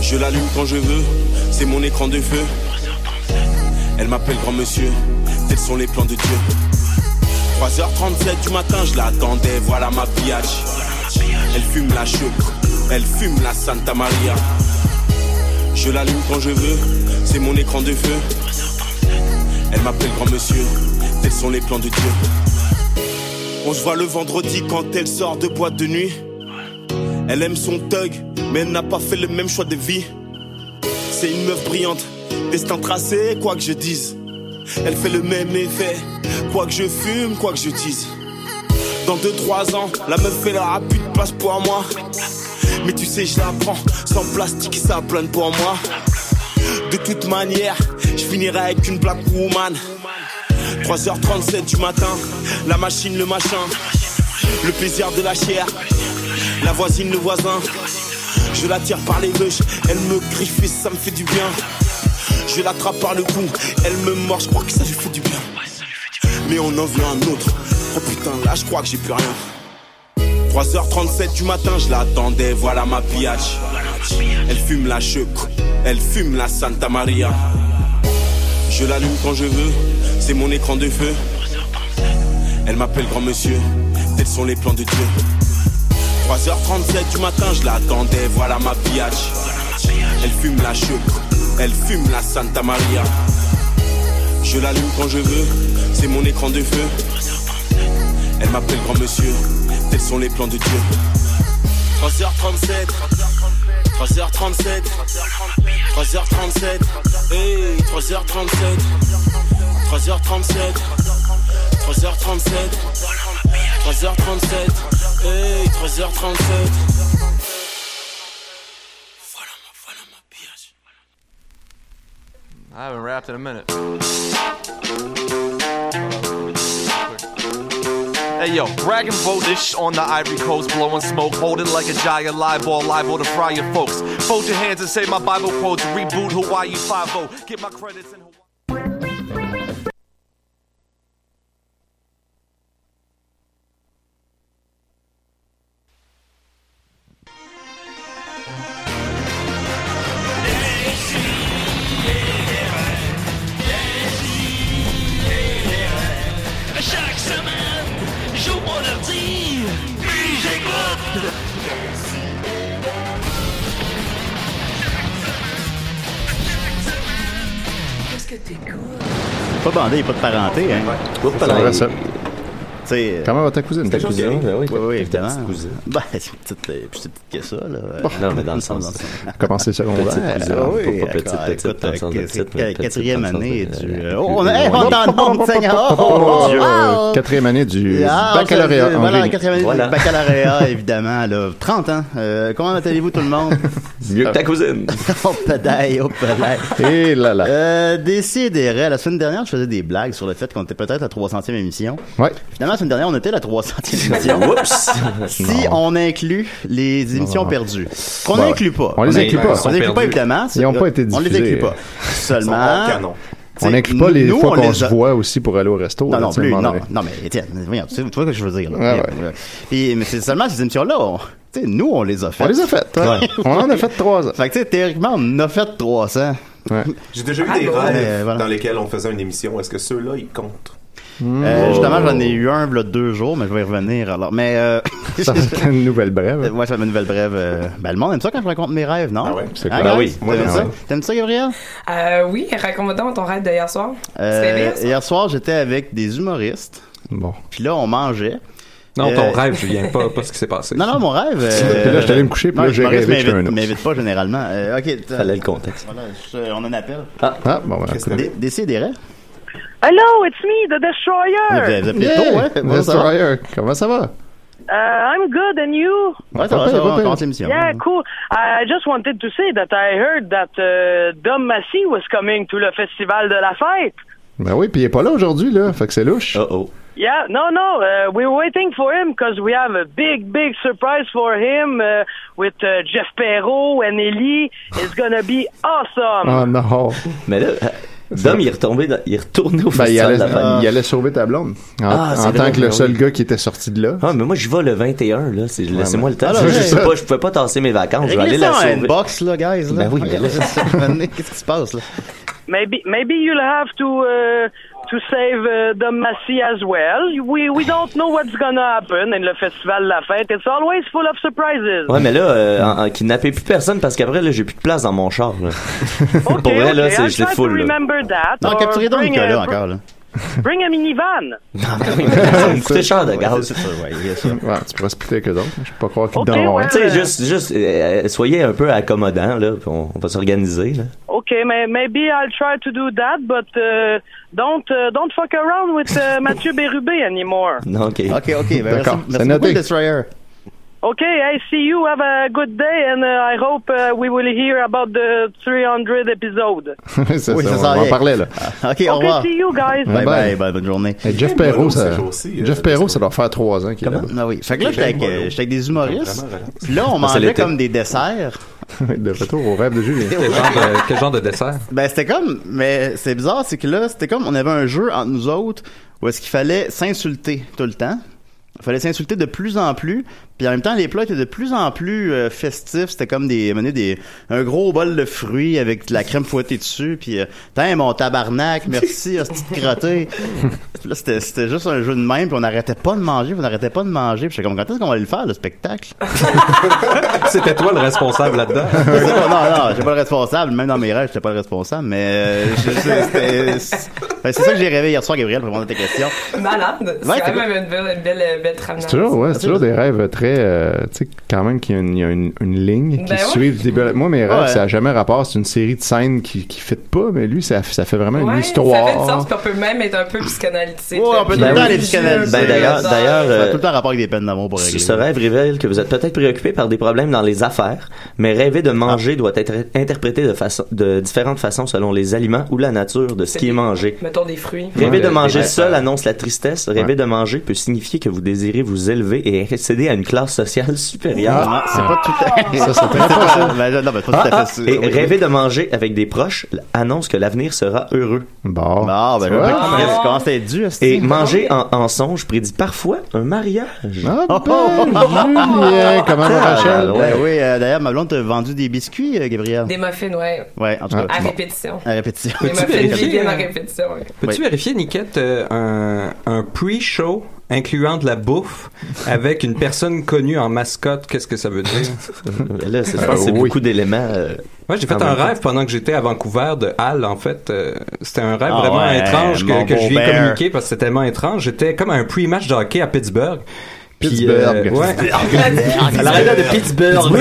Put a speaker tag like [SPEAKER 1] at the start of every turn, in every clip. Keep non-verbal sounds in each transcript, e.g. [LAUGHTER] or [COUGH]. [SPEAKER 1] Je l'allume quand je veux, c'est mon écran de feu. Elle m'appelle grand monsieur, tels sont les plans de Dieu. 3h37 du matin, je l'attendais, voilà ma pillage. Elle fume la cheveux, elle fume la Santa Maria. Je l'allume quand je veux, c'est mon écran de feu. Elle m'appelle grand monsieur, tels sont les plans de Dieu. On se voit le vendredi quand elle sort de boîte de nuit. Elle aime son thug, mais elle n'a pas fait le même choix de vie. C'est une meuf brillante, destin tracé, quoi que je dise. Elle fait le même effet, quoi que je fume, quoi que je dise. Dans 2-3 ans, la meuf fait la pute place pour moi. Mais tu sais, je la prends sans plastique, ça plane pour moi. De toute manière, je finirai avec une black woman. 3h37 du matin, la machine, le machin. Le plaisir de la chair, la voisine, le voisin. Je la tire par les rushs, elle me griffe et ça me fait du bien. Je l'attrape par le cou, elle me mord, je crois que ça lui fait du bien. Mais on en veut un autre. Oh putain, là je crois que j'ai plus rien. 3h37 du matin, je l'attendais, voilà ma pillage. Elle fume la choucroute, elle fume la Santa Maria. Je l'allume quand je veux, c'est mon écran de feu. Elle m'appelle grand monsieur, tels sont les plans de Dieu. 3h37 du matin, je l'attendais, voilà ma pillage. Elle fume la choucroute, elle fume la Santa Maria. Je l'allume quand je veux, c'est mon écran de feu. Elle m'appelle grand monsieur, tels sont les plans de Dieu. 3h37, 3h37, 3h37, hey, 3h37, 3h37, 3h37, 3h37, hey, 3h37.
[SPEAKER 2] I haven't rapped in a minute. Hey yo, bragging boatish on the Ivory Coast, blowing smoke, holding like a giant live ball, liable to fry your folks. Fold your hands and say my Bible quotes, reboot Hawaii oh. 5 Get my credits in Hawaii.
[SPEAKER 3] Chaque semaine, j'ouvre mon ordi, puis j'écoute.
[SPEAKER 4] Pas bandé, pas de parenté, hein.
[SPEAKER 5] vrai, ça.
[SPEAKER 4] Tu sais, euh,
[SPEAKER 5] Comment va ta cousine?
[SPEAKER 6] Ta cousine, ben oui.
[SPEAKER 4] Oui, oui,
[SPEAKER 6] ta
[SPEAKER 4] évidemment.
[SPEAKER 6] petite cousine.
[SPEAKER 4] [LAUGHS] Ben, c'est peut-être euh, plus petite que ça, là.
[SPEAKER 6] Non, mais dans le
[SPEAKER 4] [LAUGHS] Dans
[SPEAKER 6] sens.
[SPEAKER 4] le
[SPEAKER 5] Commencer
[SPEAKER 6] Petite
[SPEAKER 5] secondaire.
[SPEAKER 6] cousine.
[SPEAKER 4] Ah oui,
[SPEAKER 6] Pas- pas petite,
[SPEAKER 4] d'accord.
[SPEAKER 6] petite,
[SPEAKER 4] Écoute,
[SPEAKER 6] dans le sens de
[SPEAKER 4] euh,
[SPEAKER 6] petite,
[SPEAKER 4] c'est
[SPEAKER 6] mais
[SPEAKER 4] la
[SPEAKER 6] petite
[SPEAKER 4] quatrième
[SPEAKER 6] dans le sens
[SPEAKER 4] année
[SPEAKER 6] de-
[SPEAKER 4] du.
[SPEAKER 6] euh,
[SPEAKER 4] Oh, on est on est en
[SPEAKER 5] [LAUGHS]
[SPEAKER 4] nombre, Seigneur! Oh,
[SPEAKER 5] Mon Dieu,
[SPEAKER 4] wow!
[SPEAKER 5] Quatrième année du
[SPEAKER 4] Ah,
[SPEAKER 5] baccalauréat.
[SPEAKER 4] c'est-
[SPEAKER 5] en
[SPEAKER 4] Voilà,
[SPEAKER 5] ligne.
[SPEAKER 4] quatrième année
[SPEAKER 6] Voilà. [LAUGHS]
[SPEAKER 4] du baccalauréat, évidemment, là. 30 ans. Euh, comment appelez-vous tout le monde?
[SPEAKER 6] Mieux que ta
[SPEAKER 4] [LAUGHS]
[SPEAKER 6] cousine.
[SPEAKER 4] oh, pedaille, oh, pedaille.
[SPEAKER 5] Et là là.
[SPEAKER 4] Euh, Décidérez, la semaine dernière, je faisais des blagues sur le fait qu'on était peut-être la 300e émission.
[SPEAKER 5] Ouais.
[SPEAKER 4] Finalement, la semaine dernière, on était la 300e
[SPEAKER 6] [LAUGHS]
[SPEAKER 4] émission.
[SPEAKER 6] Oups!
[SPEAKER 4] si on inclut les émissions perdues. Qu'on
[SPEAKER 5] Ouais.
[SPEAKER 4] n'inclut pas.
[SPEAKER 5] On les inclut pas.
[SPEAKER 4] On
[SPEAKER 5] Ils
[SPEAKER 4] les
[SPEAKER 5] sont
[SPEAKER 4] inclut pas,
[SPEAKER 5] perdus.
[SPEAKER 4] évidemment.
[SPEAKER 5] Ils ont
[SPEAKER 4] C'est-
[SPEAKER 5] pas été
[SPEAKER 4] On les
[SPEAKER 5] diffusés.
[SPEAKER 4] inclut pas. Seulement. tu
[SPEAKER 5] On
[SPEAKER 4] sais,
[SPEAKER 5] n'inclut pas les
[SPEAKER 4] nous,
[SPEAKER 5] fois
[SPEAKER 4] on
[SPEAKER 5] qu'on
[SPEAKER 4] les
[SPEAKER 5] se
[SPEAKER 4] a-
[SPEAKER 5] voit aussi pour aller au resto.
[SPEAKER 4] Non,
[SPEAKER 5] là,
[SPEAKER 4] non,
[SPEAKER 5] tu sais, à un
[SPEAKER 4] plus.
[SPEAKER 5] moment
[SPEAKER 4] Non,
[SPEAKER 5] donné.
[SPEAKER 4] non, mais Étienne, voyons, tu sais tu vois ce que je veux dire, là.
[SPEAKER 5] Ouais,
[SPEAKER 4] Merde. Puis, mais c'est seulement ces émissions-là, on- tu sais, nous, on les a faites.
[SPEAKER 5] On les a faites. ouais.
[SPEAKER 4] Ouais.
[SPEAKER 5] On en a fait trois ans.
[SPEAKER 4] Fait que, tu sais, théoriquement, on en a fait 300.
[SPEAKER 7] J'ai déjà eu des rêves
[SPEAKER 4] Euh, voilà.
[SPEAKER 7] dans lesquels on faisait une émission. Est-ce que ceux-là, ils comptent?
[SPEAKER 5] Mmh.
[SPEAKER 4] Euh, justement, j'en ai eu un, là, deux jours, mais je vais y revenir, alors. Mais, euh,
[SPEAKER 5] [LAUGHS] Ça, c'était une nouvelle brève.
[SPEAKER 4] Moi, je fais ma nouvelle brève. euh, Ben, le monde aime ça quand je raconte mes rêves, non?
[SPEAKER 7] Ah ouais?
[SPEAKER 5] C'est
[SPEAKER 4] Hein,
[SPEAKER 5] clair.
[SPEAKER 4] Gab?
[SPEAKER 5] oui.
[SPEAKER 7] Moi,
[SPEAKER 4] T'aimes
[SPEAKER 7] j'aime
[SPEAKER 4] ça?
[SPEAKER 7] ça.
[SPEAKER 4] T'aimes ça, Gabriel?
[SPEAKER 8] Euh, oui, raconte-moi donc ton rêve d'hier soir. C'était bien, ça?
[SPEAKER 4] Euh, hier soir, j'étais avec des humoristes.
[SPEAKER 5] Bon.
[SPEAKER 4] Puis là, on mangeait.
[SPEAKER 9] Non, ton
[SPEAKER 4] Euh,
[SPEAKER 9] rêve, je viens pas, pas ce qui s'est passé.
[SPEAKER 4] [LAUGHS] Non, non, mon rêve.
[SPEAKER 5] Puis là, je suis allé me coucher, puis là, j'ai rêvé que j'étais un
[SPEAKER 4] Je
[SPEAKER 5] ours.
[SPEAKER 4] m'invite pas généralement. Euh, ok, t'as-
[SPEAKER 6] Fallait le contexte.
[SPEAKER 4] Voilà, je- on en appelle.
[SPEAKER 5] Ah, bon, voilà.
[SPEAKER 4] Des Décidérez.
[SPEAKER 10] Hello, it's me, the Destroyer.
[SPEAKER 4] Vous appelez tôt, ouais? Ouais, ça va.
[SPEAKER 5] Destroyer, comment ça va?
[SPEAKER 10] Uh, I'm good, and you?
[SPEAKER 4] Ouais, ça va,
[SPEAKER 5] Pas
[SPEAKER 4] ça va,
[SPEAKER 5] pire, pas
[SPEAKER 4] on
[SPEAKER 5] pire.
[SPEAKER 4] commence l'émission.
[SPEAKER 10] Yeah, cool. I just wanted to say that I heard that uh, Dom Massy was coming to le Festival de la Fête.
[SPEAKER 5] Ben oui, puis il est pas là aujourd'hui, là. Fait que c'est louche.
[SPEAKER 6] Oh oh.
[SPEAKER 10] Yeah, no, no, uh, we were waiting for him because we have a big, big surprise for him uh, with uh,
[SPEAKER 6] [LAUGHS]
[SPEAKER 10] Jeff Perrault and Ellie. It's gonna be awesome.
[SPEAKER 5] Oh non.
[SPEAKER 6] Mais là, Dom, il est retombé, dans- il est retourné au
[SPEAKER 5] Ben, il,
[SPEAKER 6] festival
[SPEAKER 5] allait,
[SPEAKER 6] de la fête.
[SPEAKER 5] il allait sauver ta blonde. En,
[SPEAKER 6] Ah, c'est
[SPEAKER 5] en
[SPEAKER 6] vrai,
[SPEAKER 5] tant que
[SPEAKER 6] ben
[SPEAKER 5] le seul
[SPEAKER 6] oui.
[SPEAKER 5] gars qui était sorti de là. Ah,
[SPEAKER 6] Ah, mais moi, je vais le 21, là. C'est- Laissez-moi le temps.
[SPEAKER 4] Alors,
[SPEAKER 6] je, je
[SPEAKER 4] ouais.
[SPEAKER 6] sais pas, je pouvais pas tasser mes vacances. Je vais Ah, aller
[SPEAKER 4] Réglez ça
[SPEAKER 6] la
[SPEAKER 4] en
[SPEAKER 6] sauver.
[SPEAKER 4] inbox, là, guys. Là.
[SPEAKER 6] Ben oui,
[SPEAKER 4] Regardez ça, [LAUGHS] venez, Qu'est-ce qui se passe, là?
[SPEAKER 10] Maybe maybe you'll have to uh, to save uh, the Massey as well. We we don't know what's gonna happen in le festival de la fête. It's always full of surprises.
[SPEAKER 6] Ouais, mais là, euh, en- en- kidnapper plus personne parce qu'après, là, j'ai plus de place dans mon char, là.
[SPEAKER 10] Ok,
[SPEAKER 6] [LAUGHS] Pour vrai, là,
[SPEAKER 10] ok,
[SPEAKER 6] c'est-
[SPEAKER 10] I'll
[SPEAKER 6] je l'ai
[SPEAKER 10] try to
[SPEAKER 6] full, là.
[SPEAKER 10] remember that.
[SPEAKER 4] Non,
[SPEAKER 10] or
[SPEAKER 4] capturez donc
[SPEAKER 10] bring
[SPEAKER 4] Nicolas
[SPEAKER 10] a-
[SPEAKER 4] encore, là.
[SPEAKER 10] Bring a minivan.
[SPEAKER 6] Non, mais Ah
[SPEAKER 4] [LAUGHS]
[SPEAKER 6] oui, mais ça va me coûtait cher de
[SPEAKER 4] Ouais,
[SPEAKER 6] gaz.
[SPEAKER 4] c'est ça, ouais, il y a ça.
[SPEAKER 5] Ouais, tu pourrais splitter que d'autres. Je peux pas croire qu'il
[SPEAKER 10] Ok,
[SPEAKER 5] dort.
[SPEAKER 10] ouais.
[SPEAKER 6] Tu sais, juste, juste, euh, soyez un peu accommodant, là, puis on, on va s'organiser, là.
[SPEAKER 10] Okay, may, maybe I'll try to do that, but uh, don't uh, don't fuck around with
[SPEAKER 6] [LAUGHS]
[SPEAKER 10] uh, Mathieu Bérubé anymore.
[SPEAKER 6] Non, ok.
[SPEAKER 4] OK, OK. Ben, merci,
[SPEAKER 5] D'accord, c'est
[SPEAKER 4] merci
[SPEAKER 5] noté.
[SPEAKER 4] beaucoup, Destroyer.
[SPEAKER 10] Okay, I see you. Have a good day, and uh, I hope uh, we will hear about the 300 episode.
[SPEAKER 5] c'est ça,
[SPEAKER 4] Oui, ça
[SPEAKER 5] on
[SPEAKER 4] s'en
[SPEAKER 5] en
[SPEAKER 4] vient.
[SPEAKER 5] parlait, là.
[SPEAKER 4] Ah, OK, au
[SPEAKER 10] Okay,
[SPEAKER 4] revoir.
[SPEAKER 10] see you guys.
[SPEAKER 4] Bye,
[SPEAKER 5] Bye-bye.
[SPEAKER 4] bye, bye, bonne journée.
[SPEAKER 5] Et Jeff
[SPEAKER 7] Quel
[SPEAKER 5] Perrault,
[SPEAKER 7] boulot,
[SPEAKER 5] ça,
[SPEAKER 7] ces jours-ci, euh,
[SPEAKER 5] Jeff Perrault,
[SPEAKER 7] parce
[SPEAKER 5] ça doit faire trois ans qu'il est là.
[SPEAKER 4] Ah oui. Fait que là, j'étais avec, euh, j'étais avec des humoristes.
[SPEAKER 7] Vraiment relax.
[SPEAKER 4] Puis là, on
[SPEAKER 6] c'est
[SPEAKER 4] mangeait
[SPEAKER 6] l'été.
[SPEAKER 4] comme des desserts.
[SPEAKER 5] Ah, [LAUGHS] De retour au rêve
[SPEAKER 4] [LAUGHS]
[SPEAKER 5] de Julien.
[SPEAKER 9] Quel genre de, quel genre de dessert?
[SPEAKER 4] Ben, c'était comme, mais c'est bizarre, c'est que là, c'était comme, on avait un jeu entre nous autres où est-ce qu'il fallait s'insulter tout le temps. Il fallait s'insulter de plus en plus, puis en même temps les plats étaient de plus en plus euh, festifs. C'était comme des, mener des, un gros bol de fruits avec de la crème fouettée dessus, puis euh, tiens mon tabarnak, merci à ce petit crotté. Puis là c'était, c'était juste un jeu de même, puis on n'arrêtait pas de manger, puis on n'arrêtait pas de manger. Puis j'étais comme quand est-ce qu'on va aller le faire le spectacle
[SPEAKER 9] [LAUGHS] C'était toi le responsable là-dedans.
[SPEAKER 4] Je sais pas, non, non, j'étais pas le responsable. Même dans mes rêves, j'étais pas le responsable. Mais euh, je- je- c'était- c'est ben, c'est ça que j'ai rêvé hier soir, Gabriel, pour répondre à tes questions.
[SPEAKER 8] Malade. C'est
[SPEAKER 4] Ouais,
[SPEAKER 8] quand
[SPEAKER 4] c'est
[SPEAKER 8] même une belle, une belle, belle trame
[SPEAKER 5] C'est toujours, ouais, c'est toujours des rêves très, euh, tu sais, quand même qu'il y a une, il y a une- une ligne qui
[SPEAKER 8] Ben ouais.
[SPEAKER 5] suit du début. à la- Moi, mes rêves,
[SPEAKER 4] Ouais.
[SPEAKER 5] ça n'a jamais rapport. C'est une série de scènes qui, qui fit pas, mais lui, ça, ça fait vraiment une
[SPEAKER 8] Ouais,
[SPEAKER 5] histoire.
[SPEAKER 8] Ça fait du sens, puis on peut même être un peu psychanalytique.
[SPEAKER 4] Ouais, on peut tout le temps aller psychanalyser.
[SPEAKER 6] Ben, d'ailleurs, d'ailleurs,
[SPEAKER 4] Ça a
[SPEAKER 6] euh,
[SPEAKER 4] tout le temps rapport avec des peines d'amour pour régler.
[SPEAKER 6] ce rêve révèle que vous êtes peut-être préoccupé par des problèmes dans les affaires, mais rêver de manger doit être interprété de, façon, de différentes façons selon les aliments ou la nature de ce qui est mangé.
[SPEAKER 8] Mettons des fruits.
[SPEAKER 6] Rêver
[SPEAKER 5] Ouais,
[SPEAKER 6] de
[SPEAKER 5] des-
[SPEAKER 6] manger
[SPEAKER 5] des-
[SPEAKER 6] seul annonce la tristesse. Rêver de manger peut signifier que vous désirez vous élever et accéder à une classe sociale supérieure.
[SPEAKER 4] Non, Ah, c'est pas tout à fait.
[SPEAKER 5] Ça,
[SPEAKER 4] C'est
[SPEAKER 5] c'est très pas
[SPEAKER 4] pas-
[SPEAKER 5] ça.
[SPEAKER 4] ben, non, ben, c'est
[SPEAKER 6] Ah,
[SPEAKER 4] pas tout à
[SPEAKER 6] ah,
[SPEAKER 4] fait.
[SPEAKER 6] et rêver de manger avec des proches annonce que l'avenir sera heureux.
[SPEAKER 5] Bon.
[SPEAKER 4] Ah, ben,
[SPEAKER 5] Ouais.
[SPEAKER 4] là, tu commences à
[SPEAKER 5] Ah,
[SPEAKER 4] être dû,
[SPEAKER 6] Et manger en, en songe prédit parfois un mariage.
[SPEAKER 5] Ah, ben, Julien, comment va Rachel?
[SPEAKER 4] Ah, Ouais, oui, euh, d'ailleurs, ma blonde t'a vendu des biscuits, euh, Gabriel.
[SPEAKER 8] Des muffins, ouais.
[SPEAKER 4] Ouais, en tout cas.
[SPEAKER 8] À
[SPEAKER 4] bon,
[SPEAKER 8] répétition.
[SPEAKER 4] à répétition.
[SPEAKER 8] Des muffins
[SPEAKER 9] vérifier,
[SPEAKER 8] vegan à
[SPEAKER 9] euh,
[SPEAKER 8] répétition, ouais.
[SPEAKER 9] Peux-tu
[SPEAKER 4] Oui.
[SPEAKER 9] vérifier, Niquette, euh, un, un pre-show incluant de la bouffe avec une personne connue en mascotte? Qu'est-ce que ça veut dire?
[SPEAKER 6] [LAUGHS] Là, c'est je
[SPEAKER 9] Ah,
[SPEAKER 6] pense que c'est
[SPEAKER 5] oui.
[SPEAKER 6] beaucoup d'éléments. euh,
[SPEAKER 9] Moi, j'ai fait
[SPEAKER 6] Ah,
[SPEAKER 9] un
[SPEAKER 6] ben,
[SPEAKER 9] rêve pendant que j'étais à Vancouver de Hall, en fait. Euh, c'était un rêve
[SPEAKER 4] Ah
[SPEAKER 9] vraiment
[SPEAKER 4] ouais,
[SPEAKER 9] étrange
[SPEAKER 4] mon
[SPEAKER 9] que, que
[SPEAKER 4] beau
[SPEAKER 9] je viens
[SPEAKER 4] bear.
[SPEAKER 9] communiquer parce que c'était tellement étrange. J'étais comme à un pre-match de hockey à Pittsburgh. Puis,
[SPEAKER 5] Pittsburgh.
[SPEAKER 9] euh, ouais.
[SPEAKER 6] À l'arena de Pittsburgh.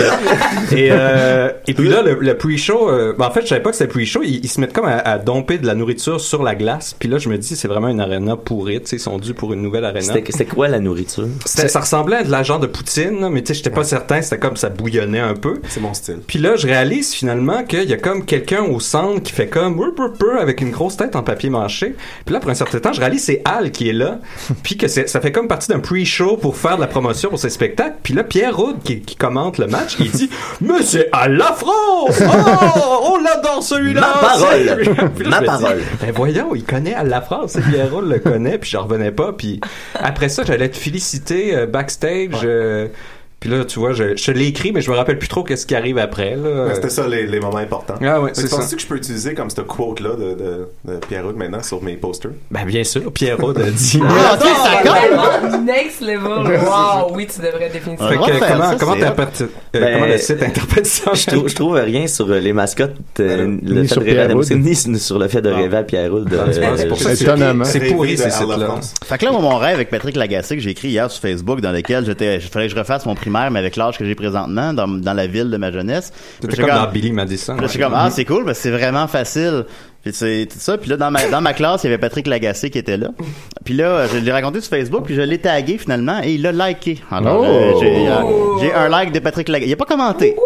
[SPEAKER 9] Et, euh, et puis là, le, le pre-show, euh, ben, en fait, je savais pas que c'était pre-show. Ils, ils se mettent comme à, à domper de la nourriture sur la glace. Puis là, je me dis, c'est vraiment une arena pourrie. Tu sais, ils sont dus pour une nouvelle arena.
[SPEAKER 6] C'était c'était quoi la nourriture?
[SPEAKER 9] C'était- Ça ressemblait à de la genre de poutine, là, mais tu sais, j'étais pas certain. C'était comme ça bouillonnait un peu.
[SPEAKER 7] C'est mon style.
[SPEAKER 9] Puis là, je réalise finalement qu'il y a comme quelqu'un au centre qui fait comme Wup, wup, wup avec une grosse tête en papier mâché. Puis là, pour un certain temps, je réalise c'est Al qui est
[SPEAKER 7] [LAUGHS]
[SPEAKER 9] là. Puis que c'est- ça fait comme partie d'un pre-show pour faire de la promotion pour ses spectacles. Puis là, Pierre Roud qui, qui commente le match, il dit Monsieur Al Lafro! Oh, on l'adore celui-là!
[SPEAKER 6] Ma parole!
[SPEAKER 9] C'est- Puis là, je
[SPEAKER 6] Ma
[SPEAKER 9] me dis,
[SPEAKER 6] parole.
[SPEAKER 9] ben voyons, il connaît Al Lafro, c'est Pierre Roud le connaît. Puis j'en revenais pas. Puis après ça, j'allais te féliciter euh, backstage. euh, puis là, tu vois, je, je l'ai écrit, mais je me rappelle plus trop qu'est-ce qui arrive après. Là.
[SPEAKER 7] Ouais, C'était ça les, les moments importants.
[SPEAKER 9] Ah ouais,
[SPEAKER 7] Mais
[SPEAKER 9] c'est
[SPEAKER 7] tu penses
[SPEAKER 9] ça.
[SPEAKER 7] que je peux utiliser comme cette quote-là de, de, de Pierrot maintenant sur mes posters?
[SPEAKER 9] Ben bien sûr, Pierrot de dit.
[SPEAKER 4] [LAUGHS] Ah, ok, ça compte!
[SPEAKER 8] Vraiment next level. Wow, oui, tu devrais définitivement.
[SPEAKER 4] Ouais.
[SPEAKER 9] Fait
[SPEAKER 4] On va
[SPEAKER 9] que
[SPEAKER 4] faire
[SPEAKER 9] comment,
[SPEAKER 4] ça,
[SPEAKER 9] comment,
[SPEAKER 4] c'est
[SPEAKER 9] t'interprètes- euh,
[SPEAKER 6] Ben,
[SPEAKER 9] comment le site interprète ça?
[SPEAKER 6] Je trouve, je trouve rien sur euh, les mascottes, euh,
[SPEAKER 7] Ben,
[SPEAKER 6] le
[SPEAKER 5] ni
[SPEAKER 6] fait
[SPEAKER 5] sur
[SPEAKER 6] de rêver à
[SPEAKER 5] Pierre Wood.
[SPEAKER 6] Dempsey, ni sur- sur le fait de rêver à euh, Pierre-Roule. de-
[SPEAKER 9] Ah, tu penses, c'est pour ça que
[SPEAKER 5] Étonnamment.
[SPEAKER 9] C'est
[SPEAKER 7] Rêver
[SPEAKER 9] pourri,
[SPEAKER 7] de
[SPEAKER 9] ces
[SPEAKER 7] Hall of
[SPEAKER 9] sites-là.
[SPEAKER 7] France.
[SPEAKER 4] Fait que là, moi, mon rêve avec Patrick Lagacé que j'ai écrit hier sur Facebook, dans lequel j'étais, il fallait que je refasse mon primaire, mais avec l'âge que j'ai présentement, dans, dans la ville de ma jeunesse.
[SPEAKER 9] C'était
[SPEAKER 4] J'étais
[SPEAKER 9] comme
[SPEAKER 4] comme-
[SPEAKER 9] dans Billy Madison. hein.
[SPEAKER 4] Puis là, je suis comme, ah, c'est cool, parce que c'est vraiment facile. Puis c'est tout ça. Puis là, dans ma, dans ma classe, il y avait Patrick Lagacé qui était là. Puis là, je l'ai raconté sur Facebook, puis je l'ai tagué finalement, et il l'a liké. Alors,
[SPEAKER 5] Oh!
[SPEAKER 4] euh, j'ai, euh, j'ai un like de Patrick Lagacé. Il a pas commenté.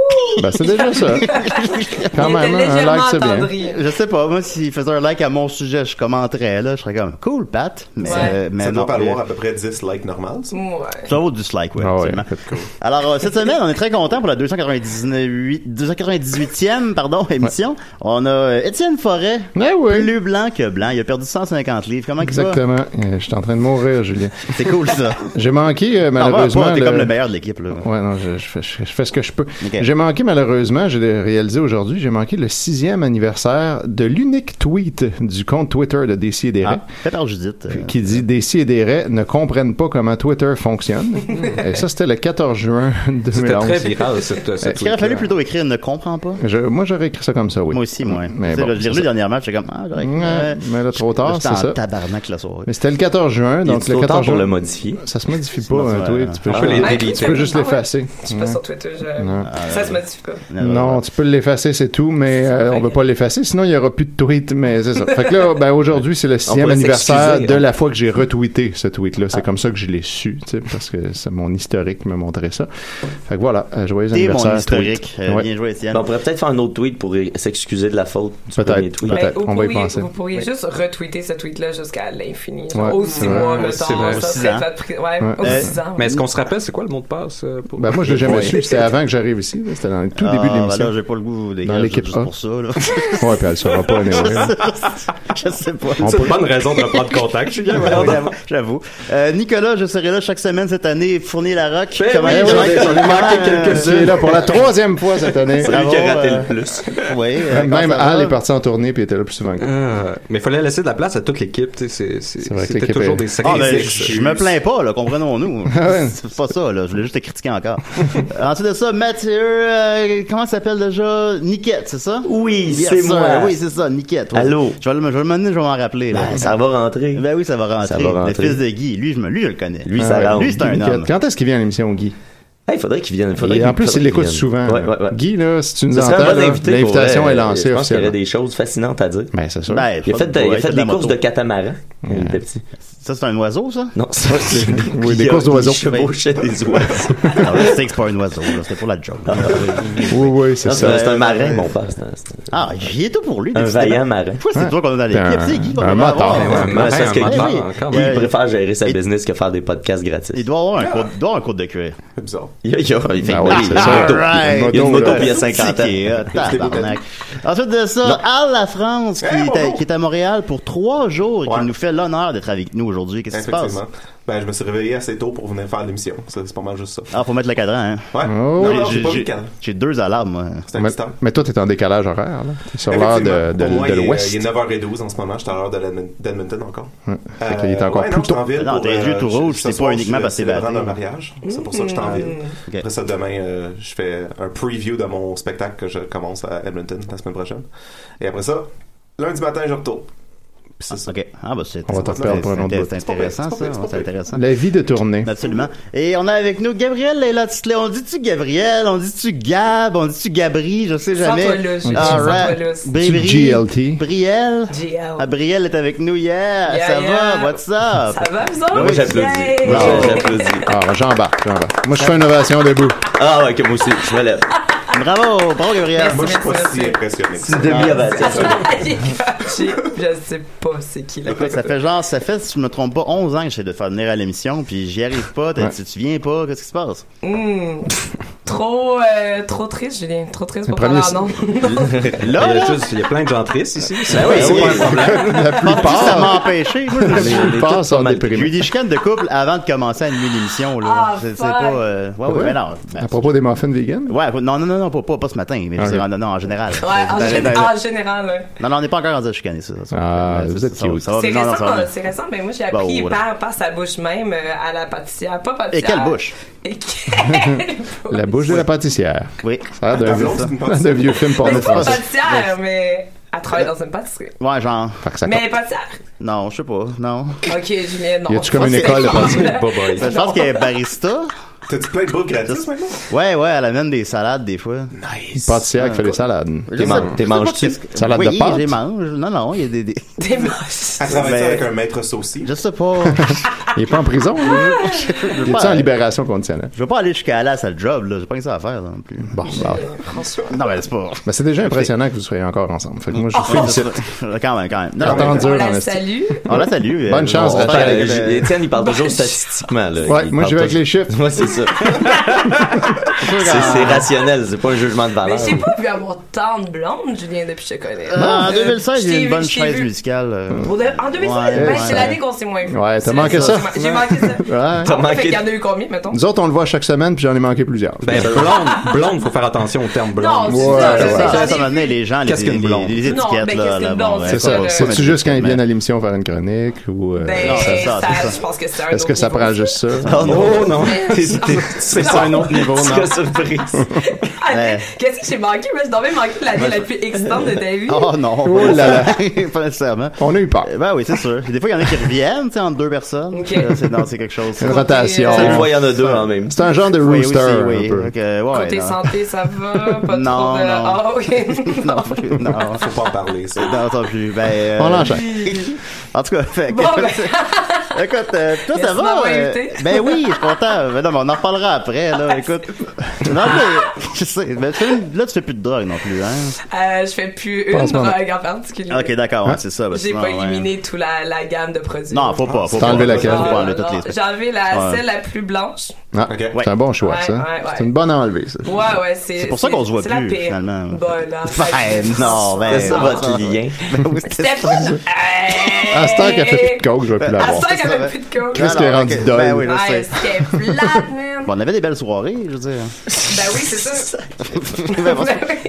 [SPEAKER 5] Ben, c'est déjà
[SPEAKER 4] [LAUGHS]
[SPEAKER 5] ça. Quand
[SPEAKER 8] Il était
[SPEAKER 5] même, hein, un
[SPEAKER 8] légèrement
[SPEAKER 5] like, c'est bien.
[SPEAKER 8] attendri.
[SPEAKER 4] Je sais pas, moi, s'il faisait un like à mon sujet, je commenterais, là. Je serais comme, cool, Pat. Mais,
[SPEAKER 8] Ouais.
[SPEAKER 4] euh, mais
[SPEAKER 7] Ça
[SPEAKER 4] non.
[SPEAKER 7] doit valoir
[SPEAKER 4] euh,
[SPEAKER 7] à peu près 10 likes normales, ça.
[SPEAKER 8] Ouais.
[SPEAKER 4] ça vaut du dislike, ouais,
[SPEAKER 5] Ah ouais,
[SPEAKER 4] absolument.
[SPEAKER 5] fait cool.
[SPEAKER 4] Alors, euh, cette semaine, on est très content pour la 298, 298e pardon, émission. On a euh, Étienne Forêt
[SPEAKER 5] Eh
[SPEAKER 4] Plus blanc que blanc. Il a perdu 150 livres. Comment qu'il va?
[SPEAKER 5] Exactement. Euh, Je suis en train de mourir, Julien.
[SPEAKER 4] [LAUGHS] C'est cool, ça.
[SPEAKER 5] J'ai manqué, euh,
[SPEAKER 4] Non, va pas,
[SPEAKER 5] malheureusement.
[SPEAKER 4] t'es comme le meilleur de l'équipe, là.
[SPEAKER 5] Ouais, non, je, je fais, je fais ce que je peux. J'ai manqué, malheureusement, j'ai réalisé aujourd'hui, j'ai manqué le sixième anniversaire de l'unique tweet du compte Twitter de DC et des
[SPEAKER 4] Ah, fait par Judith. euh,
[SPEAKER 5] qui dit DC et des Raies ne comprennent pas comment Twitter
[SPEAKER 8] [LAUGHS]
[SPEAKER 5] fonctionne. et ça, c'était le 14 juin 2011.
[SPEAKER 7] [LAUGHS]
[SPEAKER 4] Est-ce qu'il aurait
[SPEAKER 5] euh,
[SPEAKER 4] fallu plutôt écrire ne comprend pas?
[SPEAKER 5] Je- moi, j'aurais écrit ça comme ça, oui. Moi aussi, moi.
[SPEAKER 4] Tu
[SPEAKER 5] Mais
[SPEAKER 4] sais,
[SPEAKER 5] Eh bon,
[SPEAKER 4] là, j'ai
[SPEAKER 5] c'est
[SPEAKER 4] lu
[SPEAKER 5] ça.
[SPEAKER 4] le dernier match, j'étais comme, ah, j'aurais-
[SPEAKER 5] Ouais,
[SPEAKER 4] euh,
[SPEAKER 5] mais là, trop tard,
[SPEAKER 4] j'étais
[SPEAKER 5] c'est
[SPEAKER 4] en
[SPEAKER 5] ça.
[SPEAKER 4] tabarnak la soirée.
[SPEAKER 5] Mais c'était le 14 juin,
[SPEAKER 4] Il
[SPEAKER 5] donc
[SPEAKER 4] est
[SPEAKER 5] le
[SPEAKER 4] trop
[SPEAKER 5] 14
[SPEAKER 4] tard pour
[SPEAKER 5] juin.
[SPEAKER 4] le
[SPEAKER 6] modifier.
[SPEAKER 5] Ça se modifie pas, un
[SPEAKER 4] ouais,
[SPEAKER 5] tweet.
[SPEAKER 4] ouais.
[SPEAKER 5] Tu peux,
[SPEAKER 4] Ah,
[SPEAKER 5] juste-
[SPEAKER 4] ouais. Ah,
[SPEAKER 5] tu peux juste
[SPEAKER 8] Ah ouais.
[SPEAKER 5] l'effacer.
[SPEAKER 8] Je suis pas sur Twitter. je-
[SPEAKER 5] Non.
[SPEAKER 8] Ça se modifie pas.
[SPEAKER 5] Non, tu peux l'effacer, c'est tout, mais euh, on ne peut pas l'effacer, sinon il n'y aura plus de tweet, mais c'est ça. Fait que là, ben, aujourd'hui, c'est le sixième
[SPEAKER 6] pourrait
[SPEAKER 5] anniversaire
[SPEAKER 6] s'excuser,
[SPEAKER 5] de
[SPEAKER 6] hein.
[SPEAKER 5] la fois que j'ai retweeté ce tweet-là. C'est comme ça que je l'ai su, tu sais, parce que c'est mon historique me montrait ça. Fait que voilà, euh, joyeux
[SPEAKER 4] T'es
[SPEAKER 5] anniversaire.
[SPEAKER 4] mon historique.
[SPEAKER 5] tweet.
[SPEAKER 4] Euh,
[SPEAKER 5] Ouais.
[SPEAKER 4] Bien joué, Étienne.
[SPEAKER 6] Ben, on pourrait peut-être faire un autre tweet pour é- s'excuser de la faute du
[SPEAKER 5] Peut-être,
[SPEAKER 6] premier tweet.
[SPEAKER 5] peut-être.
[SPEAKER 8] vous
[SPEAKER 5] On va y
[SPEAKER 8] pourriez-
[SPEAKER 5] penser.
[SPEAKER 8] Ben, Vous pourriez juste retweeter ce tweet-là jusqu'à l'infini.
[SPEAKER 5] Ouais,
[SPEAKER 8] Genre, Aussi
[SPEAKER 5] c'est
[SPEAKER 8] moi,
[SPEAKER 5] vrai.
[SPEAKER 8] mettons.
[SPEAKER 5] Aussi vrai.
[SPEAKER 8] Ça
[SPEAKER 5] Aussi
[SPEAKER 8] serait
[SPEAKER 5] ans.
[SPEAKER 8] votre pri- Ouais,
[SPEAKER 5] Ouais.
[SPEAKER 8] aussi
[SPEAKER 5] Euh,
[SPEAKER 8] ans. [LAUGHS]
[SPEAKER 9] Mais est-ce qu'on se rappelle c'est quoi le mot de passe euh, pour...
[SPEAKER 5] Ben, moi, je l'ai jamais
[SPEAKER 9] Ouais.
[SPEAKER 5] su. C'était avant que j'arrive ici. là. C'était dans le tout
[SPEAKER 4] Ah,
[SPEAKER 5] début de
[SPEAKER 4] ben
[SPEAKER 5] l'émission.
[SPEAKER 4] là, j'ai pas le goût des
[SPEAKER 5] Dans
[SPEAKER 4] gars,
[SPEAKER 5] l'équipe
[SPEAKER 4] juste
[SPEAKER 5] A.
[SPEAKER 4] pour ça, là.
[SPEAKER 5] [LAUGHS] Ouais, puis elle saura pas, anyway, là.
[SPEAKER 4] [LAUGHS] je sais pas.
[SPEAKER 5] On C'est une peut- bonne raison de
[SPEAKER 4] [LAUGHS]
[SPEAKER 9] reprendre contact, Julien,
[SPEAKER 4] Ouais,
[SPEAKER 9] voyons donc.
[SPEAKER 4] j'avoue, J'avoue. Euh, Nicolas, je serai là chaque semaine cette année, fournir la rock.
[SPEAKER 5] Ben
[SPEAKER 4] Comment-
[SPEAKER 5] oui,
[SPEAKER 4] comment-
[SPEAKER 5] j'en ai- j'en ai
[SPEAKER 4] comment,
[SPEAKER 5] manqué
[SPEAKER 4] euh,
[SPEAKER 5] quelques-uns. Il est là pour la troisième fois cette année.
[SPEAKER 4] Bravo, euh,
[SPEAKER 9] plus.
[SPEAKER 4] Oui. euh,
[SPEAKER 5] Même Al est parti en tournée puis était là plus souvent que
[SPEAKER 9] Ah, mais il fallait laisser de la place à toute l'équipe. tu sais, c'est-
[SPEAKER 5] vrai
[SPEAKER 9] c'est-
[SPEAKER 5] que
[SPEAKER 9] C'était
[SPEAKER 5] l'équipe
[SPEAKER 9] toujours
[SPEAKER 5] est-
[SPEAKER 9] des
[SPEAKER 4] Ah,
[SPEAKER 9] sacrifices.
[SPEAKER 4] ben, je je me plains pas, là,
[SPEAKER 5] [LAUGHS]
[SPEAKER 4] comprenons-nous.
[SPEAKER 5] Ah
[SPEAKER 4] C'est pas ça, là. Je voulais juste te critiquer encore. Euh, Ensuite de ça, Mathieu, euh, comment ça s'appelle déjà? Niquette, c'est ça?
[SPEAKER 6] Oui, c'est moi.
[SPEAKER 4] Oui, c'est ça, Niquette. oui.
[SPEAKER 6] Allô?
[SPEAKER 4] Je vais le je vais le mener, je vais m'en rappeler. là.
[SPEAKER 6] Ben, ça va rentrer.
[SPEAKER 4] Ben oui, ça va rentrer.
[SPEAKER 6] Ça va rentrer.
[SPEAKER 4] Le fils de Guy, lui, je, me, lui, je le connais. Ah
[SPEAKER 6] Lui,
[SPEAKER 5] Ah,
[SPEAKER 6] ça rentre.
[SPEAKER 4] Lui, c'est un
[SPEAKER 5] Niquette.
[SPEAKER 4] homme.
[SPEAKER 5] Quand est-ce qu'il vient à l'émission, Guy?
[SPEAKER 6] Hey, faudrait qu'il vienne. faudrait
[SPEAKER 5] Et
[SPEAKER 6] qu'il-
[SPEAKER 5] en plus,
[SPEAKER 6] faudrait
[SPEAKER 5] il
[SPEAKER 6] qu'il
[SPEAKER 5] l'écoute
[SPEAKER 6] vienne.
[SPEAKER 5] souvent.
[SPEAKER 6] Ouais, ouais, ouais.
[SPEAKER 5] Guy, là, si tu nous
[SPEAKER 6] Ce serait un
[SPEAKER 5] entends,
[SPEAKER 6] bon
[SPEAKER 5] là,
[SPEAKER 6] invité pour
[SPEAKER 5] l'invitation
[SPEAKER 6] vrai. euh,
[SPEAKER 5] est
[SPEAKER 6] Je
[SPEAKER 5] lancée
[SPEAKER 6] pense qu'il y
[SPEAKER 5] officiellement.
[SPEAKER 6] aurait des choses fascinantes à dire.
[SPEAKER 5] Ben, c'est sûr.
[SPEAKER 4] Ben,
[SPEAKER 6] il a fait,
[SPEAKER 4] faut-
[SPEAKER 6] il
[SPEAKER 4] ouais,
[SPEAKER 6] a fait
[SPEAKER 4] de
[SPEAKER 6] des
[SPEAKER 4] la
[SPEAKER 6] courses
[SPEAKER 4] moto.
[SPEAKER 6] de catamaran. quand Il était petit.
[SPEAKER 4] Ça, c'est un oiseau, ça?
[SPEAKER 6] Non,
[SPEAKER 4] [LAUGHS]
[SPEAKER 6] ça, c'est
[SPEAKER 5] Oui, des
[SPEAKER 6] il a-
[SPEAKER 5] courses d'oiseaux.
[SPEAKER 6] Il chevauchait des oiseaux.
[SPEAKER 4] Alors, Ah, je sais que c'est pas un oiseau, là. C'était pour la joke.
[SPEAKER 5] Oui, oui, c'est
[SPEAKER 6] Non, Ah, C'est
[SPEAKER 5] ça.
[SPEAKER 6] un- c'est un marin, mon père. c'est un- c'est un-
[SPEAKER 4] Ah, j'y ai tout pour lui.
[SPEAKER 6] Un
[SPEAKER 4] décidément.
[SPEAKER 6] vaillant marin.
[SPEAKER 4] Pourquoi c'est toi qu'on a dans l'équipe?
[SPEAKER 5] un-
[SPEAKER 4] C'est Guy qu'on
[SPEAKER 5] un
[SPEAKER 4] devrait
[SPEAKER 5] moteur,
[SPEAKER 4] avoir.
[SPEAKER 5] ouais,
[SPEAKER 6] Ouais, mais c'est parce que
[SPEAKER 9] un
[SPEAKER 6] Guy-
[SPEAKER 9] menteur,
[SPEAKER 4] oui.
[SPEAKER 9] encore.
[SPEAKER 6] Guy,
[SPEAKER 4] Ouais.
[SPEAKER 6] il préfère gérer sa business que faire des podcasts gratis. Ah.
[SPEAKER 4] Il doit avoir un cours, il doit avoir un cours de cuir.
[SPEAKER 7] C'est bizarre.
[SPEAKER 6] Il y a, il y a- il fait-
[SPEAKER 5] Ah ouais,
[SPEAKER 6] il y a
[SPEAKER 5] c'est
[SPEAKER 6] une
[SPEAKER 5] ça.
[SPEAKER 6] moto.
[SPEAKER 4] Alright.
[SPEAKER 6] Il y a une moto,
[SPEAKER 5] Ouais.
[SPEAKER 6] puis il y a 50 ans.
[SPEAKER 4] Tiquet,
[SPEAKER 6] [LAUGHS]
[SPEAKER 4] ah, tabarnak. Ensuite de ça, Al La France, qui, est à, qui est à Montréal pour trois jours et qui
[SPEAKER 7] Ouais.
[SPEAKER 4] nous fait l'honneur d'être avec nous aujourd'hui. Qu'est-ce qui se passe?
[SPEAKER 7] Effectivement. Ben, je me suis réveillé assez tôt pour venir faire l'émission. Ça, C'est pas mal juste ça.
[SPEAKER 4] Ah, faut mettre le cadran, hein.
[SPEAKER 7] Ouais.
[SPEAKER 5] Oh.
[SPEAKER 7] non, non, j'ai
[SPEAKER 4] J'ai-
[SPEAKER 7] pas vu
[SPEAKER 4] j'ai-
[SPEAKER 7] le cadre.
[SPEAKER 4] J'ai deux alarmes, moi.
[SPEAKER 7] C'était un
[SPEAKER 5] Mais,
[SPEAKER 7] petit temps.
[SPEAKER 5] mais toi, t'es en décalage horaire, là. T'es sur l'heure de, de-
[SPEAKER 7] Effectivement. Pour moi,
[SPEAKER 5] de
[SPEAKER 7] il est-
[SPEAKER 5] l'Ouest.
[SPEAKER 7] Il est 9h12 en ce moment. Je suis à l'heure de l'Edmon- d'Edmonton encore.
[SPEAKER 5] Ouais. Fait qu'il est encore
[SPEAKER 7] ouais,
[SPEAKER 5] plus
[SPEAKER 7] non, je suis
[SPEAKER 5] tôt.
[SPEAKER 7] en ville
[SPEAKER 4] Non,
[SPEAKER 7] pour, euh,
[SPEAKER 4] tes yeux tout
[SPEAKER 7] je-
[SPEAKER 4] rouges,
[SPEAKER 7] ce
[SPEAKER 4] c'est pas
[SPEAKER 7] soir, je
[SPEAKER 4] uniquement
[SPEAKER 7] suis
[SPEAKER 4] parce que c'est
[SPEAKER 7] célébrant
[SPEAKER 4] batté. Mmh.
[SPEAKER 7] un mariage. C'est pour ça que je suis en ville.
[SPEAKER 4] Ok.
[SPEAKER 7] Après ça, demain, euh, je fais un preview de mon spectacle que je commence à Edmonton la semaine prochaine. Et après ça, lundi matin, je retourne. Puis c'est ça.
[SPEAKER 4] Ok. Ah, bah, c'est
[SPEAKER 5] On va te
[SPEAKER 4] c'est-
[SPEAKER 5] reperdre pour un autre
[SPEAKER 4] c'est-
[SPEAKER 5] bout.
[SPEAKER 4] C'est intéressant,
[SPEAKER 7] C'est pas
[SPEAKER 4] ça.
[SPEAKER 7] pire, c'est pas
[SPEAKER 4] C'est
[SPEAKER 7] pire.
[SPEAKER 4] intéressant.
[SPEAKER 5] La vie de tournée.
[SPEAKER 4] Absolument. Et on a avec nous Gabriel Leila Tisley. On dit-tu Gabriel? On dit-tu Gab? On dit-tu Gabri? Je sais jamais.
[SPEAKER 8] Sens-toi lousse, Julien,
[SPEAKER 4] All right.
[SPEAKER 8] sens-toi lousse.
[SPEAKER 4] Bri-bri.
[SPEAKER 5] Tu GLT?
[SPEAKER 4] Brielle.
[SPEAKER 8] GL.
[SPEAKER 4] Ah, Brielle est avec nous. Yeah.
[SPEAKER 8] Yeah,
[SPEAKER 4] ça
[SPEAKER 8] yeah.
[SPEAKER 4] va? What's up?
[SPEAKER 8] Ça va,
[SPEAKER 4] Ah
[SPEAKER 8] vous autres?
[SPEAKER 6] Moi, j'applaudis.
[SPEAKER 8] Yay!
[SPEAKER 6] Moi,
[SPEAKER 5] Bravo.
[SPEAKER 6] j'applaudis.
[SPEAKER 5] Ah, j'embarque, j'embarque. Moi, je fais une ovation au début.
[SPEAKER 6] Ah ouais, que moi aussi, je me lève.
[SPEAKER 4] Bravo. Bravo, Gabriel.
[SPEAKER 8] Merci.
[SPEAKER 7] Moi, je suis pas si impressionné. que ça.
[SPEAKER 6] Demi-ovation.
[SPEAKER 8] J'ai catché. Je sais pas c'est qui la
[SPEAKER 4] Écoute, ça fait genre, ça fait, si je me trompe pas, 11 ans que j'essaie de faire venir à l'émission, puis j'y arrive pas, t'as-
[SPEAKER 5] Ouais.
[SPEAKER 4] tu, tu viens pas, qu'est-ce qui se passe?
[SPEAKER 8] Hmm. Trop, euh, trop triste, Julien. Trop triste pour
[SPEAKER 5] premier-
[SPEAKER 8] parler en nom.
[SPEAKER 4] Là,
[SPEAKER 9] [LAUGHS] il, y a
[SPEAKER 4] là,
[SPEAKER 9] juste- il y a plein de gens tristes ici.
[SPEAKER 4] Ben Ah oui,
[SPEAKER 5] C'est
[SPEAKER 4] oui.
[SPEAKER 5] pas un problème. Ben [LAUGHS] La
[SPEAKER 4] Penses-tu ça m'a
[SPEAKER 5] plupart,
[SPEAKER 4] empêché. Moi, je me
[SPEAKER 5] la
[SPEAKER 4] suis-
[SPEAKER 5] [LAUGHS] plupart sont
[SPEAKER 4] J'ai eu
[SPEAKER 5] déprimés.
[SPEAKER 4] des chicanes de couple avant de commencer à animer l'émission, là.
[SPEAKER 8] Ah,
[SPEAKER 4] c'est c'est
[SPEAKER 8] fuck.
[SPEAKER 4] pas, euh, ouais, ouais,
[SPEAKER 5] Ouais.
[SPEAKER 4] mais non. ben,
[SPEAKER 5] À propos des muffins vegan?
[SPEAKER 4] Ouais, non, non, non, non, pas, pas, pas ce matin, mais je veux
[SPEAKER 5] Ok.
[SPEAKER 4] dire, non, non, en général.
[SPEAKER 8] [LAUGHS] Ouais, en,
[SPEAKER 4] Dans-
[SPEAKER 8] gén-
[SPEAKER 4] dans-
[SPEAKER 8] en général. Ah, ouais.
[SPEAKER 4] ben, Non, non, on n'est pas encore rendu à chicaner, ça. ça, ça,
[SPEAKER 5] Ah,
[SPEAKER 4] ça,
[SPEAKER 5] vous
[SPEAKER 4] ça,
[SPEAKER 5] êtes
[SPEAKER 4] ça,
[SPEAKER 5] cute.
[SPEAKER 4] ça va-
[SPEAKER 8] C'est
[SPEAKER 4] non, non, ça
[SPEAKER 8] récent, hein?
[SPEAKER 4] va-
[SPEAKER 8] c'est récent, mais moi j'ai
[SPEAKER 4] Bah,
[SPEAKER 8] appris
[SPEAKER 4] ouais.
[SPEAKER 8] par, par sa bouche même euh, à la pâtissière. Pas
[SPEAKER 4] Et
[SPEAKER 8] pâtissière.
[SPEAKER 4] quelle bouche?
[SPEAKER 8] Et quelle
[SPEAKER 5] [LAUGHS] La bouche de la pâtissière.
[SPEAKER 4] Oui.
[SPEAKER 5] Ça a l'air d'un
[SPEAKER 7] Ah, non, c'est une
[SPEAKER 5] vieux-
[SPEAKER 7] pâtissière.
[SPEAKER 5] [LAUGHS] d'un vieux film porno
[SPEAKER 4] Ah,
[SPEAKER 8] C'est pas
[SPEAKER 5] français.
[SPEAKER 8] pâtissière, mais elle travaille dans une pâtisserie.
[SPEAKER 4] Ouais, genre.
[SPEAKER 5] Fait que ça compte.
[SPEAKER 8] Mais pâtissière.
[SPEAKER 4] Non, je sais pas. Non.
[SPEAKER 8] Ok, Julien, non.
[SPEAKER 5] Y a-tu comme une école de pâtisserie?
[SPEAKER 4] Je pense qu'elle est barista.
[SPEAKER 7] T'as-tu plein de boules gratis maintenant?
[SPEAKER 4] Ouais, ouais, elle amène des salades des fois.
[SPEAKER 5] Une pâtissière qui fait des salades.
[SPEAKER 4] Je sais
[SPEAKER 6] man-
[SPEAKER 4] pas- je
[SPEAKER 6] t'es
[SPEAKER 4] sais pas
[SPEAKER 6] manges-tu?
[SPEAKER 4] qu'est-ce que-
[SPEAKER 5] Salade de
[SPEAKER 4] Oui,
[SPEAKER 5] pâtes?
[SPEAKER 4] j'ai mange. Non, non, il y a des. des-
[SPEAKER 8] T'es moche.
[SPEAKER 7] Elle travaille
[SPEAKER 4] Ben-
[SPEAKER 7] avec un maître saucier.
[SPEAKER 4] Je sais pas.
[SPEAKER 5] [LAUGHS] Il est pas en prison, lui. Il est
[SPEAKER 4] pas-
[SPEAKER 5] en libération conditionnelle.
[SPEAKER 4] Je veux pas aller jusqu'à là, à sa job, là. J'ai pas que ça à faire, non plus.
[SPEAKER 5] Bon, bah.
[SPEAKER 8] François.
[SPEAKER 4] Non, mais c'est
[SPEAKER 5] [LAUGHS]
[SPEAKER 4] pas.
[SPEAKER 5] Ben, c'est déjà impressionnant que vous soyez encore ensemble. Fait que moi, je vous félicite.
[SPEAKER 4] quand même, quand même. Non,
[SPEAKER 5] Attends
[SPEAKER 4] mais-
[SPEAKER 5] dur hein,
[SPEAKER 8] On
[SPEAKER 5] en
[SPEAKER 8] la
[SPEAKER 5] esti.
[SPEAKER 8] salue.
[SPEAKER 5] Ah,
[SPEAKER 4] On la salue.
[SPEAKER 5] Bonne chance,
[SPEAKER 4] on- on-
[SPEAKER 5] Rachel.
[SPEAKER 6] Étienne, il parle toujours statistiquement. Là.
[SPEAKER 5] Ouais,
[SPEAKER 6] Il
[SPEAKER 5] moi,
[SPEAKER 6] parle
[SPEAKER 5] j'y vais avec
[SPEAKER 6] toujours-
[SPEAKER 5] les chiffres.
[SPEAKER 6] Ouais, c'est ça. c'est c'est rationnel, c'est pas un jugement de valeur.
[SPEAKER 8] Mais j'ai pas vu avoir tant de blondes, Julien, depuis que je te connais.
[SPEAKER 4] hein. Euh, en 2016,
[SPEAKER 8] Je
[SPEAKER 4] il y a
[SPEAKER 8] t'ai
[SPEAKER 4] une
[SPEAKER 8] vu,
[SPEAKER 4] bonne
[SPEAKER 8] je t'ai
[SPEAKER 4] chaise
[SPEAKER 8] vu.
[SPEAKER 4] musicale. euh.
[SPEAKER 8] Pour de- En 2016,
[SPEAKER 4] Ouais,
[SPEAKER 8] ben,
[SPEAKER 4] ouais.
[SPEAKER 8] c'est l'année qu'on s'est moins vu.
[SPEAKER 5] Ouais, t'as manqué ça.
[SPEAKER 8] J'ai manqué ça.
[SPEAKER 5] Ouais.
[SPEAKER 8] Ah, fait qu'il y en a eu combien, mettons?
[SPEAKER 5] Nous autres, on le voit chaque semaine, puis j'en ai manqué plusieurs.
[SPEAKER 9] Ben, blonde, blonde, faut faire attention au terme blonde.
[SPEAKER 8] Non, c'est ça, je sais, j'en ai
[SPEAKER 4] Ça m'a amené les gens, les,
[SPEAKER 9] Qu'est-ce qu'une
[SPEAKER 4] les-
[SPEAKER 9] blonde?
[SPEAKER 4] les
[SPEAKER 8] Non,
[SPEAKER 4] étiquettes.
[SPEAKER 8] ben,
[SPEAKER 4] là,
[SPEAKER 8] qu'est-ce qu'une
[SPEAKER 4] là,
[SPEAKER 8] blonde,
[SPEAKER 4] bon,
[SPEAKER 5] C'est
[SPEAKER 4] ouais,
[SPEAKER 5] ça.
[SPEAKER 4] pas- pas
[SPEAKER 5] C'est-tu juste quand ils
[SPEAKER 4] étiquette,
[SPEAKER 5] viennent à l'émission faire une chronique ou. euh,
[SPEAKER 8] Ben,
[SPEAKER 4] Non, c'est ça, c'est ça.
[SPEAKER 8] Je pense que c'est un
[SPEAKER 5] Est-ce
[SPEAKER 8] autre
[SPEAKER 5] que ça
[SPEAKER 8] niveau.
[SPEAKER 5] prend juste ça?
[SPEAKER 6] Oh non,
[SPEAKER 8] [LAUGHS]
[SPEAKER 9] non.
[SPEAKER 6] [LAUGHS] c'est
[SPEAKER 5] pas un autre niveau, non.
[SPEAKER 6] Quelle surprise.
[SPEAKER 5] [LAUGHS]
[SPEAKER 8] Ah,
[SPEAKER 4] Ouais.
[SPEAKER 8] Qu'est-ce que j'ai manqué? Moi, j'ai dormi manqué l'année la plus excitante de ta vie.
[SPEAKER 4] [LAUGHS] Oh non,
[SPEAKER 5] Oh
[SPEAKER 4] pas [LAUGHS]
[SPEAKER 5] là
[SPEAKER 4] nécessairement. pas nécessairement.
[SPEAKER 5] On a eu peur.
[SPEAKER 4] Eh Ben oui, c'est sûr. Des fois, il y en a qui reviennent, tu sais, entre deux personnes.
[SPEAKER 8] Ok.
[SPEAKER 4] Euh, C'est non, c'est quelque chose.
[SPEAKER 5] Une rotation.
[SPEAKER 8] Côté, euh,
[SPEAKER 6] Des fois, il y en a deux en même.
[SPEAKER 5] C'est un genre de
[SPEAKER 4] Oui,
[SPEAKER 5] rooster,
[SPEAKER 4] aussi,
[SPEAKER 5] un
[SPEAKER 4] oui.
[SPEAKER 5] peu.
[SPEAKER 4] Ok, ouais,
[SPEAKER 8] Côté
[SPEAKER 4] non.
[SPEAKER 8] santé, ça va? Pas
[SPEAKER 4] Non,
[SPEAKER 8] trop de...
[SPEAKER 4] non.
[SPEAKER 8] Ah, ok.
[SPEAKER 4] [LAUGHS] Non, plus, non,
[SPEAKER 7] Faut pas en parler, ça.
[SPEAKER 4] non, non plus. Ben, euh,
[SPEAKER 5] On l'enchaîne.
[SPEAKER 4] En tout cas, [LAUGHS] fait que-
[SPEAKER 8] Bon, ben,
[SPEAKER 4] [LAUGHS] écoute, euh, toi, ça
[SPEAKER 8] Merci de
[SPEAKER 4] va?
[SPEAKER 8] m'avoir
[SPEAKER 4] euh,
[SPEAKER 8] invité.
[SPEAKER 4] ben oui, je suis content. Ben non, mais on en reparlera
[SPEAKER 8] [LAUGHS]
[SPEAKER 4] après, là, écoute. Non, mais, [LAUGHS] je sais, ben, tu fais une- là, tu fais plus de drogue non plus, hein?
[SPEAKER 8] euh, je fais plus une
[SPEAKER 5] Pense pas.
[SPEAKER 8] drogue en particulier.
[SPEAKER 4] Ok, d'accord, ouais, c'est ça. ben,
[SPEAKER 8] J'ai
[SPEAKER 4] sinon,
[SPEAKER 8] pas
[SPEAKER 4] ouais.
[SPEAKER 8] éliminé toute la, la gamme de produits.
[SPEAKER 4] Non, faut pas, faut
[SPEAKER 5] T'as
[SPEAKER 4] pas.
[SPEAKER 5] enlevé laquelle?
[SPEAKER 4] Faut pas
[SPEAKER 8] Non,
[SPEAKER 4] enlever
[SPEAKER 8] Ah, non,
[SPEAKER 4] toutes les
[SPEAKER 8] J'ai enlevé la,
[SPEAKER 4] Ouais.
[SPEAKER 8] celle la plus blanche.
[SPEAKER 5] Ah,
[SPEAKER 7] Ok.
[SPEAKER 5] C'est un bon choix,
[SPEAKER 8] Ouais,
[SPEAKER 5] ça.
[SPEAKER 8] ouais, ouais.
[SPEAKER 5] C'est une bonne enlée, ça.
[SPEAKER 8] Ouais, ouais, c'est.
[SPEAKER 4] C'est pour ça qu'on se voit
[SPEAKER 8] c'est la
[SPEAKER 4] plus,
[SPEAKER 8] pire.
[SPEAKER 4] finalement.
[SPEAKER 8] Bon, là,
[SPEAKER 4] [LAUGHS] Ben non, ben
[SPEAKER 6] C'est ça
[SPEAKER 4] non.
[SPEAKER 6] votre lien.
[SPEAKER 4] [LAUGHS] Ben oui, c'était
[SPEAKER 8] C'était pas.
[SPEAKER 5] À cette heure qu'elle fait plus de coke, je vais plus
[SPEAKER 8] À
[SPEAKER 5] l'avoir.
[SPEAKER 8] ce temps qu'elle
[SPEAKER 4] Ouais.
[SPEAKER 8] fait plus de coke.
[SPEAKER 5] Qu'est-ce qu'elle est
[SPEAKER 4] Alors,
[SPEAKER 5] rendue
[SPEAKER 4] ok,
[SPEAKER 5] dolle?
[SPEAKER 4] ben oui, là,
[SPEAKER 8] Ouais,
[SPEAKER 4] c'est-
[SPEAKER 8] est-ce qu'elle est
[SPEAKER 4] [LAUGHS]
[SPEAKER 8] plate, man?
[SPEAKER 4] Bon, on avait des belles soirées, je
[SPEAKER 8] [LAUGHS]
[SPEAKER 4] veux dire.
[SPEAKER 8] Ben oui, c'est ça.
[SPEAKER 4] [LAUGHS] Ben, bon,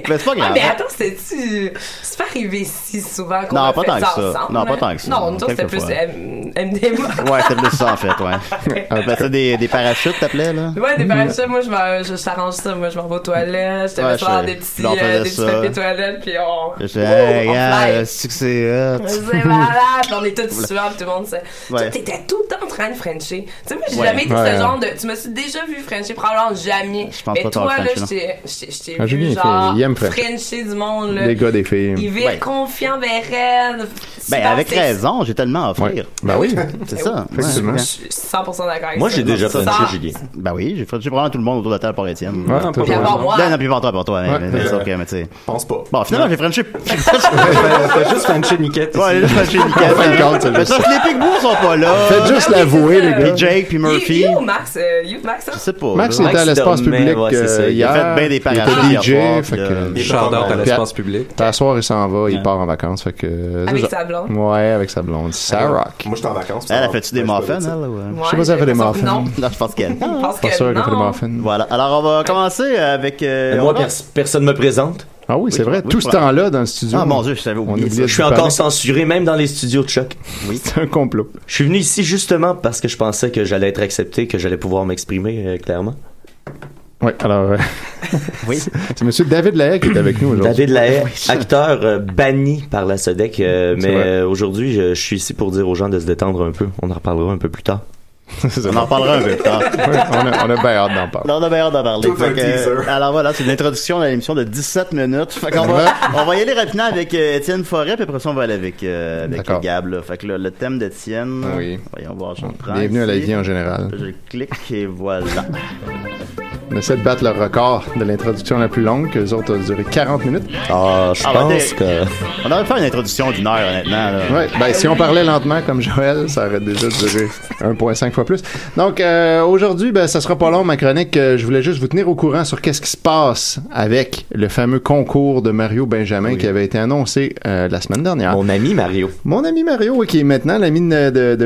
[SPEAKER 4] mais c'est pas grave.
[SPEAKER 8] Ah, mais attends, c'était-tu. C'est pas arrivé si souvent qu'on
[SPEAKER 4] Non,
[SPEAKER 8] a
[SPEAKER 4] pas
[SPEAKER 8] fait
[SPEAKER 4] tant que ça.
[SPEAKER 8] ensemble,
[SPEAKER 4] Non, pas
[SPEAKER 8] hein?
[SPEAKER 4] tant que ça.
[SPEAKER 8] Non, nous autres, c'était plus
[SPEAKER 4] Quelques fois.
[SPEAKER 8] M- MDMA.
[SPEAKER 4] Ouais, c'était plus ça, en fait,
[SPEAKER 8] [LAUGHS]
[SPEAKER 4] ouais. ben, c'est des, des parachutes, t'appelais, là?
[SPEAKER 8] Ouais, des parachutes, moi, je m'en- je s'arrange ça. Moi, je m'en vais aux toilettes, je te
[SPEAKER 4] Ouais,
[SPEAKER 8] mets sur
[SPEAKER 4] je-
[SPEAKER 8] des petits,
[SPEAKER 4] là, on
[SPEAKER 8] euh,
[SPEAKER 4] faisait
[SPEAKER 8] des petits
[SPEAKER 4] ça.
[SPEAKER 8] papiers toilettes, puis on.
[SPEAKER 4] Je
[SPEAKER 8] Ouh,
[SPEAKER 4] disais, hey,
[SPEAKER 8] Oh, on
[SPEAKER 4] gars,
[SPEAKER 8] fly.
[SPEAKER 4] c'est que c'est hot. [LAUGHS]
[SPEAKER 8] C'est malade, on est tous suaves, tout le monde sait.
[SPEAKER 4] Euh, Ouais.
[SPEAKER 8] Toi, t'étais tout le temps en train de Frencher. Tu sais, moi, j'ai
[SPEAKER 4] Ouais.
[SPEAKER 8] jamais été
[SPEAKER 5] Ouais.
[SPEAKER 8] ce genre de. Tu me suis déjà vu Frencher, probablement jamais.
[SPEAKER 4] Je pense
[SPEAKER 8] Mais
[SPEAKER 4] pas
[SPEAKER 8] toi,
[SPEAKER 4] t'avoir
[SPEAKER 8] là,
[SPEAKER 4] Frenché,
[SPEAKER 8] je t'ai- je t'ai- je t'ai
[SPEAKER 5] Ah, Julien,
[SPEAKER 8] vu
[SPEAKER 5] il fait-
[SPEAKER 8] genre
[SPEAKER 5] il aime French.
[SPEAKER 8] Frencher du monde, là.
[SPEAKER 5] Les gars, des filles.
[SPEAKER 8] Il vit
[SPEAKER 4] Ouais.
[SPEAKER 8] confiant vers elle.
[SPEAKER 4] Ben,
[SPEAKER 8] super
[SPEAKER 4] avec
[SPEAKER 8] sexy.
[SPEAKER 4] raison, j'ai tellement à offrir.
[SPEAKER 5] Ouais. Ben oui.
[SPEAKER 8] [LAUGHS]
[SPEAKER 4] C'est ça. ouais.
[SPEAKER 5] Effectivement.
[SPEAKER 4] Ouais.
[SPEAKER 8] Je suis 100% d'accord avec
[SPEAKER 6] Moi,
[SPEAKER 8] ça.
[SPEAKER 6] j'ai déjà fait
[SPEAKER 8] Sans-
[SPEAKER 6] ça, Julien.
[SPEAKER 4] Ben oui, j'ai fait- j'ai probablement tout le monde autour de la table par Étienne.
[SPEAKER 5] Ouais,
[SPEAKER 9] pas
[SPEAKER 8] Puis
[SPEAKER 5] toujours.
[SPEAKER 8] avant moi.
[SPEAKER 4] Ben, Non, non, puis pas toi, pour toi. mais-
[SPEAKER 5] Ouais.
[SPEAKER 4] mais c'est ok, mais tu sais.
[SPEAKER 7] Pense pas.
[SPEAKER 4] Bon, finalement,
[SPEAKER 8] [LAUGHS]
[SPEAKER 4] j'ai friendship.
[SPEAKER 9] T'as juste fait une chéniquette.
[SPEAKER 4] Ouais, j'ai friendship nickel.
[SPEAKER 5] [LAUGHS] On fait une carte,
[SPEAKER 4] Mais
[SPEAKER 5] celle-là.
[SPEAKER 4] ça, les Pigbois sont pas
[SPEAKER 8] Ah, ben
[SPEAKER 4] là.
[SPEAKER 5] Faites juste l'avouer, les gars.
[SPEAKER 4] Puis Jake, puis Murphy.
[SPEAKER 8] You, you, Max, euh, you, Max, hein?
[SPEAKER 4] Je sais pas.
[SPEAKER 5] Max
[SPEAKER 4] là.
[SPEAKER 5] il était à l'espace
[SPEAKER 6] dormait,
[SPEAKER 5] public
[SPEAKER 6] ouais, c'est ça.
[SPEAKER 5] euh,
[SPEAKER 6] Il a
[SPEAKER 5] hier.
[SPEAKER 4] fait bien des parachutes hier
[SPEAKER 5] Il était
[SPEAKER 4] soir,
[SPEAKER 5] DJ, fait
[SPEAKER 4] puis, euh,
[SPEAKER 5] que...
[SPEAKER 9] Chandard à
[SPEAKER 5] Puis,
[SPEAKER 9] l'espace public.
[SPEAKER 5] À soir, il s'en va, il part en vacances, fait que... euh,
[SPEAKER 8] Avec
[SPEAKER 5] c'est
[SPEAKER 8] sa
[SPEAKER 5] ça.
[SPEAKER 8] blonde.
[SPEAKER 5] Ouais, avec sa blonde. Ça rock.
[SPEAKER 7] Moi, j'étais en vacances.
[SPEAKER 4] Hein, Elle a fait-tu des
[SPEAKER 7] Ouais, je
[SPEAKER 4] muffins,
[SPEAKER 7] peux
[SPEAKER 4] elle?
[SPEAKER 7] dire ça.
[SPEAKER 4] là, ouais?
[SPEAKER 8] Ouais,
[SPEAKER 5] sais pas si elle fait des
[SPEAKER 8] j'ai
[SPEAKER 5] muffins.
[SPEAKER 8] Non.
[SPEAKER 4] Non, je pense qu'elle.
[SPEAKER 8] Je pense
[SPEAKER 5] Pas
[SPEAKER 8] que
[SPEAKER 5] sûr qu'elle fait des
[SPEAKER 8] non.
[SPEAKER 5] muffins.
[SPEAKER 4] Voilà. Alors, on va commencer avec. euh, on
[SPEAKER 6] Moi,
[SPEAKER 4] va-
[SPEAKER 6] pers- personne me présente.
[SPEAKER 5] Ah oui, c'est
[SPEAKER 4] Oui,
[SPEAKER 5] vrai.
[SPEAKER 4] oui,
[SPEAKER 5] Tout ce
[SPEAKER 4] voilà.
[SPEAKER 5] temps-là, dans le studio...
[SPEAKER 4] Ah mon dieu, je savais
[SPEAKER 5] On
[SPEAKER 4] oublié.
[SPEAKER 5] oubliait
[SPEAKER 6] Je suis
[SPEAKER 5] de
[SPEAKER 6] encore
[SPEAKER 5] parler.
[SPEAKER 6] censuré, même dans les studios de choc.
[SPEAKER 5] [LAUGHS] C'est un complot.
[SPEAKER 6] Je suis venu ici justement parce que je pensais que j'allais être accepté, que j'allais pouvoir m'exprimer euh, clairement.
[SPEAKER 5] Oui, alors... euh,
[SPEAKER 4] Oui.
[SPEAKER 5] [LAUGHS] C'est monsieur David Lahaye qui est avec nous aujourd'hui.
[SPEAKER 6] [LAUGHS] David Lahaye, acteur euh, banni par la SEDEC, euh,
[SPEAKER 5] C'est
[SPEAKER 6] mais
[SPEAKER 5] vrai.
[SPEAKER 6] euh, aujourd'hui, je, je suis ici pour dire aux gens de se détendre un peu. On en reparlera un peu plus tard.
[SPEAKER 5] [LAUGHS] C'est
[SPEAKER 4] On
[SPEAKER 5] bon.
[SPEAKER 4] en parlera un peu plus tard.
[SPEAKER 5] [LAUGHS] Ouais, on, a, on a bien hâte d'en parler.
[SPEAKER 4] Là, on a bien hâte d'en parler.
[SPEAKER 7] Tout un
[SPEAKER 4] Fait que, euh,
[SPEAKER 7] teaser.
[SPEAKER 4] alors
[SPEAKER 5] [LAUGHS]
[SPEAKER 4] voilà, c'est une introduction à l'émission de 17 minutes. Fait qu'on
[SPEAKER 5] Ouais.
[SPEAKER 4] va, on va y aller rapidement avec euh, Étienne Forêt, puis après ça, on va aller avec, euh, avec
[SPEAKER 5] D'accord.
[SPEAKER 4] Gab. Là. Fait que là, le thème d'Étienne.
[SPEAKER 5] Oui.
[SPEAKER 4] Voyons voir, je le prends.
[SPEAKER 5] Bienvenue à la
[SPEAKER 4] ici.
[SPEAKER 5] vie en général.
[SPEAKER 4] Je clique et voilà.
[SPEAKER 5] On essaie de battre le record de l'introduction la plus longue, que les autres ont duré 40 minutes.
[SPEAKER 6] Ah, je
[SPEAKER 4] Ah, bah,
[SPEAKER 6] pense
[SPEAKER 4] t'es-
[SPEAKER 6] que...
[SPEAKER 4] On aurait pu faire une introduction d'une heure, honnêtement. Là.
[SPEAKER 5] Ouais, ben, si on parlait lentement comme Joël, ça aurait déjà duré 1,5 fois plus. Donc euh, aujourd'hui, ben, ça sera pas long ma chronique. Euh, je voulais juste vous tenir au courant sur qu'est-ce qui se passe avec le fameux concours de Mario Benjamin qui avait été annoncé euh, la semaine dernière.
[SPEAKER 6] Mon ami Mario.
[SPEAKER 5] Mon ami Mario, oui, qui est maintenant l'ami de, de- de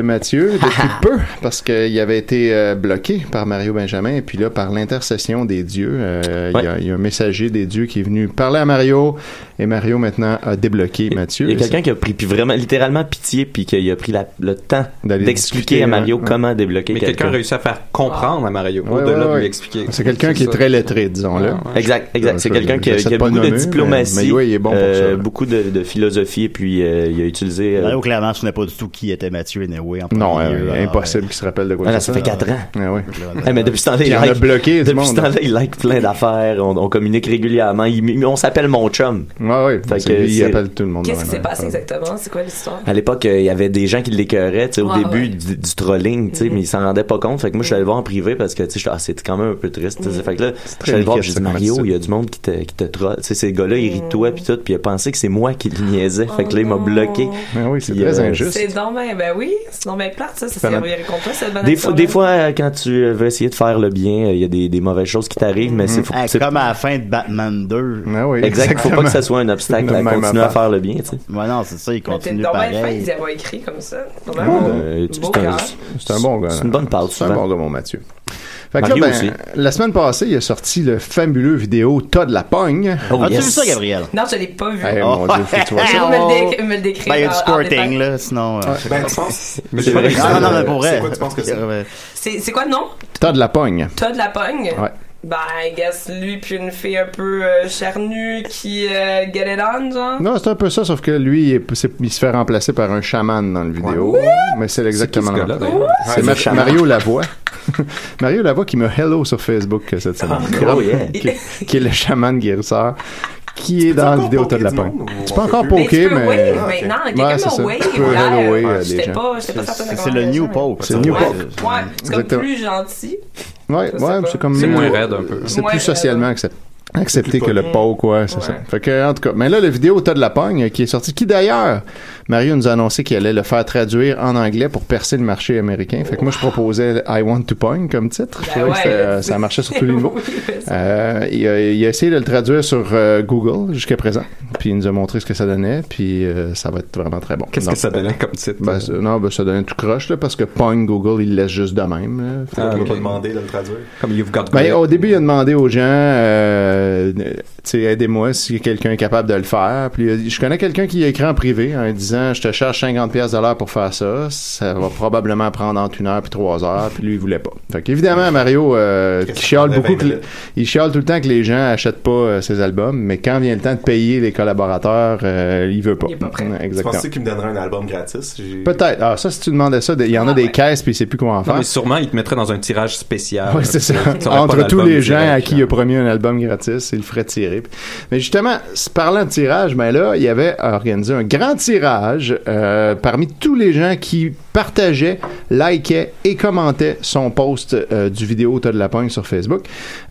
[SPEAKER 6] [LAUGHS]
[SPEAKER 5] Mathieu depuis peu, parce qu'il avait été euh, bloqué par Mario Benjamin, et puis là, par l'intercession des dieux, euh, il y a- il y, a un messager des dieux qui est venu parler à Mario, et Mario maintenant a débloqué Mathieu.
[SPEAKER 6] Il y a quelqu'un qui a pris puis vraiment littéralement pitié puis qui a pris la- le temps
[SPEAKER 5] D'aller
[SPEAKER 6] d'expliquer
[SPEAKER 5] discuter,
[SPEAKER 6] à Mario
[SPEAKER 5] ouais, ouais.
[SPEAKER 6] comment débloquer
[SPEAKER 9] Mais quelqu'un a réussi à
[SPEAKER 7] Ah.
[SPEAKER 9] faire comprendre à Mario,
[SPEAKER 5] Ouais,
[SPEAKER 9] au-delà
[SPEAKER 5] ouais,
[SPEAKER 9] de
[SPEAKER 5] ouais.
[SPEAKER 9] lui expliquer.
[SPEAKER 5] C'est quelqu'un qui est
[SPEAKER 9] ça.
[SPEAKER 5] très lettré, disons-le.
[SPEAKER 6] Exact, exact. C'est
[SPEAKER 5] Je-
[SPEAKER 6] quelqu'un qui a,
[SPEAKER 5] j'essaie
[SPEAKER 6] qui a
[SPEAKER 5] de pas
[SPEAKER 6] beaucoup
[SPEAKER 5] le nommer,
[SPEAKER 6] de
[SPEAKER 5] mais-
[SPEAKER 6] diplomatie, euh,
[SPEAKER 5] mais oui, il est bon pour ça, là.
[SPEAKER 6] beaucoup de, de philosophie, et puis euh, il a utilisé. euh,
[SPEAKER 4] Mario, clairement, tu n'est pas du tout qui était Mathieu Anyway. En premier
[SPEAKER 5] Non,
[SPEAKER 4] lieu,
[SPEAKER 5] euh,
[SPEAKER 4] alors,
[SPEAKER 5] impossible qu'il se rappelle de quoi
[SPEAKER 6] Ah,
[SPEAKER 5] que
[SPEAKER 6] là,
[SPEAKER 5] ce
[SPEAKER 6] ça
[SPEAKER 5] soit.
[SPEAKER 6] fait quatre ans.
[SPEAKER 5] Ah, oui.
[SPEAKER 4] euh,
[SPEAKER 6] Eh, mais depuis ce temps-là,
[SPEAKER 5] Puis
[SPEAKER 6] il
[SPEAKER 5] il en a
[SPEAKER 6] like.
[SPEAKER 5] bloqué. tout le
[SPEAKER 6] Depuis Depuis ce
[SPEAKER 5] monde. hein.
[SPEAKER 6] temps-là, il like plein d'affaires. On, on communique régulièrement. Il- on s'appelle mon chum.
[SPEAKER 5] Ouais, Ah, ouais.
[SPEAKER 6] Fait
[SPEAKER 5] C'est
[SPEAKER 6] que
[SPEAKER 5] lui, il
[SPEAKER 6] c'est-
[SPEAKER 5] appelle tout le monde.
[SPEAKER 8] Qu'est-ce qui
[SPEAKER 5] dans
[SPEAKER 8] s'est
[SPEAKER 5] la-
[SPEAKER 8] passé exactement? C'est quoi l'histoire?
[SPEAKER 6] À l'époque, euh, il y avait des gens qui l'écœuraient, tu sais, au
[SPEAKER 8] Ouais,
[SPEAKER 6] début
[SPEAKER 8] ouais. Mm.
[SPEAKER 6] du, du trolling, tu sais, mais ils s'en rendaient pas compte. Fait que moi, je suis allé le voir en privé parce que, tu sais, j'étais- ah, c'était quand même un peu triste.
[SPEAKER 8] Mm.
[SPEAKER 6] tu sais. Fait que là, je suis allé le voir,
[SPEAKER 5] délicat,
[SPEAKER 6] j'ai
[SPEAKER 5] ça,
[SPEAKER 6] dit,
[SPEAKER 5] comme
[SPEAKER 6] Mario,
[SPEAKER 5] attitude.
[SPEAKER 6] il y a du monde qui te, qui te troll. Tu sais, ces gars-là, ils
[SPEAKER 8] Mm.
[SPEAKER 6] ritoient puis tout, puis il a pensé que c'est moi qui le niaisais. Fait que là, il m'a bloqué.
[SPEAKER 5] Ouais, Ah oui, c'est
[SPEAKER 6] Puis,
[SPEAKER 5] très
[SPEAKER 6] euh,
[SPEAKER 5] injuste.
[SPEAKER 8] Oh C'est donc ben, ben oui, c'est donc ben plate, ça. Ça
[SPEAKER 6] Banane.
[SPEAKER 8] s'est contre toi, cette banane.
[SPEAKER 6] Des fois, des fois, euh, quand tu euh, veux essayer de faire le bien, euh, il y a des, des mauvaises choses qui t'arrivent, mais c'est faut,
[SPEAKER 4] Ah,
[SPEAKER 6] c'est-
[SPEAKER 4] comme à la fin de Batman 2.
[SPEAKER 5] Mm. Ah oui,
[SPEAKER 6] exact, faut pas que ça soit un obstacle à
[SPEAKER 5] Même
[SPEAKER 6] continuer à
[SPEAKER 5] affaire.
[SPEAKER 6] faire le bien, tu sais.
[SPEAKER 4] Ouais, non, c'est ça, il
[SPEAKER 8] Mais t'es
[SPEAKER 4] continue
[SPEAKER 8] donc ben fin,
[SPEAKER 4] pareil.
[SPEAKER 8] ils y avaient écrit comme ça. Donc, ben, bon.
[SPEAKER 6] Euh, tu-
[SPEAKER 8] Beau
[SPEAKER 6] C'est un,
[SPEAKER 8] cœur.
[SPEAKER 5] C'est un bon gars.
[SPEAKER 6] c'est une bonne part,
[SPEAKER 5] C'est un
[SPEAKER 6] souvent.
[SPEAKER 5] bon gars, mon Mathieu. Fait que là,
[SPEAKER 6] Mario
[SPEAKER 5] ben,
[SPEAKER 6] aussi.
[SPEAKER 5] la semaine passée, il a sorti le fabuleux vidéo T'as de la pogne.
[SPEAKER 6] Oh,
[SPEAKER 4] As-tu
[SPEAKER 6] yes.
[SPEAKER 4] vu ça, Gabriel?
[SPEAKER 8] Non, je l'ai pas vu.
[SPEAKER 5] Eh,
[SPEAKER 8] Je [LAUGHS]
[SPEAKER 5] mon Dieu, faut que tu vois ça.
[SPEAKER 8] vais me le, dé- me le décrire.
[SPEAKER 4] Ben, il y a du
[SPEAKER 8] en- en
[SPEAKER 4] sporting,
[SPEAKER 8] détail.
[SPEAKER 4] là, sinon. euh,
[SPEAKER 7] Ben, tu
[SPEAKER 4] [LAUGHS]
[SPEAKER 7] penses?
[SPEAKER 6] C'est vrai que
[SPEAKER 4] Non, non, non, mais pour
[SPEAKER 7] C'est
[SPEAKER 4] vrai.
[SPEAKER 7] quoi, tu penses que c'est?
[SPEAKER 4] Ouais.
[SPEAKER 8] C'est c'est quoi le nom?
[SPEAKER 5] T'as de la pogne.
[SPEAKER 8] Todd la pogne?
[SPEAKER 5] Ouais.
[SPEAKER 8] Ben, I guess lui, puis une fille un peu euh, charnue qui euh, get it on, genre.
[SPEAKER 5] Non, c'est un peu ça, sauf que lui, il, est- c'est- il se fait remplacer par un chaman dans le vidéo. Mais c'est
[SPEAKER 9] ce
[SPEAKER 5] exactement la
[SPEAKER 9] gars-là,
[SPEAKER 5] même chose.
[SPEAKER 9] d'ailleurs?
[SPEAKER 5] C'est Mar- Mario Lavoie. Mario Lavoie qui m'a hello sur Facebook euh, cette
[SPEAKER 8] Ah,
[SPEAKER 5] semaine.
[SPEAKER 6] Oh, yeah.
[SPEAKER 5] qui, qui est le chaman guérisseur qui est dans la
[SPEAKER 7] encore
[SPEAKER 5] vidéo T'as de la
[SPEAKER 7] poker du
[SPEAKER 5] pogne.
[SPEAKER 7] monde ou
[SPEAKER 5] Tu
[SPEAKER 7] on
[SPEAKER 5] peux
[SPEAKER 7] peut
[SPEAKER 5] encore
[SPEAKER 7] plus?
[SPEAKER 8] Mais tu
[SPEAKER 5] poker,
[SPEAKER 8] peux
[SPEAKER 5] mais. Ah,
[SPEAKER 8] wave maintenant.
[SPEAKER 5] Ouais,
[SPEAKER 8] Quelqu'un
[SPEAKER 5] c'est ça.
[SPEAKER 8] m'a wave
[SPEAKER 5] Tu peux hello wave
[SPEAKER 8] hier.
[SPEAKER 5] à des
[SPEAKER 8] J'étais
[SPEAKER 5] gens.
[SPEAKER 8] pas, j'étais pas certaine de
[SPEAKER 4] C'est le
[SPEAKER 8] comment
[SPEAKER 4] New
[SPEAKER 8] dire.
[SPEAKER 4] Pope.
[SPEAKER 5] C'est le New
[SPEAKER 8] Ouais,
[SPEAKER 5] Pope.
[SPEAKER 8] ouais, c'est comme
[SPEAKER 5] Exactement.
[SPEAKER 8] plus gentil.
[SPEAKER 5] Ouais,
[SPEAKER 8] Je sais
[SPEAKER 5] ouais,
[SPEAKER 8] pas.
[SPEAKER 5] c'est comme
[SPEAKER 9] C'est
[SPEAKER 5] mieux.
[SPEAKER 9] moins raide un peu.
[SPEAKER 5] C'est
[SPEAKER 8] Moins
[SPEAKER 5] plus
[SPEAKER 8] raide.
[SPEAKER 5] socialement accepté. Accepté
[SPEAKER 7] Plus
[SPEAKER 5] que le
[SPEAKER 7] poli.
[SPEAKER 5] poke, ouais, c'est
[SPEAKER 8] Ouais.
[SPEAKER 5] ça. Fait que, en tout cas, mais là, la vidéo T'as de la pogne euh, qui est sortie, qui d'ailleurs, Mario nous a annoncé qu'il allait le faire traduire en anglais pour percer le marché américain. Fait que moi, je proposais I Want to Pogne comme titre. Je
[SPEAKER 8] Ben
[SPEAKER 5] trouvais que
[SPEAKER 8] ouais.
[SPEAKER 5] c'était, euh, ça marchait sur tous les niveaux.
[SPEAKER 8] [LAUGHS] Oui, mais ça-
[SPEAKER 5] Euh, il, a, il a essayé de le traduire sur euh, Google jusqu'à présent. Puis il nous a montré ce que ça donnait. Puis euh, ça va être vraiment très bon.
[SPEAKER 9] Qu'est-ce
[SPEAKER 5] Donc,
[SPEAKER 9] que ça donnait comme titre?
[SPEAKER 5] ben, c'est- non, ben, ça donnait tout croche, là, parce que Pong, Google, il le laisse juste de même. là. Fait
[SPEAKER 9] Ah,
[SPEAKER 5] que-
[SPEAKER 7] On
[SPEAKER 9] ok.
[SPEAKER 7] m'a demandé de le traduire.
[SPEAKER 9] Comme You've Got
[SPEAKER 5] ben,
[SPEAKER 9] Grit.
[SPEAKER 5] au début, il a demandé aux gens, euh, euh, tu sais, aidez-moi si quelqu'un est capable de le faire. Puis il a dit, je connais quelqu'un qui a écrit en privé en disant, je te charge 50 pièces de l'heure pour faire ça. Ça va probablement prendre entre une heure puis trois heures. Puis lui, il voulait pas. Fait qu'évidemment, Mario, euh,
[SPEAKER 7] Qu'est-ce
[SPEAKER 5] qui chiale
[SPEAKER 7] qu'on avait
[SPEAKER 5] beaucoup, que
[SPEAKER 7] aimé,
[SPEAKER 5] le- il chiale tout le temps que les gens achètent pas euh, ses albums, mais quand vient le temps de payer les collaborateurs, euh, il veut pas.
[SPEAKER 8] Il est pas prêt.
[SPEAKER 7] Tu
[SPEAKER 5] Exactement.
[SPEAKER 7] penses qu'il me donnerait un album gratis? J'ai-
[SPEAKER 5] Peut-être. Ah, ça, si tu demandais ça, il y en a
[SPEAKER 8] Ah,
[SPEAKER 5] des
[SPEAKER 8] ouais.
[SPEAKER 5] caisses puis il sait plus comment en
[SPEAKER 9] Non,
[SPEAKER 5] faire.
[SPEAKER 9] mais sûrement, il te mettrait dans un tirage spécial.
[SPEAKER 5] Ouais, c'est ça.
[SPEAKER 9] Tu aurais pas
[SPEAKER 5] Entre tous
[SPEAKER 9] d'album
[SPEAKER 5] les gens
[SPEAKER 9] direct,
[SPEAKER 5] à qui
[SPEAKER 9] là.
[SPEAKER 5] il a promis un album gratis, il le ferait tirer. Mais justement, s- parlant de tirage, ben là, il avait organisé un grand tirage euh, parmi tous les gens qui partageaient, likaient et commentaient son post euh, du vidéo T'as de la pogne sur Facebook.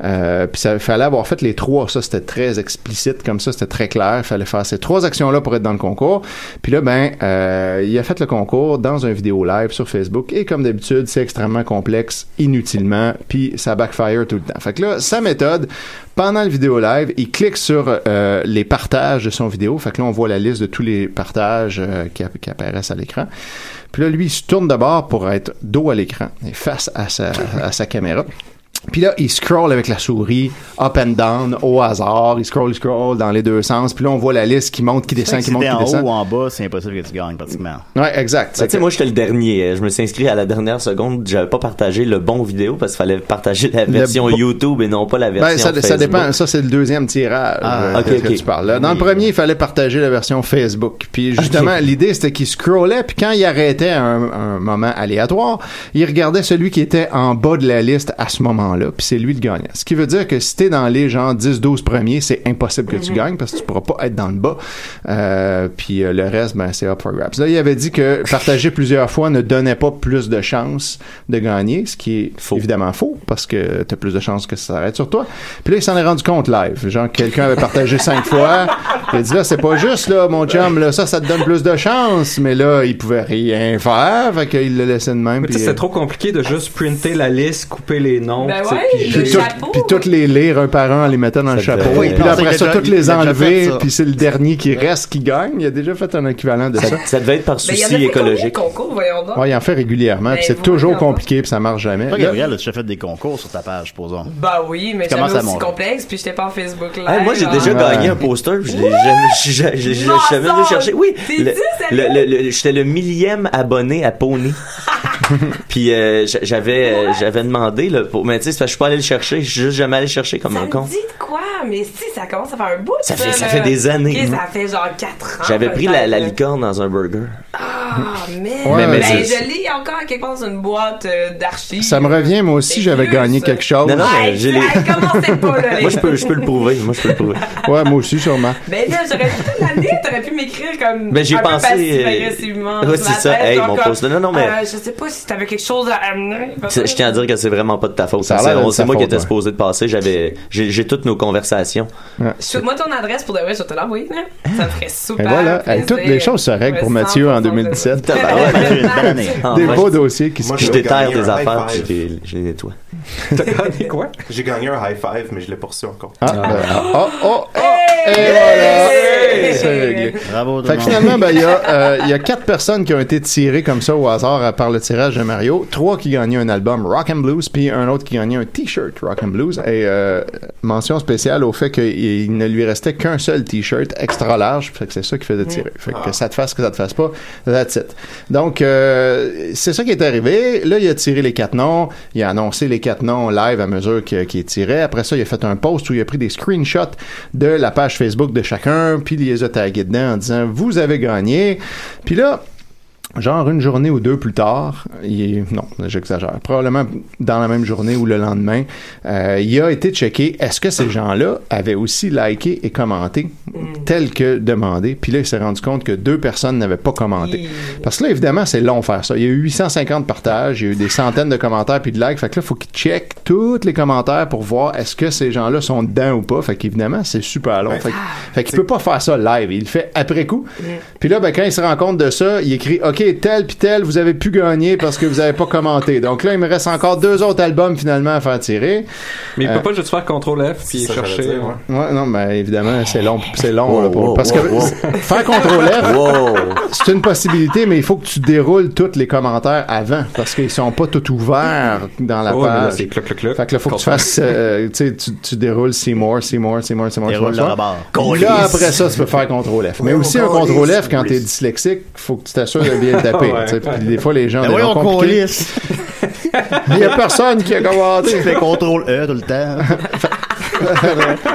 [SPEAKER 5] Euh, Puis ça fallait avoir fait les trois. Ça, c'était très explicite comme ça, c'était très clair. Il fallait faire ces trois actions-là pour être dans le concours. Puis là, ben, euh, il a fait le concours dans un vidéo live sur Facebook. Et comme d'habitude, c'est extrêmement complexe, inutilement, puis ça backfire tout le temps. Fait que là, sa méthode, pendant le vidéo live, il clique sur euh, les partages de son vidéo. Fait que là, on voit la liste de tous les partages euh, qui, app- qui apparaissent à l'écran. Puis là, lui, il se tourne de bord pour être dos à l'écran, et face à sa, à sa caméra. Puis là, il scroll avec la souris, up and down, au hasard. Il scroll, il scroll dans les deux sens. Puis là, on voit la liste qui monte, qui descend, qui
[SPEAKER 4] Si
[SPEAKER 5] monte,
[SPEAKER 4] t'es
[SPEAKER 5] qui
[SPEAKER 4] en haut
[SPEAKER 5] descend.
[SPEAKER 4] ou en bas, c'est impossible que tu gagnes pratiquement.
[SPEAKER 5] Ouais, exact.
[SPEAKER 6] Ben, tu sais,
[SPEAKER 5] que-
[SPEAKER 6] moi, j'étais le dernier. Je me suis inscrit à la dernière seconde. J'avais pas partagé le bon vidéo parce qu'il fallait partager la version
[SPEAKER 5] bon-
[SPEAKER 6] YouTube et non pas la version
[SPEAKER 5] ben, ça, ça
[SPEAKER 6] Facebook.
[SPEAKER 5] dépend. Ça, c'est le deuxième tirage
[SPEAKER 6] Ah,
[SPEAKER 5] euh,
[SPEAKER 6] ok,
[SPEAKER 5] que
[SPEAKER 6] ok.
[SPEAKER 5] tu parles. là. Dans le premier, il fallait partager la version Facebook. Puis justement,
[SPEAKER 6] Ok.
[SPEAKER 5] l'idée, c'était qu'il scrollait, puis quand il arrêtait à un, un moment aléatoire, il regardait celui qui était en bas de la liste à ce moment-là, puis c'est lui le gagnant. Ce qui veut dire que si t'es dans les genre 10-12 premiers, c'est impossible que tu gagnes parce que tu pourras pas être dans le bas. Euh, puis euh, le reste, ben, c'est up for grabs. Là, il avait dit que partager plusieurs fois ne donnait pas plus de chances de gagner, ce qui est
[SPEAKER 6] Faux.
[SPEAKER 5] évidemment faux parce que t'as plus de chances que ça s'arrête sur toi. Puis là, il s'en est rendu compte live. Genre, quelqu'un avait partagé [LAUGHS] cinq fois. Il a dit là, c'est pas juste, là, mon chum, là, ça, ça te donne plus de chances. Mais là, il pouvait rien faire. Fait qu'il le laissait de même.
[SPEAKER 9] Mais tu sais,
[SPEAKER 5] puis- euh,
[SPEAKER 9] c'est trop compliqué de juste printer la liste, couper les noms.
[SPEAKER 8] Ben
[SPEAKER 9] tu sais,
[SPEAKER 8] ouais,
[SPEAKER 9] puis
[SPEAKER 8] le
[SPEAKER 5] puis,
[SPEAKER 9] juste-
[SPEAKER 5] tout-
[SPEAKER 8] chapeau.
[SPEAKER 5] puis toutes les lire un par un en les mettant dans le
[SPEAKER 6] Ça
[SPEAKER 5] chapeau.
[SPEAKER 6] devait-
[SPEAKER 5] Puis là,
[SPEAKER 4] Il a
[SPEAKER 5] après ça,
[SPEAKER 4] déjà-
[SPEAKER 5] toutes
[SPEAKER 4] il
[SPEAKER 5] les
[SPEAKER 4] a déjà fait
[SPEAKER 5] enlever.
[SPEAKER 4] ça.
[SPEAKER 5] Puis c'est le dernier qui reste qui gagne. Il a déjà fait un équivalent de ça.
[SPEAKER 6] Ça, ça devait être par
[SPEAKER 8] Ben, il y en
[SPEAKER 6] souci
[SPEAKER 8] a fait combien de
[SPEAKER 6] écologique.
[SPEAKER 8] concours, voyons donc.
[SPEAKER 5] Ouais, il en fait régulièrement.
[SPEAKER 8] Ben,
[SPEAKER 5] puis c'est
[SPEAKER 8] vous
[SPEAKER 5] toujours
[SPEAKER 8] voyez encore.
[SPEAKER 5] compliqué. Puis ça marche jamais.
[SPEAKER 4] Toi,
[SPEAKER 5] Là-
[SPEAKER 4] Gabriel, as-tu fait des concours sur ta page, posons?
[SPEAKER 8] Bah oui, mais
[SPEAKER 4] Tu commences
[SPEAKER 8] j'avais
[SPEAKER 4] à
[SPEAKER 8] aussi
[SPEAKER 4] monter.
[SPEAKER 8] complexe, puis j'étais pas en Facebook Live.
[SPEAKER 6] Hey, moi, j'ai
[SPEAKER 8] hein.
[SPEAKER 6] déjà
[SPEAKER 5] Ouais.
[SPEAKER 6] gagné un poster, puis je l'ai jamais, je- je- je- je- je l'ai
[SPEAKER 8] Non,
[SPEAKER 6] jamais
[SPEAKER 8] ça,
[SPEAKER 6] venu chercher. Oui,
[SPEAKER 8] t'es
[SPEAKER 6] le-
[SPEAKER 8] dit, sérieux?
[SPEAKER 6] le- le- le- j'étais le millième abonné à
[SPEAKER 5] [LAUGHS]
[SPEAKER 6] Pony. puis euh, j'a- j'avais euh, j'avais demandé là, pour, mais tu sais, c'est parce que je suis pas allé le chercher, je suis juste jamais allé le chercher comme
[SPEAKER 8] Ça
[SPEAKER 6] un
[SPEAKER 8] me
[SPEAKER 6] con.
[SPEAKER 8] dit de quoi? Mais si, ça commence à faire un bout.
[SPEAKER 6] Ça fait- ça
[SPEAKER 8] là.
[SPEAKER 6] fait des années.
[SPEAKER 8] Ok, ça fait genre 4 ans.
[SPEAKER 6] J'avais pris la, la
[SPEAKER 8] peut-être, là.
[SPEAKER 6] licorne dans un burger.
[SPEAKER 8] Ah, mais,
[SPEAKER 5] Ouais, mais
[SPEAKER 8] ben,
[SPEAKER 5] c'est-
[SPEAKER 8] je l'ai encore quelque part dans une boîte euh, d'archives.
[SPEAKER 5] Ça me revient, moi aussi, j'avais
[SPEAKER 8] plus,
[SPEAKER 5] gagné
[SPEAKER 8] ben, ça.
[SPEAKER 5] quelque chose.
[SPEAKER 6] Non, non, mais j'ai les.
[SPEAKER 8] Hey, commencez pas, là, les
[SPEAKER 6] Moi, je peux, je peux le prouver. Moi, je peux le prouver.
[SPEAKER 5] Ouais, moi aussi, sûrement.
[SPEAKER 8] Ben là, j'aurais toute l'année, t'aurais pu m'écrire comme
[SPEAKER 6] Ben, j'ai
[SPEAKER 8] un peu
[SPEAKER 6] pensé,
[SPEAKER 8] passif
[SPEAKER 6] euh,
[SPEAKER 8] agressivement.
[SPEAKER 6] ouais,
[SPEAKER 8] ce
[SPEAKER 6] c'est ça.
[SPEAKER 8] matin,
[SPEAKER 6] Hey,
[SPEAKER 8] genre
[SPEAKER 6] mon
[SPEAKER 8] comme,
[SPEAKER 6] poste. Non, non, mais-
[SPEAKER 8] euh, je sais pas si t'avais quelque chose à amener.
[SPEAKER 6] C'est- Je tiens à dire que c'est vraiment pas de ta faute.
[SPEAKER 5] Ça a
[SPEAKER 6] C'est
[SPEAKER 5] l'air de
[SPEAKER 6] c'est
[SPEAKER 5] sa
[SPEAKER 6] moi qui
[SPEAKER 5] faute,
[SPEAKER 6] étais
[SPEAKER 5] ouais.
[SPEAKER 6] supposé de passer. J'avais, j'ai, j'ai toutes nos conversations. Ah,
[SPEAKER 8] Shoot-moi ton adresse pour de vrai, je vais te l'envoyer. là. Ça me ferait super.
[SPEAKER 5] Et voilà, Hey,
[SPEAKER 8] plaisir.
[SPEAKER 5] toutes les choses se règlent pour Mathieu en
[SPEAKER 8] 100% de-
[SPEAKER 5] 2017.
[SPEAKER 6] Tabarouette,
[SPEAKER 4] Mathieu, une belle année.
[SPEAKER 6] En
[SPEAKER 5] Des
[SPEAKER 6] vrai,
[SPEAKER 5] beaux dossiers qui se
[SPEAKER 7] Moi,
[SPEAKER 6] Ah, je
[SPEAKER 7] je vais
[SPEAKER 6] déterre
[SPEAKER 7] gagner
[SPEAKER 6] tes
[SPEAKER 7] un high
[SPEAKER 6] affaires, puis
[SPEAKER 7] five.
[SPEAKER 6] je les- je les nettoie.
[SPEAKER 9] T'as gagné quoi?
[SPEAKER 7] J'ai gagné un high five, mais je l'ai poursu encore.
[SPEAKER 5] Ah, ben, oh, oh, oh, et
[SPEAKER 8] Hey!
[SPEAKER 5] voilà!
[SPEAKER 8] Hey!
[SPEAKER 5] C'est réglé.
[SPEAKER 4] Bravo, tout
[SPEAKER 5] Fait
[SPEAKER 4] le
[SPEAKER 5] que
[SPEAKER 4] monde.
[SPEAKER 5] finalement, ben, il y, a, euh, il y a quatre personnes qui ont été tirées comme ça au hasard euh, par le tirage de Mario. Trois qui gagnaient un album Rock and Blues, puis un autre qui gagnait un T-shirt Rock and Blues. Et euh, mention spéciale au fait qu'il ne lui restait qu'un seul T-shirt extra large. Fait que c'est ça qui faisait tirer. Fait que ça te fasse que ça te fasse pas, that's it. Donc, euh, c'est ça qui est arrivé. Là, il a tiré les quatre noms. Il a annoncé les quatre noms live à mesure que- qu'il tirait. Après ça, il a fait un post où il a pris des screenshots de la page Facebook de chacun, puis il les a tagués dedans en disant « Vous avez gagné ». Puis là, genre une journée ou deux plus tard, il- non, j'exagère, probablement dans la même journée ou le lendemain, euh, il a été checké est-ce que ces gens-là avaient aussi liké et commenté tel que demandé. Puis là, il s'est rendu compte que deux personnes n'avaient pas commenté. Parce que là, évidemment, c'est long faire ça. Il y a eu 850 partages, il y a eu des centaines de commentaires puis de likes. Fait que là, il faut qu'il check tous les commentaires pour voir est-ce que ces gens-là sont dedans ou pas. Fait qu'évidemment, c'est super long. Fait, que- fait qu'il peut pas faire ça live. Il le fait après coup. Puis là, ben, quand il se rend compte de ça, il écrit OK, tel puis tel, vous avez pu gagner parce que vous avez pas commenté. Donc là, il me reste encore deux autres albums finalement à faire tirer.
[SPEAKER 9] Mais il
[SPEAKER 5] Euh,
[SPEAKER 9] peut pas juste faire CTRL F puis
[SPEAKER 7] Ça, j'allais
[SPEAKER 9] chercher.
[SPEAKER 7] dire, ouais.
[SPEAKER 5] Ouais, non, mais évidemment, c'est long. C'est long.
[SPEAKER 6] Wow,
[SPEAKER 5] là, pour-
[SPEAKER 6] wow,
[SPEAKER 5] parce que
[SPEAKER 6] wow,
[SPEAKER 5] [LAUGHS] faire contrôle F, [LAUGHS]
[SPEAKER 6] Wow!
[SPEAKER 5] c'est une possibilité, mais il faut que tu déroules tous les commentaires avant parce qu'ils sont pas tout ouverts dans la
[SPEAKER 9] Oh, mais là,
[SPEAKER 5] page.
[SPEAKER 9] c'est cloc, cloc, cloc.
[SPEAKER 5] Fait que là, faut que tu fasses, euh, tu sais, tu, tu déroules Seymour, Seymour, Seymour, Seymour.
[SPEAKER 4] Déroule
[SPEAKER 5] Seymour,
[SPEAKER 4] le
[SPEAKER 5] Seymour.
[SPEAKER 4] rebord.
[SPEAKER 5] Là, après ça, tu peux faire CTRL F. Mais aussi un CTRL F quand t'es dyslexique, faut que tu t'assures de bien le taper.
[SPEAKER 9] [LAUGHS] Ouais.
[SPEAKER 5] tu sais. Puis des fois, les gens,
[SPEAKER 4] Ben
[SPEAKER 5] ont des
[SPEAKER 4] voyons
[SPEAKER 5] noms
[SPEAKER 4] qu'on
[SPEAKER 5] compliqués.
[SPEAKER 4] lisse.
[SPEAKER 5] Il y a personne qui a commenté.
[SPEAKER 4] Tu fais contrôle E tout le
[SPEAKER 5] [LAUGHS]
[SPEAKER 4] temps.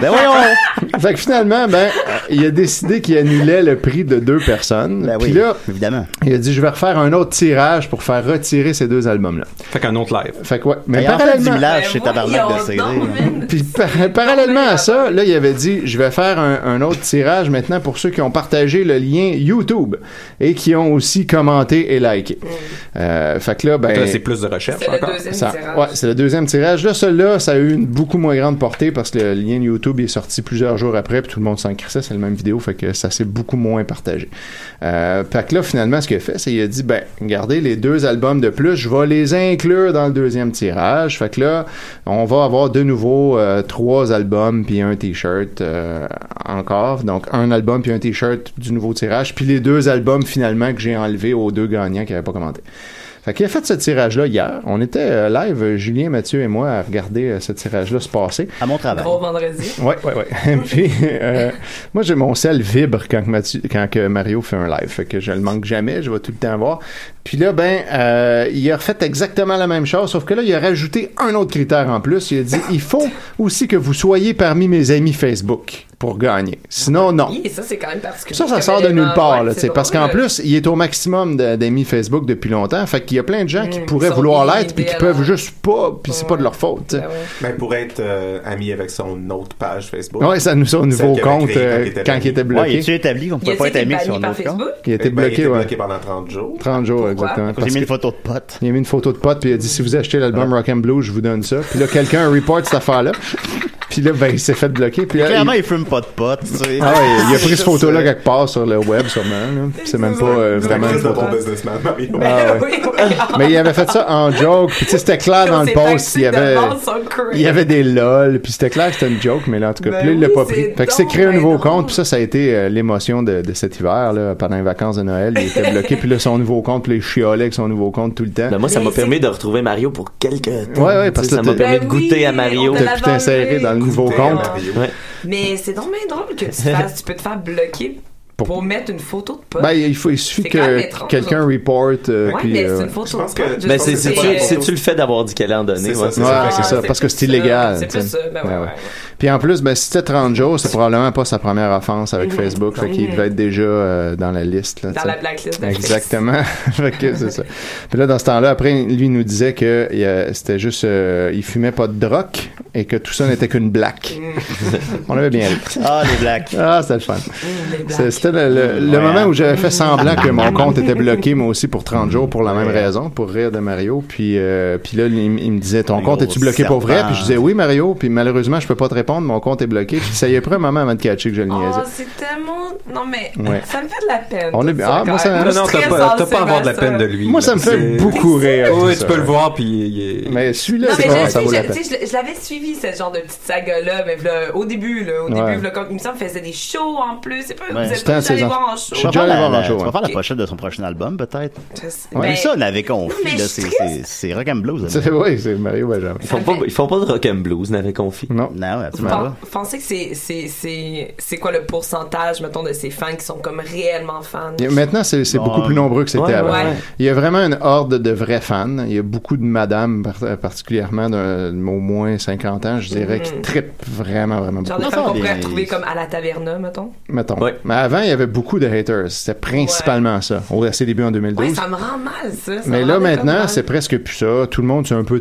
[SPEAKER 4] ben voyons.
[SPEAKER 5] Fait que finalement, ben, il a décidé qu'il annulait le prix de deux personnes.
[SPEAKER 4] Ben
[SPEAKER 5] Puis
[SPEAKER 4] oui,
[SPEAKER 5] là,
[SPEAKER 4] évidemment.
[SPEAKER 5] il a dit, je vais refaire un autre tirage pour faire retirer ces deux albums-là.
[SPEAKER 9] Fait qu'un autre live.
[SPEAKER 5] Fait que ouais.
[SPEAKER 4] Mais
[SPEAKER 5] Mais
[SPEAKER 4] Ben, il en fait du
[SPEAKER 5] parallèlement,
[SPEAKER 4] village chez
[SPEAKER 8] Ben
[SPEAKER 4] Tabarnak de
[SPEAKER 8] voyons
[SPEAKER 4] CD.
[SPEAKER 8] donc, man.
[SPEAKER 5] Puis par- parallèlement à ça, là, il avait dit, je vais faire un, un autre tirage maintenant pour ceux qui ont partagé le lien YouTube et qui ont aussi commenté et liké.
[SPEAKER 8] Mm.
[SPEAKER 5] Euh, fait que là, ben...
[SPEAKER 9] Fait que là, c'est plus de recherche
[SPEAKER 8] C'est le
[SPEAKER 9] encore.
[SPEAKER 8] deuxième
[SPEAKER 5] Ça-
[SPEAKER 8] tirage.
[SPEAKER 5] ouais, c'est le deuxième tirage. Là, celui-là, ça a eu une beaucoup moins grande portée parce que le lien YouTube est sorti plusieurs jours après, puis tout le monde s'en crissait, c'est la même vidéo, fait que ça s'est beaucoup moins partagé. Euh, fait que là, finalement, ce qu'il a fait, c'est qu'il a dit, ben, regardez, les deux albums de plus, je vais les inclure dans le deuxième tirage. Fait que là, on va avoir de nouveau euh, trois albums puis un t-shirt euh, encore. Donc, un album puis un t-shirt du nouveau tirage, puis les deux albums finalement que j'ai enlevés aux deux gagnants qui n'avaient pas commenté. Fait qu'il a fait ce tirage-là hier. On était euh, live, euh, Julien, Mathieu et moi, à regarder euh, ce tirage-là se passer.
[SPEAKER 4] À mon travail.
[SPEAKER 8] Gros vendredi.
[SPEAKER 5] Ouais, ouais, [LAUGHS] ouais. Puis, euh, moi, j'ai mon sel vibre quand, que Mathieu- quand que Mario fait un live. Fait que je le manque jamais, je vais tout le temps voir. Puis là, ben, euh, il a refait exactement la même chose, sauf que là, il a rajouté un autre critère en plus. Il a dit, il faut aussi que vous soyez parmi mes amis Facebook pour gagner. Sinon, non.
[SPEAKER 8] Hi, ça, c'est quand même particulier.
[SPEAKER 5] Ça, ça
[SPEAKER 8] comme
[SPEAKER 5] sort de
[SPEAKER 8] élément.
[SPEAKER 5] nulle part,
[SPEAKER 8] Ouais,
[SPEAKER 5] là,
[SPEAKER 8] c'est
[SPEAKER 5] tu sais, parce qu'en
[SPEAKER 8] drôle.
[SPEAKER 5] plus, il est au maximum de- d'amis Facebook depuis longtemps. Fait qu'il y a plein de gens qui
[SPEAKER 8] Mm,
[SPEAKER 5] pourraient
[SPEAKER 8] ils sont
[SPEAKER 5] vouloir l'être, puis qui
[SPEAKER 8] idéal.
[SPEAKER 5] peuvent juste pas, puis c'est pas de leur faute. tu sais.
[SPEAKER 8] Ben ouais.
[SPEAKER 7] Ben, pour être euh, ami avec son autre page Facebook.
[SPEAKER 5] Ouais, ça nous son nouveau
[SPEAKER 7] qu'il avait
[SPEAKER 5] compte
[SPEAKER 7] créé quand
[SPEAKER 5] euh,
[SPEAKER 7] il était
[SPEAKER 5] quand il
[SPEAKER 7] banni.
[SPEAKER 5] était
[SPEAKER 4] Ouais, il
[SPEAKER 5] bloqué.
[SPEAKER 4] est-tu établi qu'on
[SPEAKER 8] Y
[SPEAKER 4] peut
[SPEAKER 8] a-t-il
[SPEAKER 4] pas être
[SPEAKER 8] été
[SPEAKER 4] ami sur
[SPEAKER 8] banni par
[SPEAKER 4] notre compte?
[SPEAKER 8] Facebook?
[SPEAKER 5] Il était
[SPEAKER 7] Ben, il
[SPEAKER 5] bloqué,
[SPEAKER 7] était
[SPEAKER 5] ouais.
[SPEAKER 7] bloqué pendant 30 jours.
[SPEAKER 5] 30 jours,
[SPEAKER 8] Pourquoi?
[SPEAKER 5] exactement.
[SPEAKER 4] J'ai
[SPEAKER 5] parce
[SPEAKER 4] mis une
[SPEAKER 5] que-
[SPEAKER 4] photo de pote.
[SPEAKER 5] Il a mis une photo de pote, puis il a dit si vous achetez l'album Rock and Blue, je vous donne ça. Puis là, quelqu'un report cette affaire-là. [LAUGHS] Puis là, ben, il s'est fait bloquer. Puis là,
[SPEAKER 4] Clairement,
[SPEAKER 5] il...
[SPEAKER 4] il fume pas de pote. tu sais.
[SPEAKER 5] Ah ouais, il a pris
[SPEAKER 4] C'est euh,
[SPEAKER 5] cette photo-là
[SPEAKER 4] ça.
[SPEAKER 5] quelque part sur le web, sûrement. là. Puis C'est même pas euh,
[SPEAKER 7] C'est
[SPEAKER 5] vraiment
[SPEAKER 7] un
[SPEAKER 5] une
[SPEAKER 7] crise de
[SPEAKER 5] photo.
[SPEAKER 7] bon businessman, Mario.
[SPEAKER 8] Ben oui, oui.
[SPEAKER 5] [LAUGHS] Mais il avait fait ça en joke. Puis tu sais, c'était clair dans le post. Il y avait. Il y avait des lol, puis c'était clair que c'était une joke, mais là, en tout cas,
[SPEAKER 8] Ben
[SPEAKER 5] puis là, il l'a
[SPEAKER 8] oui,
[SPEAKER 5] pas pris.
[SPEAKER 8] c'est
[SPEAKER 5] Fait que c'est
[SPEAKER 8] donc
[SPEAKER 5] créé un
[SPEAKER 8] ben
[SPEAKER 5] nouveau
[SPEAKER 8] drôle.
[SPEAKER 5] compte, puis ça, ça a été euh, l'émotion de, de cet hiver, là, pendant les vacances de Noël. Il était bloqué, puis là, son nouveau compte, puis là, il chialait avec son nouveau compte tout le temps.
[SPEAKER 6] Ben, moi, ça
[SPEAKER 8] Mais
[SPEAKER 6] m'a
[SPEAKER 8] c'est-
[SPEAKER 6] permis de retrouver Mario pour quelques temps.
[SPEAKER 5] Ouais, ouais,
[SPEAKER 6] Tu sais,
[SPEAKER 5] parce que
[SPEAKER 6] ça m'a
[SPEAKER 5] t'es-
[SPEAKER 6] permis de goûter à Mario.
[SPEAKER 5] on T'as pu t'insérer dans le nouveau
[SPEAKER 7] T'es
[SPEAKER 5] compte.
[SPEAKER 8] hein.
[SPEAKER 7] Mario.
[SPEAKER 6] Ouais.
[SPEAKER 8] Mais c'est donc bien drôle
[SPEAKER 5] [LAUGHS]
[SPEAKER 8] que tu, fasses, tu peux te faire bloquer
[SPEAKER 5] Pour-
[SPEAKER 8] pour, mettre une photo de pote.
[SPEAKER 5] Ben, il, faut, il suffit
[SPEAKER 8] C'est quand même
[SPEAKER 5] que
[SPEAKER 8] étrange,
[SPEAKER 5] quelqu'un
[SPEAKER 8] hein.
[SPEAKER 5] report, euh,
[SPEAKER 8] ouais,
[SPEAKER 5] puis...
[SPEAKER 8] mais
[SPEAKER 5] euh,
[SPEAKER 8] c'est une photo
[SPEAKER 7] je pense
[SPEAKER 8] de pote,
[SPEAKER 7] que-
[SPEAKER 8] juste
[SPEAKER 6] Ben,
[SPEAKER 7] Je
[SPEAKER 8] pour
[SPEAKER 6] c'est,
[SPEAKER 8] que
[SPEAKER 7] c'est
[SPEAKER 6] c'est-tu,
[SPEAKER 7] pas la
[SPEAKER 8] c'est-
[SPEAKER 7] photo.
[SPEAKER 6] c'est-tu le fait d'avoir du calendrier
[SPEAKER 7] C'est ça,
[SPEAKER 6] ouais.
[SPEAKER 7] c'est
[SPEAKER 5] Ouais,
[SPEAKER 7] ça.
[SPEAKER 5] c'est ça, parce que c'est
[SPEAKER 8] plus
[SPEAKER 5] illégal,
[SPEAKER 8] Ah, C'est
[SPEAKER 5] tu sais.
[SPEAKER 8] plus ça, ben ouais,
[SPEAKER 5] Ouais, ouais.
[SPEAKER 8] ouais.
[SPEAKER 5] Puis en plus, ben, si c'était 30 jours, c'est probablement pas sa première offense avec
[SPEAKER 8] Mhm.
[SPEAKER 5] Facebook. Fait qu'il
[SPEAKER 8] Mhm.
[SPEAKER 5] devait être déjà euh, dans la liste. là,
[SPEAKER 8] Dans
[SPEAKER 5] tu sais.
[SPEAKER 8] la blacklist de Facebook.
[SPEAKER 5] Exactement. [LAUGHS] Fait que c'est ça. Puis là, dans ce temps-là, après, lui il nous disait que il, euh, c'était juste. euh, il fumait pas de drogue et que tout ça n'était qu'une blague.
[SPEAKER 8] Mhm.
[SPEAKER 5] On avait bien ri.
[SPEAKER 4] Ah, les blacks.
[SPEAKER 5] Ah, c'était le fun.
[SPEAKER 8] blagues.
[SPEAKER 5] C'est- C'était le, le- le
[SPEAKER 4] Ouais,
[SPEAKER 5] moment
[SPEAKER 4] hein.
[SPEAKER 5] où j'avais fait semblant que mon compte était bloqué, moi aussi, pour 30 jours, pour la même raison, pour rire de Mario. Puis, euh, puis là, il, m- il me disait, ton
[SPEAKER 4] Un
[SPEAKER 5] compte
[SPEAKER 4] gros
[SPEAKER 5] est-tu bloqué pour vrai?
[SPEAKER 4] serpent.
[SPEAKER 5] Puis je disais, oui, Mario. Puis malheureusement, je peux pas te répondre, mon compte est bloqué. Puis ça y est pris un moment avant de catcher que je le
[SPEAKER 8] Oh,
[SPEAKER 5] niaisais.
[SPEAKER 8] c'est tellement. Non, mais
[SPEAKER 5] Ouais.
[SPEAKER 8] ça me fait de la peine.
[SPEAKER 5] On
[SPEAKER 8] tout
[SPEAKER 5] est- ah,
[SPEAKER 8] quand
[SPEAKER 5] moi, ça-
[SPEAKER 8] même.
[SPEAKER 5] Non,
[SPEAKER 9] non,
[SPEAKER 8] Je suis
[SPEAKER 9] t'as
[SPEAKER 8] très
[SPEAKER 9] pas, t'as pas à avoir de la
[SPEAKER 8] sensible
[SPEAKER 9] peine
[SPEAKER 8] à
[SPEAKER 9] de
[SPEAKER 8] ça.
[SPEAKER 9] lui.
[SPEAKER 5] Moi, ça me fait
[SPEAKER 9] C'est-
[SPEAKER 5] beaucoup rire. tout
[SPEAKER 9] Oui, tu
[SPEAKER 5] ça.
[SPEAKER 9] peux le voir, puis il- il-
[SPEAKER 5] Mais celui-là,
[SPEAKER 8] Non,
[SPEAKER 5] c'est
[SPEAKER 8] mais
[SPEAKER 5] vraiment,
[SPEAKER 8] je,
[SPEAKER 5] ça vaut la
[SPEAKER 8] sais, je,
[SPEAKER 5] peine.
[SPEAKER 8] tu sais, je, je l'avais suivi, ce genre de petite saga-là, mais v'là, au début, là, au
[SPEAKER 5] Ouais.
[SPEAKER 8] début, v'là, comme, il me semble, faisait des shows en plus. C'est pas,
[SPEAKER 4] Ouais.
[SPEAKER 8] vous êtes
[SPEAKER 5] C'était
[SPEAKER 8] pas
[SPEAKER 5] à
[SPEAKER 8] allés
[SPEAKER 5] ses
[SPEAKER 8] voir en
[SPEAKER 4] Tu vas
[SPEAKER 8] show.
[SPEAKER 5] Déjà
[SPEAKER 4] faire
[SPEAKER 5] allé
[SPEAKER 4] la,
[SPEAKER 5] voir en
[SPEAKER 4] la-
[SPEAKER 5] show,
[SPEAKER 4] Ben, tu vas
[SPEAKER 5] hein.
[SPEAKER 4] faire la pochette de son prochain album, peut-être.
[SPEAKER 8] Je sais-
[SPEAKER 4] Mais
[SPEAKER 8] ben,
[SPEAKER 4] ça, on avait confié,
[SPEAKER 8] mais
[SPEAKER 4] là,
[SPEAKER 8] je
[SPEAKER 4] c'est-
[SPEAKER 8] suis
[SPEAKER 4] c'est c'est rock and blues. là.
[SPEAKER 5] C'est- Oui, c'est Mario Benjamin.
[SPEAKER 6] Ils font, pas, ils font pas de rock and blues, n'avait confié.
[SPEAKER 5] Non.
[SPEAKER 4] Non, ouais, tu
[SPEAKER 8] vous
[SPEAKER 4] m'en vas.
[SPEAKER 8] pen- pensez que c'est- c'est- c'est c'est quoi le pourcentage, mettons, de ces fans qui sont comme réellement fans?
[SPEAKER 5] Il y a- Maintenant, c'est c'est
[SPEAKER 4] Bon,
[SPEAKER 5] beaucoup plus nombreux que c'était
[SPEAKER 6] ouais,
[SPEAKER 5] avant.
[SPEAKER 8] ouais.
[SPEAKER 5] Il y a vraiment une horde de vrais fans. Il y a beaucoup de madames, par- particulièrement d'un- au moins 50 ans, je dirais, qui
[SPEAKER 8] Mhm.
[SPEAKER 5] trippent vraiment, vraiment
[SPEAKER 8] Genre
[SPEAKER 5] beaucoup.
[SPEAKER 8] de fans
[SPEAKER 4] Non, ça,
[SPEAKER 8] qu'on pourrait
[SPEAKER 4] des-
[SPEAKER 8] retrouver comme à la taverna, mettons.
[SPEAKER 5] Mettons.
[SPEAKER 6] Ouais.
[SPEAKER 5] Mais avant, il y avait beaucoup de haters. C'était principalement ça. Au ses débuts en 2012.
[SPEAKER 8] Ouais, ça me rend mal, ça. ça
[SPEAKER 5] Mais
[SPEAKER 8] me
[SPEAKER 5] là,
[SPEAKER 8] rend
[SPEAKER 5] maintenant,
[SPEAKER 8] mal.
[SPEAKER 5] c'est presque plus ça. Tout le monde, c'est un peu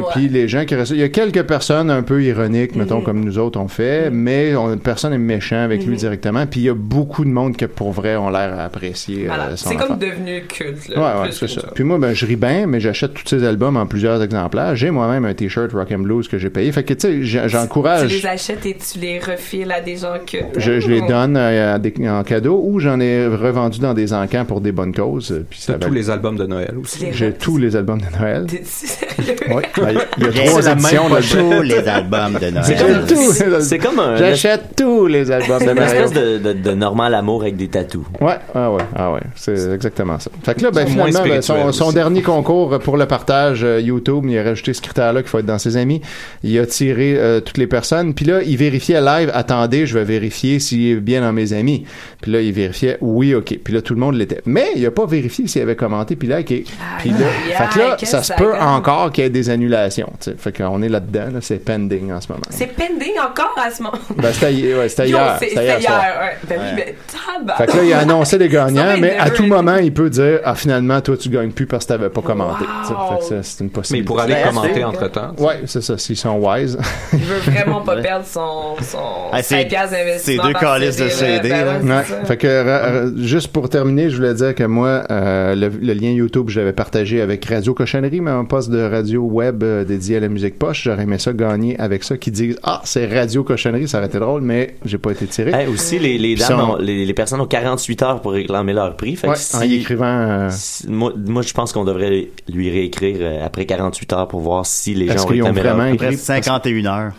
[SPEAKER 8] Ouais. Mm.
[SPEAKER 5] Puis les gens qui restent. Il y a quelques personnes un peu ironiques, mettons, comme nous autres on fait, mais on- personne n'est méchant avec
[SPEAKER 8] Mm-hmm.
[SPEAKER 5] lui directement. Puis il y a beaucoup de monde que pour vrai ont l'air à apprécier euh,
[SPEAKER 8] Voilà.
[SPEAKER 5] son
[SPEAKER 8] C'est comme
[SPEAKER 5] affaire.
[SPEAKER 8] devenu culte, là.
[SPEAKER 5] Ouais, ouais,
[SPEAKER 8] plus
[SPEAKER 5] c'est
[SPEAKER 8] que
[SPEAKER 5] ça. Puis moi, ben, je ris bien, mais j'achète tous ces albums en plusieurs exemplaires. J'ai moi-même un t-shirt Rock and Blues que j'ai payé. Fait que, tu sais, j'a-
[SPEAKER 8] Tu
[SPEAKER 5] j'encourage.
[SPEAKER 8] les achètes et tu les refiles à des gens que. Oh.
[SPEAKER 5] Je, je les donne euh, à des- en cadeau ou j'en ai revendu dans des encans pour des bonnes causes. euh, Puis ça
[SPEAKER 9] c'est tous
[SPEAKER 5] valait-
[SPEAKER 9] les albums de Noël
[SPEAKER 8] Tu
[SPEAKER 9] aussi.
[SPEAKER 8] les
[SPEAKER 5] J'ai tous les albums de Noël.
[SPEAKER 8] T'es-tu sérieux?
[SPEAKER 5] Oui. Ben, Il y a
[SPEAKER 4] J'ai
[SPEAKER 5] trois
[SPEAKER 4] la même
[SPEAKER 5] éditions de
[SPEAKER 4] pochette, les albums
[SPEAKER 5] [LAUGHS]
[SPEAKER 4] de
[SPEAKER 5] J'ai
[SPEAKER 4] Noël.
[SPEAKER 5] tous les albums.
[SPEAKER 6] C'est comme un.
[SPEAKER 5] J'achète tous les albums
[SPEAKER 6] C'est
[SPEAKER 5] de
[SPEAKER 6] une
[SPEAKER 5] Mario.
[SPEAKER 6] espèce de, de, de normal amour avec des tatous.
[SPEAKER 5] Ouais, ah ouais, ah ouais, c'est exactement ça. Fait que là, ben,
[SPEAKER 9] Ils sont moins
[SPEAKER 5] finalement, ben, son,
[SPEAKER 9] spirituels
[SPEAKER 5] son
[SPEAKER 9] aussi.
[SPEAKER 5] dernier concours pour le partage euh, YouTube, il a rajouté ce critère-là qu'il faut être dans ses amis. Il a tiré euh, toutes les personnes, puis là, il vérifiait live, attendez, je vais vérifier s'il est bien dans mes amis. Puis là, il vérifiait, oui, ok. Puis là, tout le monde l'était. Mais il a pas vérifié s'il avait commenté, puis liké. Puis là,
[SPEAKER 8] Aïe,
[SPEAKER 5] fait que
[SPEAKER 8] aïe,
[SPEAKER 5] là, ça
[SPEAKER 8] Ah, que
[SPEAKER 5] se
[SPEAKER 8] ça
[SPEAKER 5] peut
[SPEAKER 8] donne.
[SPEAKER 5] encore qu'il y ait des annulations. tu sais. Fait qu'on est là-dedans, là, c'est pending en ce moment.
[SPEAKER 8] C'est pending encore à ce moment.
[SPEAKER 5] Ben, c'était hi- ouais, c'était
[SPEAKER 8] Yo,
[SPEAKER 5] hier.
[SPEAKER 8] c'est-
[SPEAKER 5] c'était
[SPEAKER 8] c'est
[SPEAKER 5] hier soir.
[SPEAKER 8] ouais. Ben oui, mais tabac.
[SPEAKER 5] Fait que là, il a annoncé les
[SPEAKER 8] Ça va
[SPEAKER 5] gagnants,
[SPEAKER 8] être
[SPEAKER 5] mais à
[SPEAKER 8] nerveux.
[SPEAKER 5] tout moment, il peut dire Ah, finalement, toi, tu gagnes plus parce que t'avais pas commenté.
[SPEAKER 8] Wow.
[SPEAKER 5] Tu sais, Fait que ça, c'est une
[SPEAKER 9] Mais
[SPEAKER 5] possibilité.
[SPEAKER 9] pour aller
[SPEAKER 4] Ben,
[SPEAKER 9] commenter
[SPEAKER 8] c'est-
[SPEAKER 9] entre-temps.
[SPEAKER 5] Ouais, c'est ça, s'ils sont wise.
[SPEAKER 8] Il veut vraiment pas
[SPEAKER 4] Ouais.
[SPEAKER 8] perdre son, son
[SPEAKER 4] Ah, c'est-
[SPEAKER 8] 5 piastres d'investissement.
[SPEAKER 4] c'est deux
[SPEAKER 8] par
[SPEAKER 4] calices
[SPEAKER 5] [LAUGHS]
[SPEAKER 4] de CD,
[SPEAKER 8] ben
[SPEAKER 4] là.
[SPEAKER 8] c'est
[SPEAKER 5] Ouais.
[SPEAKER 8] ça.
[SPEAKER 5] Fait que, ra- ra- juste pour terminer, je voulais dire que moi, euh, le, le lien YouTube, je l'avais partagé avec Radio Cochonnerie, mais un poste de radio web euh, dédié à la musique poche. J'aurais aimé ça gagner avec ça, qui disent Ah, c'est Radio Cochonnerie, ça aurait été drôle, mais j'ai pas été tiré.
[SPEAKER 6] Hey, aussi, les, les,
[SPEAKER 5] Ils
[SPEAKER 6] dames
[SPEAKER 5] sont-
[SPEAKER 6] ont- les, les personnes ont 48 heures pour réclamer leur prix. Fait que
[SPEAKER 5] Ouais,
[SPEAKER 6] si-
[SPEAKER 5] en y écrivant. euh,
[SPEAKER 6] si- moi, moi, je pense qu'on devrait lui réécrire euh, après 48 heures pour voir si les
[SPEAKER 5] Est-ce
[SPEAKER 6] gens
[SPEAKER 5] qu'ils ont
[SPEAKER 6] réclamaient leur
[SPEAKER 5] vraiment
[SPEAKER 6] prix.
[SPEAKER 5] écrit
[SPEAKER 4] Presque 51 heures.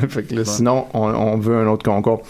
[SPEAKER 5] [LAUGHS] Fait que là, sinon, on, on veut un autre concours.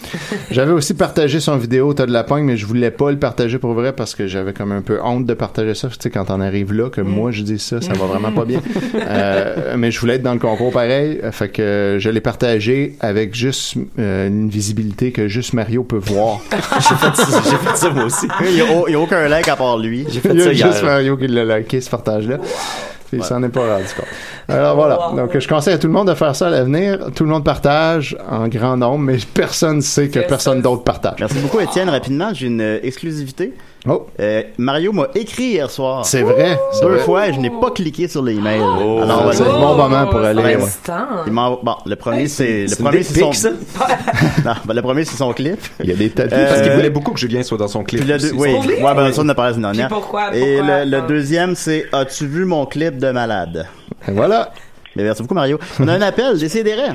[SPEAKER 5] J'avais aussi partagé son vidéo, t'as de la pogne, mais je voulais pas le partager pour vrai parce que j'avais comme un peu honte de partager ça. Tu sais, quand on arrive là, que moi je dis ça, ça va vraiment pas bien. Euh, mais je voulais être dans le concours pareil. Fait que je l'ai partagé avec juste euh, une visibilité que juste Mario peut voir.
[SPEAKER 6] [LAUGHS] J'ai fait ça moi aussi.
[SPEAKER 4] Il n'y a, au- il y a aucun like à part lui.
[SPEAKER 6] J'ai
[SPEAKER 5] Il
[SPEAKER 6] fait
[SPEAKER 5] y
[SPEAKER 6] ça
[SPEAKER 5] a juste
[SPEAKER 6] hier.
[SPEAKER 5] Mario qui l'a liké, ce partage-là. Puis Il s'en est pas rendu compte. Alors voilà.
[SPEAKER 8] Wow.
[SPEAKER 5] Donc je conseille à tout le monde de faire ça à l'avenir. Tout le monde partage en grand nombre, mais personne sait que
[SPEAKER 8] Personne.
[SPEAKER 5] personne d'autre partage.
[SPEAKER 4] Merci beaucoup, Étienne. Rapidement, j'ai une euh, exclusivité.
[SPEAKER 5] Oh,
[SPEAKER 4] Euh, Mario m'a écrit hier soir.
[SPEAKER 5] c'est vrai. c'est
[SPEAKER 4] Deux
[SPEAKER 5] vrai.
[SPEAKER 4] fois, et je n'ai pas cliqué sur les emails.
[SPEAKER 9] Oh.
[SPEAKER 4] Alors, on va
[SPEAKER 5] c'est
[SPEAKER 4] dire-
[SPEAKER 5] le bon moment pour aller,
[SPEAKER 8] c'est
[SPEAKER 5] ouais.
[SPEAKER 8] instant.
[SPEAKER 4] Il m'en- bon, le premier, c'est le
[SPEAKER 6] C'est
[SPEAKER 4] premier,
[SPEAKER 6] des
[SPEAKER 4] c'est son...
[SPEAKER 6] pics, ça?
[SPEAKER 4] [LAUGHS] Non, ben, le premier, c'est son clip.
[SPEAKER 5] Il y a des tas de
[SPEAKER 4] Euh,
[SPEAKER 9] Parce qu'il
[SPEAKER 4] Euh,
[SPEAKER 9] voulait beaucoup que Julien soit dans son clip.
[SPEAKER 4] Puis le deux,
[SPEAKER 9] aussi.
[SPEAKER 4] oui,
[SPEAKER 8] Pour vrai?
[SPEAKER 4] ouais, ben, ça, on en a parlé la semaine dernière.
[SPEAKER 8] Puis pourquoi-
[SPEAKER 4] Et
[SPEAKER 8] pourquoi,
[SPEAKER 4] le, le
[SPEAKER 8] hein?
[SPEAKER 4] deuxième, c'est As-tu vu mon clip de malade?
[SPEAKER 5] Voilà.
[SPEAKER 4] Mais merci beaucoup, Mario. On a un appel, décidérez.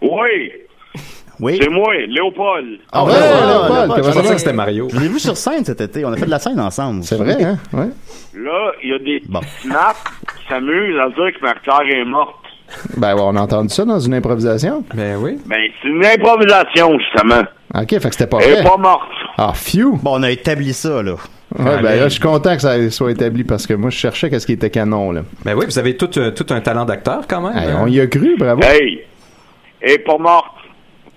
[SPEAKER 10] Oui,
[SPEAKER 4] Oui.
[SPEAKER 10] c'est moi, Léopold.
[SPEAKER 4] Ah,
[SPEAKER 5] Ouais,
[SPEAKER 4] ouais,
[SPEAKER 5] Léopold,
[SPEAKER 4] ouais, Léopold,
[SPEAKER 5] comment
[SPEAKER 9] Je
[SPEAKER 5] ça
[SPEAKER 9] pensais
[SPEAKER 5] va?
[SPEAKER 9] que c'était Mario.
[SPEAKER 4] Je l'ai vu sur scène cet été. On a fait de la scène ensemble.
[SPEAKER 5] C'est vrai, hein? Ouais.
[SPEAKER 10] Là, il y a des
[SPEAKER 4] Bon.
[SPEAKER 10] snaps qui s'amusent à dire que ma sœur est morte.
[SPEAKER 5] Ben ouais, on a entendu ça dans une improvisation.
[SPEAKER 9] Ben oui.
[SPEAKER 10] Ben, c'est une improvisation, justement.
[SPEAKER 5] Ok, fait que c'était pas
[SPEAKER 10] Elle
[SPEAKER 5] vrai.
[SPEAKER 10] est pas morte.
[SPEAKER 5] Ah, phew!
[SPEAKER 4] Bon, on a établi ça, là.
[SPEAKER 5] Ouais, ben là, je suis content que ça soit établi parce que moi, je cherchais qu'est-ce qui était canon, là.
[SPEAKER 9] Ben oui, vous avez tout, un- tout un talent d'acteur quand même.
[SPEAKER 5] Hey,
[SPEAKER 9] hein.
[SPEAKER 5] on y a cru, bravo.
[SPEAKER 10] Hey, elle est pas morte.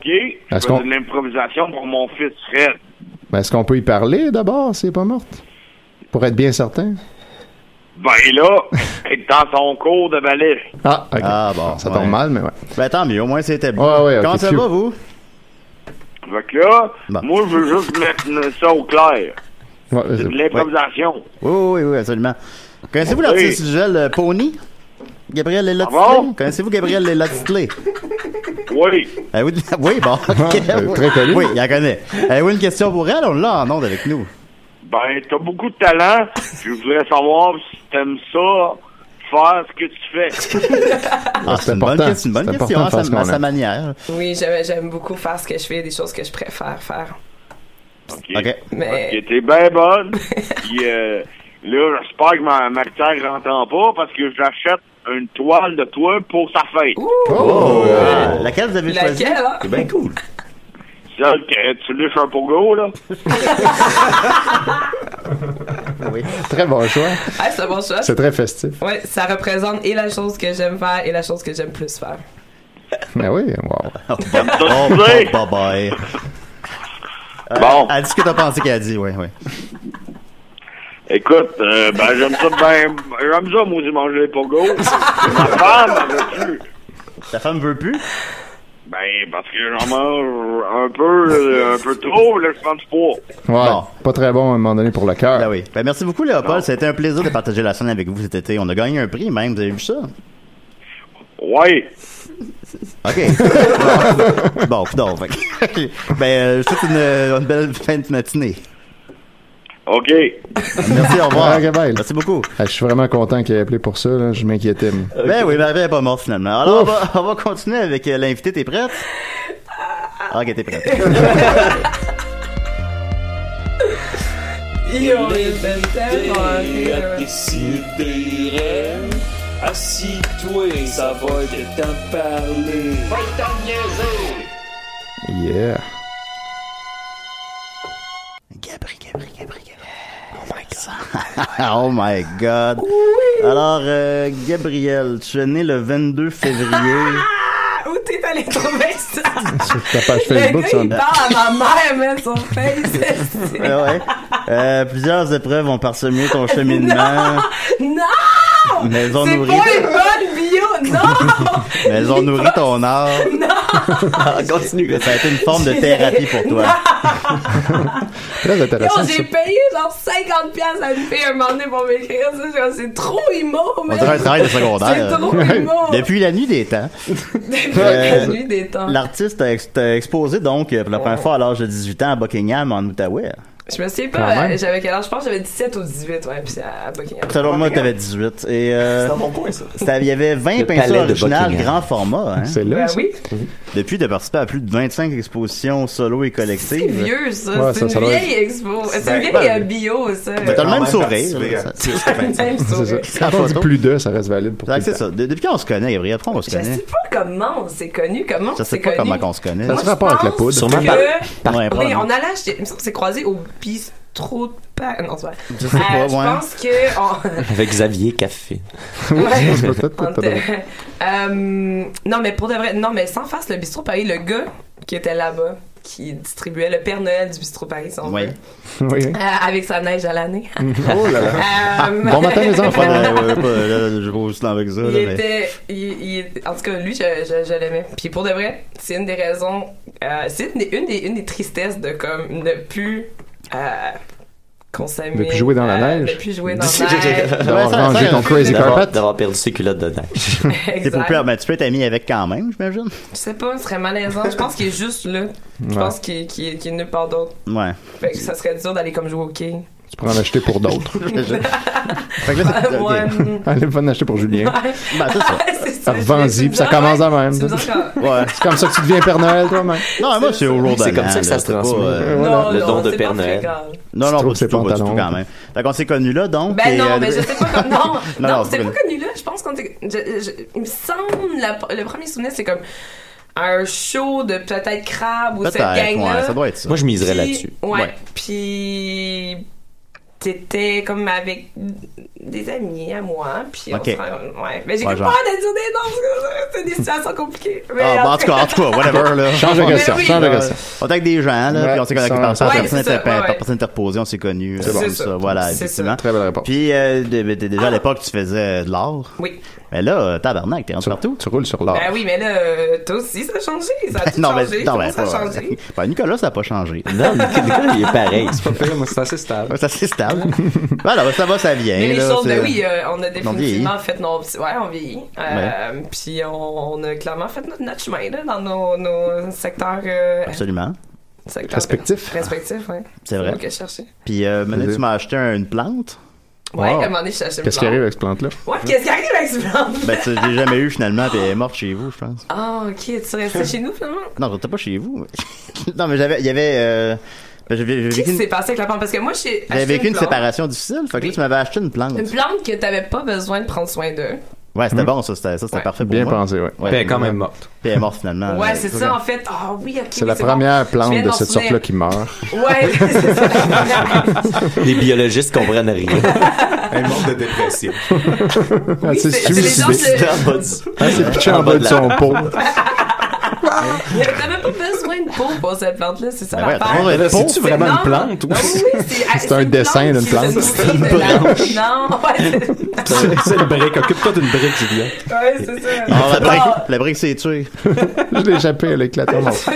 [SPEAKER 10] OK? Je
[SPEAKER 5] Est-ce qu'on-
[SPEAKER 10] fais de l'improvisation pour mon fils Fred.
[SPEAKER 5] Ben, est-ce qu'on peut y parler d'abord, c'est pas morte? Pour être bien certain.
[SPEAKER 11] Ben là,
[SPEAKER 5] [LAUGHS]
[SPEAKER 11] elle est dans son cours de ballet.
[SPEAKER 5] Ah, ok.
[SPEAKER 4] Ah, bon.
[SPEAKER 5] Ça tombe mal, mais ouais.
[SPEAKER 4] Ben tant mieux, au moins c'était bien.
[SPEAKER 5] Ouais, ouais, Eh, ok,
[SPEAKER 4] Comment ça
[SPEAKER 5] phew.
[SPEAKER 4] va, vous?
[SPEAKER 11] Fait que là,
[SPEAKER 4] Bon.
[SPEAKER 11] moi, je veux juste mettre ça au clair.
[SPEAKER 5] Ouais,
[SPEAKER 11] C'est
[SPEAKER 5] vas-y.
[SPEAKER 11] de l'improvisation.
[SPEAKER 4] Oui, oui, oui, oui, absolument. Connaissez-vous
[SPEAKER 11] Oui.
[SPEAKER 4] l'artiste du gel euh, Pony?
[SPEAKER 8] Ah
[SPEAKER 4] Gabriel Lelatitlé? Connaissez-vous Gabriel
[SPEAKER 5] [LAUGHS]
[SPEAKER 4] Lelatitlé?
[SPEAKER 11] Oui.
[SPEAKER 4] oui, [LAUGHS] oui, bon. ok.
[SPEAKER 5] euh, très connu.
[SPEAKER 4] Oui, il la connaît. Avez-vous une question pour elle? On l'a en onde avec nous.
[SPEAKER 11] Ben, t'as beaucoup de talent. Je voudrais savoir si t'aimes ça, faire ce que tu fais.
[SPEAKER 8] [LAUGHS] Ben
[SPEAKER 4] Ah, c'est une bonne,
[SPEAKER 5] important.
[SPEAKER 4] question, une bonne
[SPEAKER 5] C'est
[SPEAKER 4] question à
[SPEAKER 5] important de faire ce
[SPEAKER 4] sa, à
[SPEAKER 5] qu'on
[SPEAKER 4] sa
[SPEAKER 5] aime.
[SPEAKER 4] manière.
[SPEAKER 8] Oui, [LAUGHS] j'aime j'aime beaucoup faire ce que je fais, des choses que je préfère
[SPEAKER 5] [LAUGHS]
[SPEAKER 8] faire.
[SPEAKER 11] OK.
[SPEAKER 4] OK.
[SPEAKER 8] Mais
[SPEAKER 11] Ok, T'es bien bonne. Puis, euh, là, j'espère que ma, ma ne rentre pas parce que j'achète une toile de toi pour sa fête.
[SPEAKER 4] Oh! Euh, laquelle vous avez choisie?
[SPEAKER 8] laquelle, hein?
[SPEAKER 6] C'est bien cool.
[SPEAKER 11] Celle que tu lèches un pour gros, là.
[SPEAKER 5] Très bon choix.
[SPEAKER 8] Ah, c'est un bon choix.
[SPEAKER 5] C'est très festif.
[SPEAKER 8] Ouais, ça représente et la chose que j'aime faire et la chose que j'aime plus faire.
[SPEAKER 5] Ben oui, wow.
[SPEAKER 4] Oh,
[SPEAKER 11] sais.
[SPEAKER 4] bye
[SPEAKER 11] [LAUGHS]
[SPEAKER 4] bye.
[SPEAKER 11] Bon,
[SPEAKER 4] Euh, Elle dit ce que t'as pensé qu'elle a dit, oui, oui.
[SPEAKER 11] écoute, euh, ben, j'aime ça ben, j'aime ça, moi, manger les pogos.
[SPEAKER 8] [LAUGHS]
[SPEAKER 11] ma femme, elle veut plus.
[SPEAKER 4] Ta femme veut plus?
[SPEAKER 11] Ben, parce que j'en mange un peu, euh, un peu trop, là, je prends du poids.
[SPEAKER 5] Ouais,
[SPEAKER 4] Bon.
[SPEAKER 5] pas très bon à un moment donné pour le cœur.
[SPEAKER 4] Ben oui. Ben merci beaucoup, Léopold. Ça a été un plaisir de partager la scène avec vous cet été. On a gagné un prix, même. Vous avez vu ça?
[SPEAKER 11] Ouais.
[SPEAKER 4] OK.
[SPEAKER 5] [LAUGHS]
[SPEAKER 4] bon, donc. fait que- ben, euh, je vous souhaite une, une belle fin de matinée.
[SPEAKER 11] OK.
[SPEAKER 4] Merci, au revoir.
[SPEAKER 5] Ouais, bye.
[SPEAKER 4] Merci beaucoup.
[SPEAKER 5] Ah, je suis vraiment content qu'il ait appelé pour ça. là. Je m'inquiétais. moi.
[SPEAKER 4] Ben oui, Marie n'est pas morte finalement. Alors, on va, on va continuer avec euh, l'invité. T'es
[SPEAKER 5] [LAUGHS]
[SPEAKER 4] prête? Ah, Ok, t'es prête.
[SPEAKER 8] Il est tellement
[SPEAKER 3] Assis-toi, ça va être temps de parler.
[SPEAKER 5] Yeah.
[SPEAKER 4] Gabri, Gabri, Gabri, Gabri. [LAUGHS] Oh my god. oh my god. Alors, euh, Gabriel, tu es né le 22 février.
[SPEAKER 8] Où t'es allé trouver ça?
[SPEAKER 5] [LAUGHS] Sur ta page
[SPEAKER 8] Le
[SPEAKER 5] Facebook,
[SPEAKER 8] gars,
[SPEAKER 5] ça.
[SPEAKER 8] il parle à ma mère, mais son
[SPEAKER 4] [LAUGHS]
[SPEAKER 8] face.
[SPEAKER 4] Ouais, ouais. Euh, plusieurs épreuves ont parsemé ton cheminement.
[SPEAKER 8] Non!
[SPEAKER 4] Mais on
[SPEAKER 8] C'est
[SPEAKER 4] nourrit,
[SPEAKER 8] pas une bonne
[SPEAKER 4] [LAUGHS]
[SPEAKER 8] bio! Non!
[SPEAKER 4] mais on nourrit ton art.
[SPEAKER 6] Ah, continue. là.
[SPEAKER 4] Ça a été une forme de thérapie pour toi. [LAUGHS]
[SPEAKER 5] Très
[SPEAKER 8] Yo,
[SPEAKER 5] intéressant. ça.
[SPEAKER 8] j'ai payé genre 50$ piastres à une fille un moment donné pour m'écrire ça. genre, C'est trop immo,
[SPEAKER 4] On
[SPEAKER 8] man!
[SPEAKER 4] dirait un travail de
[SPEAKER 8] C'est
[SPEAKER 4] secondaire.
[SPEAKER 8] trop immo!
[SPEAKER 4] Depuis la nuit [LAUGHS] des
[SPEAKER 5] [LAUGHS]
[SPEAKER 4] Euh, temps.
[SPEAKER 8] Depuis la nuit des temps.
[SPEAKER 4] L'artiste a ex- t'a exposé donc euh, pour la première fois à l'âge de 18 ans à Buckingham en Outaouais.
[SPEAKER 8] Je me souviens
[SPEAKER 5] Quand
[SPEAKER 8] pas,
[SPEAKER 5] même.
[SPEAKER 8] euh, j'avais quel âge? Je pense que j'avais 17 ou 18, ouais, puis à à Buckingham.
[SPEAKER 4] Selon moi, t'avais 18. Et euh,
[SPEAKER 7] C'est dans mon coin, ça.
[SPEAKER 4] c'était- il y avait 20
[SPEAKER 6] Le
[SPEAKER 4] peintures
[SPEAKER 6] palais de
[SPEAKER 4] originales
[SPEAKER 6] Buckingham.
[SPEAKER 4] grand format. hein.
[SPEAKER 5] C'est là.
[SPEAKER 8] Ben
[SPEAKER 5] ça.
[SPEAKER 8] oui,
[SPEAKER 4] Depuis, de participer à plus de 25 expositions solo et
[SPEAKER 8] c'est
[SPEAKER 4] collectives.
[SPEAKER 8] vieux ça,
[SPEAKER 5] Ouais,
[SPEAKER 8] c'est
[SPEAKER 5] ça,
[SPEAKER 8] une
[SPEAKER 5] ça doit
[SPEAKER 8] vieille expo, c'est une
[SPEAKER 7] Ben,
[SPEAKER 8] vieille euh, bio ça.
[SPEAKER 4] T'as le
[SPEAKER 7] Quand
[SPEAKER 4] même
[SPEAKER 7] même
[SPEAKER 4] sourire.
[SPEAKER 7] participé
[SPEAKER 4] Ça-
[SPEAKER 7] à-
[SPEAKER 8] Même
[SPEAKER 5] C'est
[SPEAKER 8] sourire.
[SPEAKER 5] ça. Quand on dit plus de, ça reste valide pour tout
[SPEAKER 4] Fait
[SPEAKER 5] le
[SPEAKER 4] que C'est
[SPEAKER 5] temps.
[SPEAKER 4] ça. De- Depuis quand on se connaît, Gabriel? Pourquoi on se
[SPEAKER 8] Je sais
[SPEAKER 4] connaît?
[SPEAKER 8] pas comment on s'est connu, comment on
[SPEAKER 4] Je sais
[SPEAKER 8] s'est
[SPEAKER 4] pas
[SPEAKER 8] connu.
[SPEAKER 4] comment on se connaît.
[SPEAKER 5] Ça
[SPEAKER 8] Moi,
[SPEAKER 5] se rapport
[SPEAKER 8] je
[SPEAKER 5] avec la
[SPEAKER 8] pense
[SPEAKER 5] poudre.
[SPEAKER 6] Sûrement
[SPEAKER 8] que-
[SPEAKER 6] par-
[SPEAKER 4] Ouais,
[SPEAKER 8] Oui,
[SPEAKER 4] probablement.
[SPEAKER 8] on allait acheter, il me semble qu'on s'est croisés au bistrot de Pâques. Non, c'est vrai. Euh,
[SPEAKER 4] Je sais pas,
[SPEAKER 8] je
[SPEAKER 4] ouais.
[SPEAKER 8] pense que.
[SPEAKER 5] [LAUGHS]
[SPEAKER 8] on-
[SPEAKER 6] [LAUGHS] Avec Xavier Café.
[SPEAKER 8] Ouais.
[SPEAKER 5] Peut-être,
[SPEAKER 8] On
[SPEAKER 5] peut-être, peut-être.
[SPEAKER 8] était- Euh, non, mais pour de vrai, non, mais sans face, le bistrot Paris, le gars qui était là-bas, qui distribuait le Père Noël du bistrot Paris, si on
[SPEAKER 4] Oui.
[SPEAKER 8] veut,
[SPEAKER 5] Oui.
[SPEAKER 8] Euh, avec sa neige à l'année.
[SPEAKER 5] Oh là là.
[SPEAKER 8] Euh,
[SPEAKER 5] Bon
[SPEAKER 8] [LAUGHS]
[SPEAKER 5] matin, les
[SPEAKER 4] Enfin,
[SPEAKER 5] enfants.
[SPEAKER 4] euh, ouais, ouais, pas- là, je vais aussi dans avec ça. là,
[SPEAKER 8] Il
[SPEAKER 4] mais-
[SPEAKER 8] était. il- il- en tout cas, lui, je, je- je l'aimais. Puis pour de vrai, c'est une des raisons. euh, c'est une, des- une des, une des tristesses de comme ne plus. euh, consommer.
[SPEAKER 5] Ne plus jouer dans la
[SPEAKER 8] euh,
[SPEAKER 5] neige.
[SPEAKER 8] Ne plus jouer
[SPEAKER 4] [LAUGHS]
[SPEAKER 8] dans la neige.
[SPEAKER 5] D'avoir
[SPEAKER 4] ça-
[SPEAKER 5] rangé
[SPEAKER 4] ça-
[SPEAKER 5] ton crazy
[SPEAKER 6] D'avoir
[SPEAKER 5] carpet.
[SPEAKER 6] d'avoir perdu ses culottes de neige.
[SPEAKER 4] [LAUGHS] T'es
[SPEAKER 8] Exact.
[SPEAKER 4] populaire, mais tu peux être ami avec quand même, j'imagine.
[SPEAKER 8] Je sais pas, ce serait malaisant. Je pense qu'il est juste là. Je pense qu'il est- qu'il est- qu'il est nulle part d'autre.
[SPEAKER 4] Ouais.
[SPEAKER 8] Fait que ça serait dur d'aller comme jouer au
[SPEAKER 4] [LAUGHS]
[SPEAKER 8] quai.
[SPEAKER 5] Tu pourras en acheter
[SPEAKER 8] [LAUGHS]
[SPEAKER 5] pour d'autres.
[SPEAKER 4] Fait que là, c'est- ok.
[SPEAKER 8] Ouais, mm.
[SPEAKER 5] Allez, va en acheter pour Julien.
[SPEAKER 4] Ben, c'est ça.
[SPEAKER 8] C'est ça, je-
[SPEAKER 5] Vends-y, puis ça
[SPEAKER 8] Ouais,
[SPEAKER 5] commence de même.
[SPEAKER 8] c'est bizarre quand-
[SPEAKER 4] Ouais.
[SPEAKER 5] C'est comme ça que tu deviens Père Noël toi-même.
[SPEAKER 4] Non, moi, c'est au Roland.
[SPEAKER 6] C'est comme ça que ça se transmet.
[SPEAKER 5] euh,
[SPEAKER 8] Non,
[SPEAKER 6] Le
[SPEAKER 8] non,
[SPEAKER 6] don de
[SPEAKER 8] c'est
[SPEAKER 6] Père
[SPEAKER 8] pas
[SPEAKER 6] Noël.
[SPEAKER 8] fréquent.
[SPEAKER 4] Non,
[SPEAKER 5] Tu
[SPEAKER 4] non, pas
[SPEAKER 5] trouves
[SPEAKER 4] du
[SPEAKER 5] ses
[SPEAKER 4] tout, pas du tout
[SPEAKER 5] pantalons.
[SPEAKER 4] quand même. Fait qu'on s'est connus là, donc.
[SPEAKER 8] Ben
[SPEAKER 4] et,
[SPEAKER 8] non,
[SPEAKER 4] euh,
[SPEAKER 8] mais je sais pas
[SPEAKER 4] [LAUGHS]
[SPEAKER 8] comme. Non,
[SPEAKER 4] Non,
[SPEAKER 8] non,
[SPEAKER 4] non,
[SPEAKER 8] c'est
[SPEAKER 4] c'est
[SPEAKER 8] pas
[SPEAKER 4] pas
[SPEAKER 8] connu là. Je pense qu'on s'est- je- je- Il me semble, la- le premier souvenir, c'est comme un show de peut-être crabe ou cette
[SPEAKER 4] Peut-être,
[SPEAKER 8] gang-là.
[SPEAKER 4] ouais, ça doit être ça.
[SPEAKER 6] Moi, je miserais
[SPEAKER 8] Puis-
[SPEAKER 6] là-dessus.
[SPEAKER 8] Ouais.
[SPEAKER 4] Ouais.
[SPEAKER 8] Puis. c'était comme avec des amis à moi. Puis on
[SPEAKER 4] Ok.
[SPEAKER 8] se rend- ouais. Mais j'ai
[SPEAKER 4] Ouais,
[SPEAKER 8] comme
[SPEAKER 4] genre.
[SPEAKER 8] peur de dire des noms, parce que c'est des situations compliquées. Mais
[SPEAKER 4] Ah, bon, en tout cas, en tout cas, whatever, là.
[SPEAKER 5] Change de
[SPEAKER 4] Mais
[SPEAKER 5] question,
[SPEAKER 4] oui.
[SPEAKER 5] change de question.
[SPEAKER 4] On avec des gens, là,
[SPEAKER 5] Ouais,
[SPEAKER 4] puis on s'est connecté
[SPEAKER 5] sans-
[SPEAKER 4] par ça,
[SPEAKER 5] ouais,
[SPEAKER 4] personne
[SPEAKER 5] c'est
[SPEAKER 4] n'était
[SPEAKER 5] ça,
[SPEAKER 4] par-
[SPEAKER 5] ouais,
[SPEAKER 4] par
[SPEAKER 5] ouais.
[SPEAKER 4] personne interposée, on s'est connus.
[SPEAKER 5] C'est
[SPEAKER 4] euh,
[SPEAKER 5] bon.
[SPEAKER 4] comme
[SPEAKER 5] C'est
[SPEAKER 4] ça,
[SPEAKER 5] ça.
[SPEAKER 4] Voilà,
[SPEAKER 5] C'est
[SPEAKER 4] effectivement.
[SPEAKER 5] ça. Très belle réponse.
[SPEAKER 4] Puis, euh, de- de- déjà, à l'époque, tu faisais de l'art.
[SPEAKER 8] Oui.
[SPEAKER 4] Mais là, euh, tabarnak, t'es rendu partout.
[SPEAKER 5] Tu roules sur l'art.
[SPEAKER 8] [LAUGHS] Ben oui, mais là, euh, toi aussi, ça a changé. Ça
[SPEAKER 4] [LAUGHS]
[SPEAKER 8] a tout
[SPEAKER 4] Ben, non, mais,
[SPEAKER 8] changé.
[SPEAKER 4] non,
[SPEAKER 8] tout
[SPEAKER 4] mais
[SPEAKER 8] ça a
[SPEAKER 4] pas-
[SPEAKER 8] changé.
[SPEAKER 4] [LAUGHS] Ben, Nicolas, ça n'a pas changé.
[SPEAKER 6] Non, Nicolas, il est pareil.
[SPEAKER 9] C'est pas pire, mais c'est assez stable.
[SPEAKER 4] C'est assez stable. [LAUGHS] Voilà, ben, ça va, ça vient.
[SPEAKER 8] Mais les
[SPEAKER 4] là,
[SPEAKER 8] choses,
[SPEAKER 4] c'est-
[SPEAKER 8] ben oui, euh, on a
[SPEAKER 4] On vieillit.
[SPEAKER 8] définitivement fait nos. Ouais, on vieillit. Euh, Puis on, on a clairement fait notre, notre chemin là, dans nos, nos secteurs. euh,
[SPEAKER 4] Absolument.
[SPEAKER 8] secteurs euh,
[SPEAKER 4] Respectifs.
[SPEAKER 8] Respectifs, ouais.
[SPEAKER 4] C'est vrai.
[SPEAKER 8] le mot que je cherchais.
[SPEAKER 4] Puis, euh, maintenant,
[SPEAKER 5] Vas-y.
[SPEAKER 4] tu m'as acheté une plante.
[SPEAKER 8] Ouais, à un moment donné, je cherchais une
[SPEAKER 4] Qu'est-ce
[SPEAKER 8] plante.
[SPEAKER 5] arrive avec cette plante-là?
[SPEAKER 8] Ouais, qu'est-ce qui arrive avec ce plan?
[SPEAKER 4] Ben, tu l'as jamais eu finalement, puis elle est morte chez vous, je pense.
[SPEAKER 8] [LAUGHS] Ah, ok, tu
[SPEAKER 5] Hum.
[SPEAKER 8] restais chez nous finalement?
[SPEAKER 4] Non, t'es pas chez vous. [LAUGHS] non, mais j'avais, il y avait, euh, ben, j'avais j'avais
[SPEAKER 8] Qu'est-ce
[SPEAKER 4] vécu
[SPEAKER 8] qui s'est
[SPEAKER 4] une,
[SPEAKER 8] passé avec la plante? Parce que moi, j'ai.
[SPEAKER 4] j'avais
[SPEAKER 8] acheté
[SPEAKER 4] vécu une,
[SPEAKER 8] plante.
[SPEAKER 4] séparation difficile. Fait que là, tu m'avais acheté une plante.
[SPEAKER 8] Une plante que t'avais pas besoin de prendre soin d'eux.
[SPEAKER 4] Ouais, c'était bon, ça, c'était, ça, c'était parfait pour
[SPEAKER 5] Hein? Bien
[SPEAKER 4] moi.
[SPEAKER 5] pensé, ouais.
[SPEAKER 4] Ouais,
[SPEAKER 5] Puis elle est quand
[SPEAKER 4] ouais.
[SPEAKER 5] même morte.
[SPEAKER 4] Puis elle est morte finalement. Euh,
[SPEAKER 8] Ouais, c'est ça en fait. Ah oui, ok.
[SPEAKER 5] C'est
[SPEAKER 8] oui,
[SPEAKER 5] la
[SPEAKER 8] bon.
[SPEAKER 5] première
[SPEAKER 8] Je
[SPEAKER 5] plante
[SPEAKER 8] viens
[SPEAKER 5] de
[SPEAKER 8] m'en
[SPEAKER 5] cette
[SPEAKER 8] souvenir.
[SPEAKER 5] sorte-là qui meurt.
[SPEAKER 8] Ouais, [LAUGHS] c'est ça.
[SPEAKER 6] [LAUGHS] Les biologistes comprennent rien.
[SPEAKER 7] Un monde de dépression.
[SPEAKER 5] Ah, tu sais,
[SPEAKER 8] c'est- c'est les gens
[SPEAKER 5] suicidé.
[SPEAKER 8] de- En bas
[SPEAKER 5] Ah, c'est pitché en bas
[SPEAKER 6] [LAUGHS]
[SPEAKER 5] de son pot.
[SPEAKER 8] Il y avait même pas besoin de peau pour cette plante-là, c'est ça
[SPEAKER 5] Ben ouais,
[SPEAKER 8] l'affaire.
[SPEAKER 5] attends, là, c'est-tu vraiment une
[SPEAKER 8] Non,
[SPEAKER 5] plante ou-
[SPEAKER 8] non, oui, c'est ah,
[SPEAKER 5] C'est un dessin d'une
[SPEAKER 8] qui se
[SPEAKER 5] plante.
[SPEAKER 4] [LAUGHS]
[SPEAKER 8] nourrit
[SPEAKER 5] C'est [LAUGHS] une
[SPEAKER 8] de
[SPEAKER 5] branche.
[SPEAKER 8] la- Non, ouais, c'est-
[SPEAKER 9] C'est c'est une brique. Occupe-toi d'une brique, Julien.
[SPEAKER 8] ouais, c'est ça.
[SPEAKER 4] Ah,
[SPEAKER 5] ben,
[SPEAKER 4] la, brique,
[SPEAKER 8] Ah,
[SPEAKER 4] la brique s'est
[SPEAKER 5] [LAUGHS]
[SPEAKER 4] tuée.
[SPEAKER 5] Je l'ai échappé, elle éclate en mort.
[SPEAKER 4] [LAUGHS]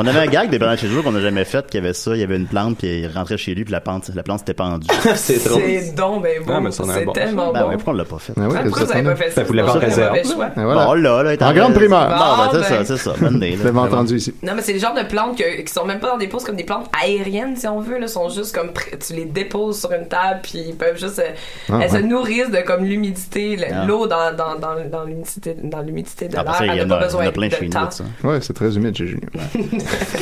[SPEAKER 4] On avait un gag des branches chez nous qu'on n'a jamais fait, qu'il y avait ça, il y avait une plante, puis il rentrait chez lui, puis la plante, la plante s'était pendue.
[SPEAKER 6] c'est drôle.
[SPEAKER 8] C'est donc ben
[SPEAKER 4] Ah,
[SPEAKER 8] bon,
[SPEAKER 4] mais ça en est
[SPEAKER 8] c'est
[SPEAKER 4] bon.
[SPEAKER 8] tellement
[SPEAKER 4] Ben ouais,
[SPEAKER 8] bon.
[SPEAKER 4] pourquoi on l'a pas fait?
[SPEAKER 5] Ah oui,
[SPEAKER 8] Ah, Pourquoi
[SPEAKER 5] vous
[SPEAKER 8] vous avez
[SPEAKER 5] êtes
[SPEAKER 8] pas fait ça?
[SPEAKER 5] Ben, vous l'avez
[SPEAKER 8] C'est
[SPEAKER 5] en
[SPEAKER 8] un
[SPEAKER 5] réserve.
[SPEAKER 8] mauvais choix.
[SPEAKER 5] Ben voilà.
[SPEAKER 4] Bon, là, là, est
[SPEAKER 5] En grande primeur.
[SPEAKER 4] Non, ben, c'est
[SPEAKER 8] Ah, ben.
[SPEAKER 4] ça, c'est ça. Bonne idée,
[SPEAKER 5] Vous
[SPEAKER 4] là.
[SPEAKER 5] l'avez entendu ici.
[SPEAKER 8] [LAUGHS] Non, mais c'est le genre de plantes que- qui sont même pas dans des poses comme des plantes aériennes, si on veut. Là, sont juste comme pr- tu les déposes sur une table, puis ils peuvent juste. euh,
[SPEAKER 5] Ah,
[SPEAKER 8] elles
[SPEAKER 5] ouais.
[SPEAKER 8] se nourrissent de comme l'humidité, le-
[SPEAKER 5] Ah.
[SPEAKER 8] l'eau dans, dans, dans, dans l'humidité dans l'humidité de
[SPEAKER 5] Ah,
[SPEAKER 8] l'air.
[SPEAKER 5] parce qu'il y
[SPEAKER 8] Elle
[SPEAKER 5] en
[SPEAKER 8] n'a pas
[SPEAKER 5] a- il y en
[SPEAKER 8] besoin
[SPEAKER 5] a plein
[SPEAKER 8] de
[SPEAKER 5] chez nous,
[SPEAKER 8] temps.
[SPEAKER 5] ça. Ouais, c'est très humide chez Julien.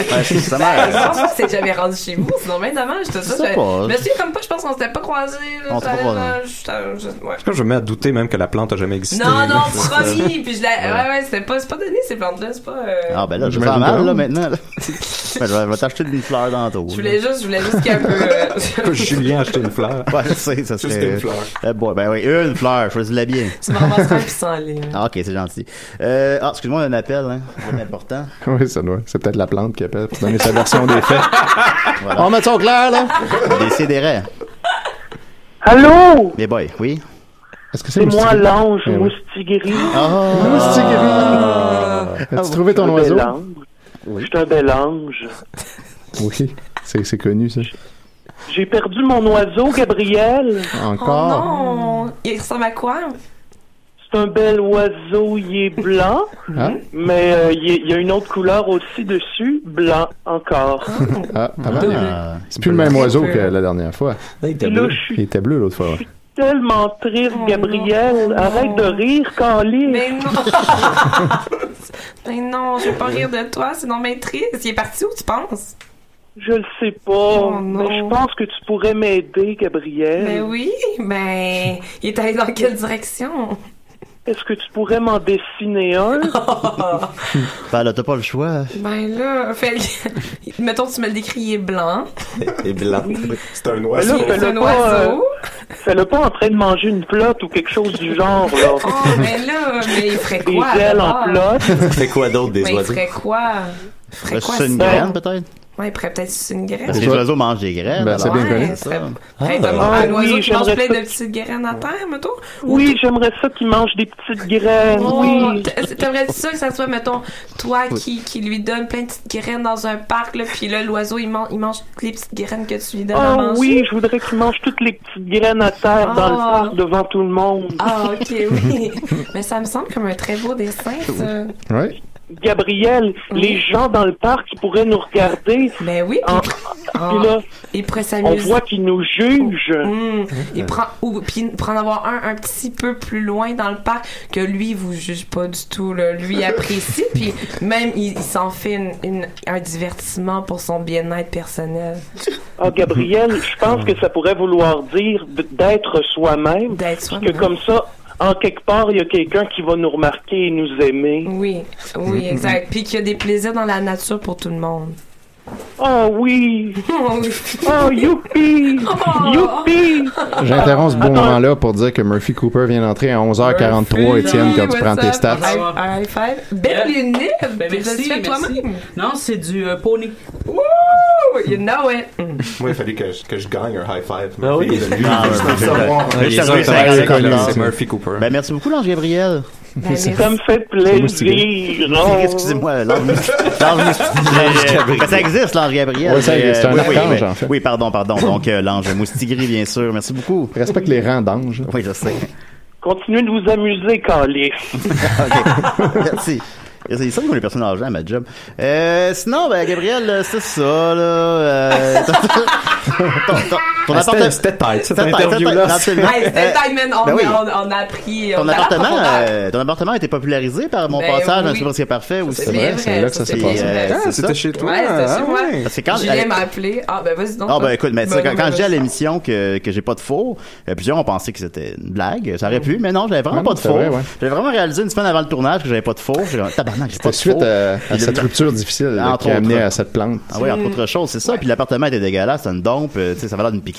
[SPEAKER 4] Ouais, c'est ça,
[SPEAKER 8] Ben, [LAUGHS] je
[SPEAKER 4] mère.
[SPEAKER 8] pense que c'est jamais rendu chez vous, sinon bien dommage, tout
[SPEAKER 4] Je
[SPEAKER 8] ça.
[SPEAKER 4] sais
[SPEAKER 8] Je,
[SPEAKER 9] pas.
[SPEAKER 8] je me suis comme pas, je pense qu'on s'était pas croisés. là,
[SPEAKER 9] On s'est
[SPEAKER 8] ça
[SPEAKER 9] pas
[SPEAKER 8] allait,
[SPEAKER 9] croisés.
[SPEAKER 8] là, je- je- ouais.
[SPEAKER 9] Quand je me mets à douter même que la plante a jamais existé.
[SPEAKER 8] Non,
[SPEAKER 9] [LAUGHS]
[SPEAKER 8] non,
[SPEAKER 9] C'est-
[SPEAKER 8] promis! Puis je l'ai. Ouais, ouais, c'était pas, c'est pas donné ces plantes-là, c'est pas. euh,
[SPEAKER 4] Ah, ben là, je me
[SPEAKER 5] J'imagine
[SPEAKER 4] sens mal,
[SPEAKER 5] bien.
[SPEAKER 8] [LAUGHS]
[SPEAKER 4] là, maintenant. là. Ben, je vais- je vais t'acheter une fleur dans ton.
[SPEAKER 8] Je
[SPEAKER 5] [LAUGHS]
[SPEAKER 8] voulais juste, je voulais juste qu'il y ait un peu. euh,
[SPEAKER 9] [LAUGHS] Julien a acheté une fleur.
[SPEAKER 4] Ouais, je sais, ça
[SPEAKER 9] Juste
[SPEAKER 4] serait...
[SPEAKER 9] une fleur.
[SPEAKER 4] Eh boy, ben oui, une fleur, choisis-la bien.
[SPEAKER 8] Tu m'en ramasseras un pissenlit.
[SPEAKER 4] Ah, ok, c'est gentil. Euh, ah, excuse-moi, un appel, hein. C'est important.
[SPEAKER 5] [LAUGHS] Oui, ça doit. C'est peut-être la plante qui appelle pour donner sa version des faits. On met ça au clair, là.
[SPEAKER 4] Décidérez.
[SPEAKER 3] Allô?
[SPEAKER 4] Les boys, oui.
[SPEAKER 5] Est-ce que
[SPEAKER 3] C'est moi l'ange
[SPEAKER 4] Eh oui.
[SPEAKER 3] moustigri.
[SPEAKER 4] Ah,
[SPEAKER 5] Moustigri. As-tu trouvé ton oiseau?
[SPEAKER 3] Je suis un bel ange.
[SPEAKER 5] Oui, c'est c'est connu, ça.
[SPEAKER 3] J'ai perdu mon oiseau, Gabriel.
[SPEAKER 5] Encore.
[SPEAKER 8] Oh non! Il ressemble à quoi?
[SPEAKER 3] C'est un bel oiseau, il est blanc,
[SPEAKER 5] Ah.
[SPEAKER 3] mais euh, il, est- il y a une autre couleur aussi dessus, blanc encore.
[SPEAKER 8] Oh.
[SPEAKER 5] Ah, pas mal.
[SPEAKER 3] Ah.
[SPEAKER 5] C'est plus le même
[SPEAKER 3] Bleu.
[SPEAKER 5] oiseau que la dernière fois.
[SPEAKER 6] Il était
[SPEAKER 3] bleu.
[SPEAKER 5] Il était bleu l'autre fois. ouais.
[SPEAKER 3] Tellement triste, Gabriel. Arrête de rire,
[SPEAKER 8] Oh
[SPEAKER 3] Calis.
[SPEAKER 8] Mais non! Mais Ben non, je vais pas rire de toi, sinon mais triste. Il est parti où, tu penses?
[SPEAKER 3] [LAUGHS] Je le sais pas,
[SPEAKER 8] Oh
[SPEAKER 3] mais je pense que tu pourrais m'aider, Gabriel.
[SPEAKER 8] Ben oui, ben. Il est allé dans quelle direction?
[SPEAKER 3] Est-ce que tu pourrais m'en dessiner un?
[SPEAKER 4] Ben là, t'as pas le choix.
[SPEAKER 8] [LAUGHS] Ben là, fait, [LAUGHS] mettons, tu me le décris, il est blanc.
[SPEAKER 6] Et blanc.
[SPEAKER 7] C'est un
[SPEAKER 3] Mais
[SPEAKER 7] oiseau.
[SPEAKER 3] là,
[SPEAKER 8] C'est un
[SPEAKER 3] fais-le pas,
[SPEAKER 8] oiseau.
[SPEAKER 3] euh, fais-le pas en train de manger une plotte ou quelque chose du genre,
[SPEAKER 8] [LAUGHS]
[SPEAKER 3] là.
[SPEAKER 8] Mais Oh, ben là, mais il ferait quoi?
[SPEAKER 3] Des ailes en
[SPEAKER 8] d'abord?
[SPEAKER 3] plotte.
[SPEAKER 6] [LAUGHS] Fait quoi d'autre des
[SPEAKER 8] Mais il
[SPEAKER 6] oiseaux?
[SPEAKER 8] ferait quoi? Il ferait
[SPEAKER 4] Ben,
[SPEAKER 8] quoi?
[SPEAKER 4] c'est une
[SPEAKER 8] sinon?
[SPEAKER 4] graine, peut-être?
[SPEAKER 8] Ouais, il ferait peut-être sucer une graine.
[SPEAKER 4] Parce que les oiseaux mangent des graines.
[SPEAKER 5] Ben, c'est
[SPEAKER 4] alors.
[SPEAKER 5] bien
[SPEAKER 8] Ouais,
[SPEAKER 5] connu.
[SPEAKER 8] ça.
[SPEAKER 4] Ah.
[SPEAKER 8] Hey, comme
[SPEAKER 3] Ah,
[SPEAKER 8] un
[SPEAKER 3] oui,
[SPEAKER 8] oiseau qui mange
[SPEAKER 3] j'aimerais
[SPEAKER 8] plein
[SPEAKER 3] ça.
[SPEAKER 8] de petites graines à terre, mettons.
[SPEAKER 3] Oui, j'aimerais ça qu'il mange des petites graines.
[SPEAKER 8] Oh,
[SPEAKER 3] oui.
[SPEAKER 8] t'a- T'aimerais ça que ça soit, mettons, toi qui, qui lui donne plein de petites graines dans un parc, là, puis là, l'oiseau, il, man- il mange toutes les petites graines que tu lui donnes à
[SPEAKER 3] Oh
[SPEAKER 8] manger.
[SPEAKER 3] oui, je voudrais qu'il mange toutes les petites graines à terre dans le
[SPEAKER 8] Ah.
[SPEAKER 3] parc devant tout le monde.
[SPEAKER 8] Ah, ok, oui. [LAUGHS] Mais ça me semble comme un très beau dessin, ça.
[SPEAKER 5] Oui.
[SPEAKER 3] Gabriel, les gens dans le parc ils pourraient nous regarder.
[SPEAKER 8] Mais oui.
[SPEAKER 3] En...
[SPEAKER 8] Ah,
[SPEAKER 3] puis là,
[SPEAKER 8] il pourrait
[SPEAKER 3] on
[SPEAKER 8] s'amuser.
[SPEAKER 3] voit qu'ils nous jugent.
[SPEAKER 8] Hmm. Il prend ou puis il prend en avoir un un petit peu plus loin dans le parc que lui il vous juge pas du tout là. lui il
[SPEAKER 4] [LAUGHS]
[SPEAKER 8] apprécie puis même il, il s'en fait une- une- un divertissement pour son bien-être personnel.
[SPEAKER 4] Mm,
[SPEAKER 3] Ah, Gabriel, je pense que ça pourrait vouloir dire d- d'être soi-même.
[SPEAKER 8] D'être
[SPEAKER 3] Que comme ça, en quelque part, il y a quelqu'un qui va nous remarquer et nous aimer.
[SPEAKER 4] mm,
[SPEAKER 3] Mm-hmm.
[SPEAKER 8] Oui, Oui exact puis qu'il y a des plaisirs dans la nature pour tout le monde.
[SPEAKER 10] Oh
[SPEAKER 8] [LAUGHS]
[SPEAKER 10] oui! Oh youpi!
[SPEAKER 8] Oh.
[SPEAKER 10] Youpi!
[SPEAKER 5] J'interromps ce bon moment-là pour dire que Murphy Cooper vient d'entrer à 11h43, Étienne, quand tu prends tes
[SPEAKER 12] Ah,
[SPEAKER 5] stats.
[SPEAKER 8] Un high five. Belle
[SPEAKER 12] Yeah.
[SPEAKER 8] unité!
[SPEAKER 12] Ben, merci,
[SPEAKER 8] Tu l'as fait
[SPEAKER 12] merci.
[SPEAKER 8] toi-même.
[SPEAKER 12] Non, c'est du euh, poney.
[SPEAKER 8] Woo! You know it!
[SPEAKER 7] Moi, il fallait que je, que je gagne un high five.
[SPEAKER 6] Ah oui.
[SPEAKER 7] Lui, il
[SPEAKER 6] Ah,
[SPEAKER 7] veut
[SPEAKER 6] ouais,
[SPEAKER 7] juste
[SPEAKER 6] c'est
[SPEAKER 7] le
[SPEAKER 6] vrai.
[SPEAKER 7] savoir.
[SPEAKER 6] Ah, il
[SPEAKER 7] Il
[SPEAKER 6] est
[SPEAKER 7] veut juste
[SPEAKER 6] vrai,
[SPEAKER 7] le
[SPEAKER 6] c'est vrai,
[SPEAKER 7] savoir.
[SPEAKER 6] c'est
[SPEAKER 7] C'est
[SPEAKER 6] vrai.
[SPEAKER 7] Murphy Cooper.
[SPEAKER 4] Ben, merci beaucoup, Lange-Gabriel.
[SPEAKER 5] [LAUGHS]
[SPEAKER 10] Ça me fait plaisir! Oh.
[SPEAKER 4] [LAUGHS] Excusez-moi, l'ange Ça existe, l'ange Gabriel.
[SPEAKER 5] Oui, ça
[SPEAKER 4] Et,
[SPEAKER 5] existe, c'est un
[SPEAKER 4] oui, oui,
[SPEAKER 5] archange, hein.
[SPEAKER 4] mais-
[SPEAKER 5] en fait.
[SPEAKER 4] Oui, pardon, pardon. Donc, euh, l'ange moustigré, bien sûr. Merci beaucoup.
[SPEAKER 5] Respecte les rangs d'ange.
[SPEAKER 4] Oui, je sais.
[SPEAKER 10] Continuez de vous amuser, Calé.
[SPEAKER 4] [LAUGHS] Merci. C'est ça qu'on est personnes âgées à ma job. Euh, sinon, ben, Gabriel, euh, c'est ça, là. euh, [LAUGHS] ton- ton- ton
[SPEAKER 5] Ah,
[SPEAKER 4] appartement-
[SPEAKER 5] c'était- c'était tight, cette
[SPEAKER 4] C'était tight,
[SPEAKER 5] interview-là.
[SPEAKER 4] c'était tight, absolument.
[SPEAKER 8] Hey, c'était
[SPEAKER 4] Euh,
[SPEAKER 8] time, man. On,
[SPEAKER 4] ben oui.
[SPEAKER 8] on, on a appris.
[SPEAKER 4] Ton
[SPEAKER 8] on a
[SPEAKER 4] appartement,
[SPEAKER 8] apporté.
[SPEAKER 4] euh, ton appartement a été popularisé par mon
[SPEAKER 8] Ben
[SPEAKER 4] passage à
[SPEAKER 8] oui.
[SPEAKER 4] un Super Parfait aussi.
[SPEAKER 8] C'est vrai, c'est là que ça s'est
[SPEAKER 4] Et,
[SPEAKER 8] passé.
[SPEAKER 4] euh,
[SPEAKER 8] Ah,
[SPEAKER 4] c'est
[SPEAKER 9] c'était
[SPEAKER 4] ça.
[SPEAKER 9] chez toi.
[SPEAKER 8] Ouais, c'était chez
[SPEAKER 9] Ah,
[SPEAKER 8] moi.
[SPEAKER 9] ouais.
[SPEAKER 4] Parce que quand- euh,
[SPEAKER 8] Julien
[SPEAKER 4] elle-
[SPEAKER 8] m'a appelé. Ah, ben vas-y donc.
[SPEAKER 4] hein? Ah,
[SPEAKER 8] toi.
[SPEAKER 4] ben écoute, mais tu sais, quand,
[SPEAKER 8] Bonne
[SPEAKER 4] quand je dis à
[SPEAKER 8] nouvelle.
[SPEAKER 4] l'émission que, que j'ai pas de faux, euh, plusieurs ont pensé que c'était une blague. Ça aurait pu, mais non, j'avais vraiment
[SPEAKER 5] Non,
[SPEAKER 4] pas de
[SPEAKER 5] c'est
[SPEAKER 4] faux.
[SPEAKER 5] vrai, ouais.
[SPEAKER 4] J'avais vraiment réalisé une semaine avant le tournage que j'avais pas de faux. J'ai dit, tabarnak, j'ai pas de
[SPEAKER 5] Suite
[SPEAKER 4] faux.
[SPEAKER 5] à, à
[SPEAKER 4] Puis le-
[SPEAKER 5] cette rupture difficile là,
[SPEAKER 4] Entre
[SPEAKER 5] qui a amené
[SPEAKER 4] autres.
[SPEAKER 5] à cette plante.
[SPEAKER 4] Ah oui, entre autres choses, c'est ça. Puis l'appartement était dégueulasse, c'était une dompe, euh, tu sais, ça avait l'air d'une piquerie.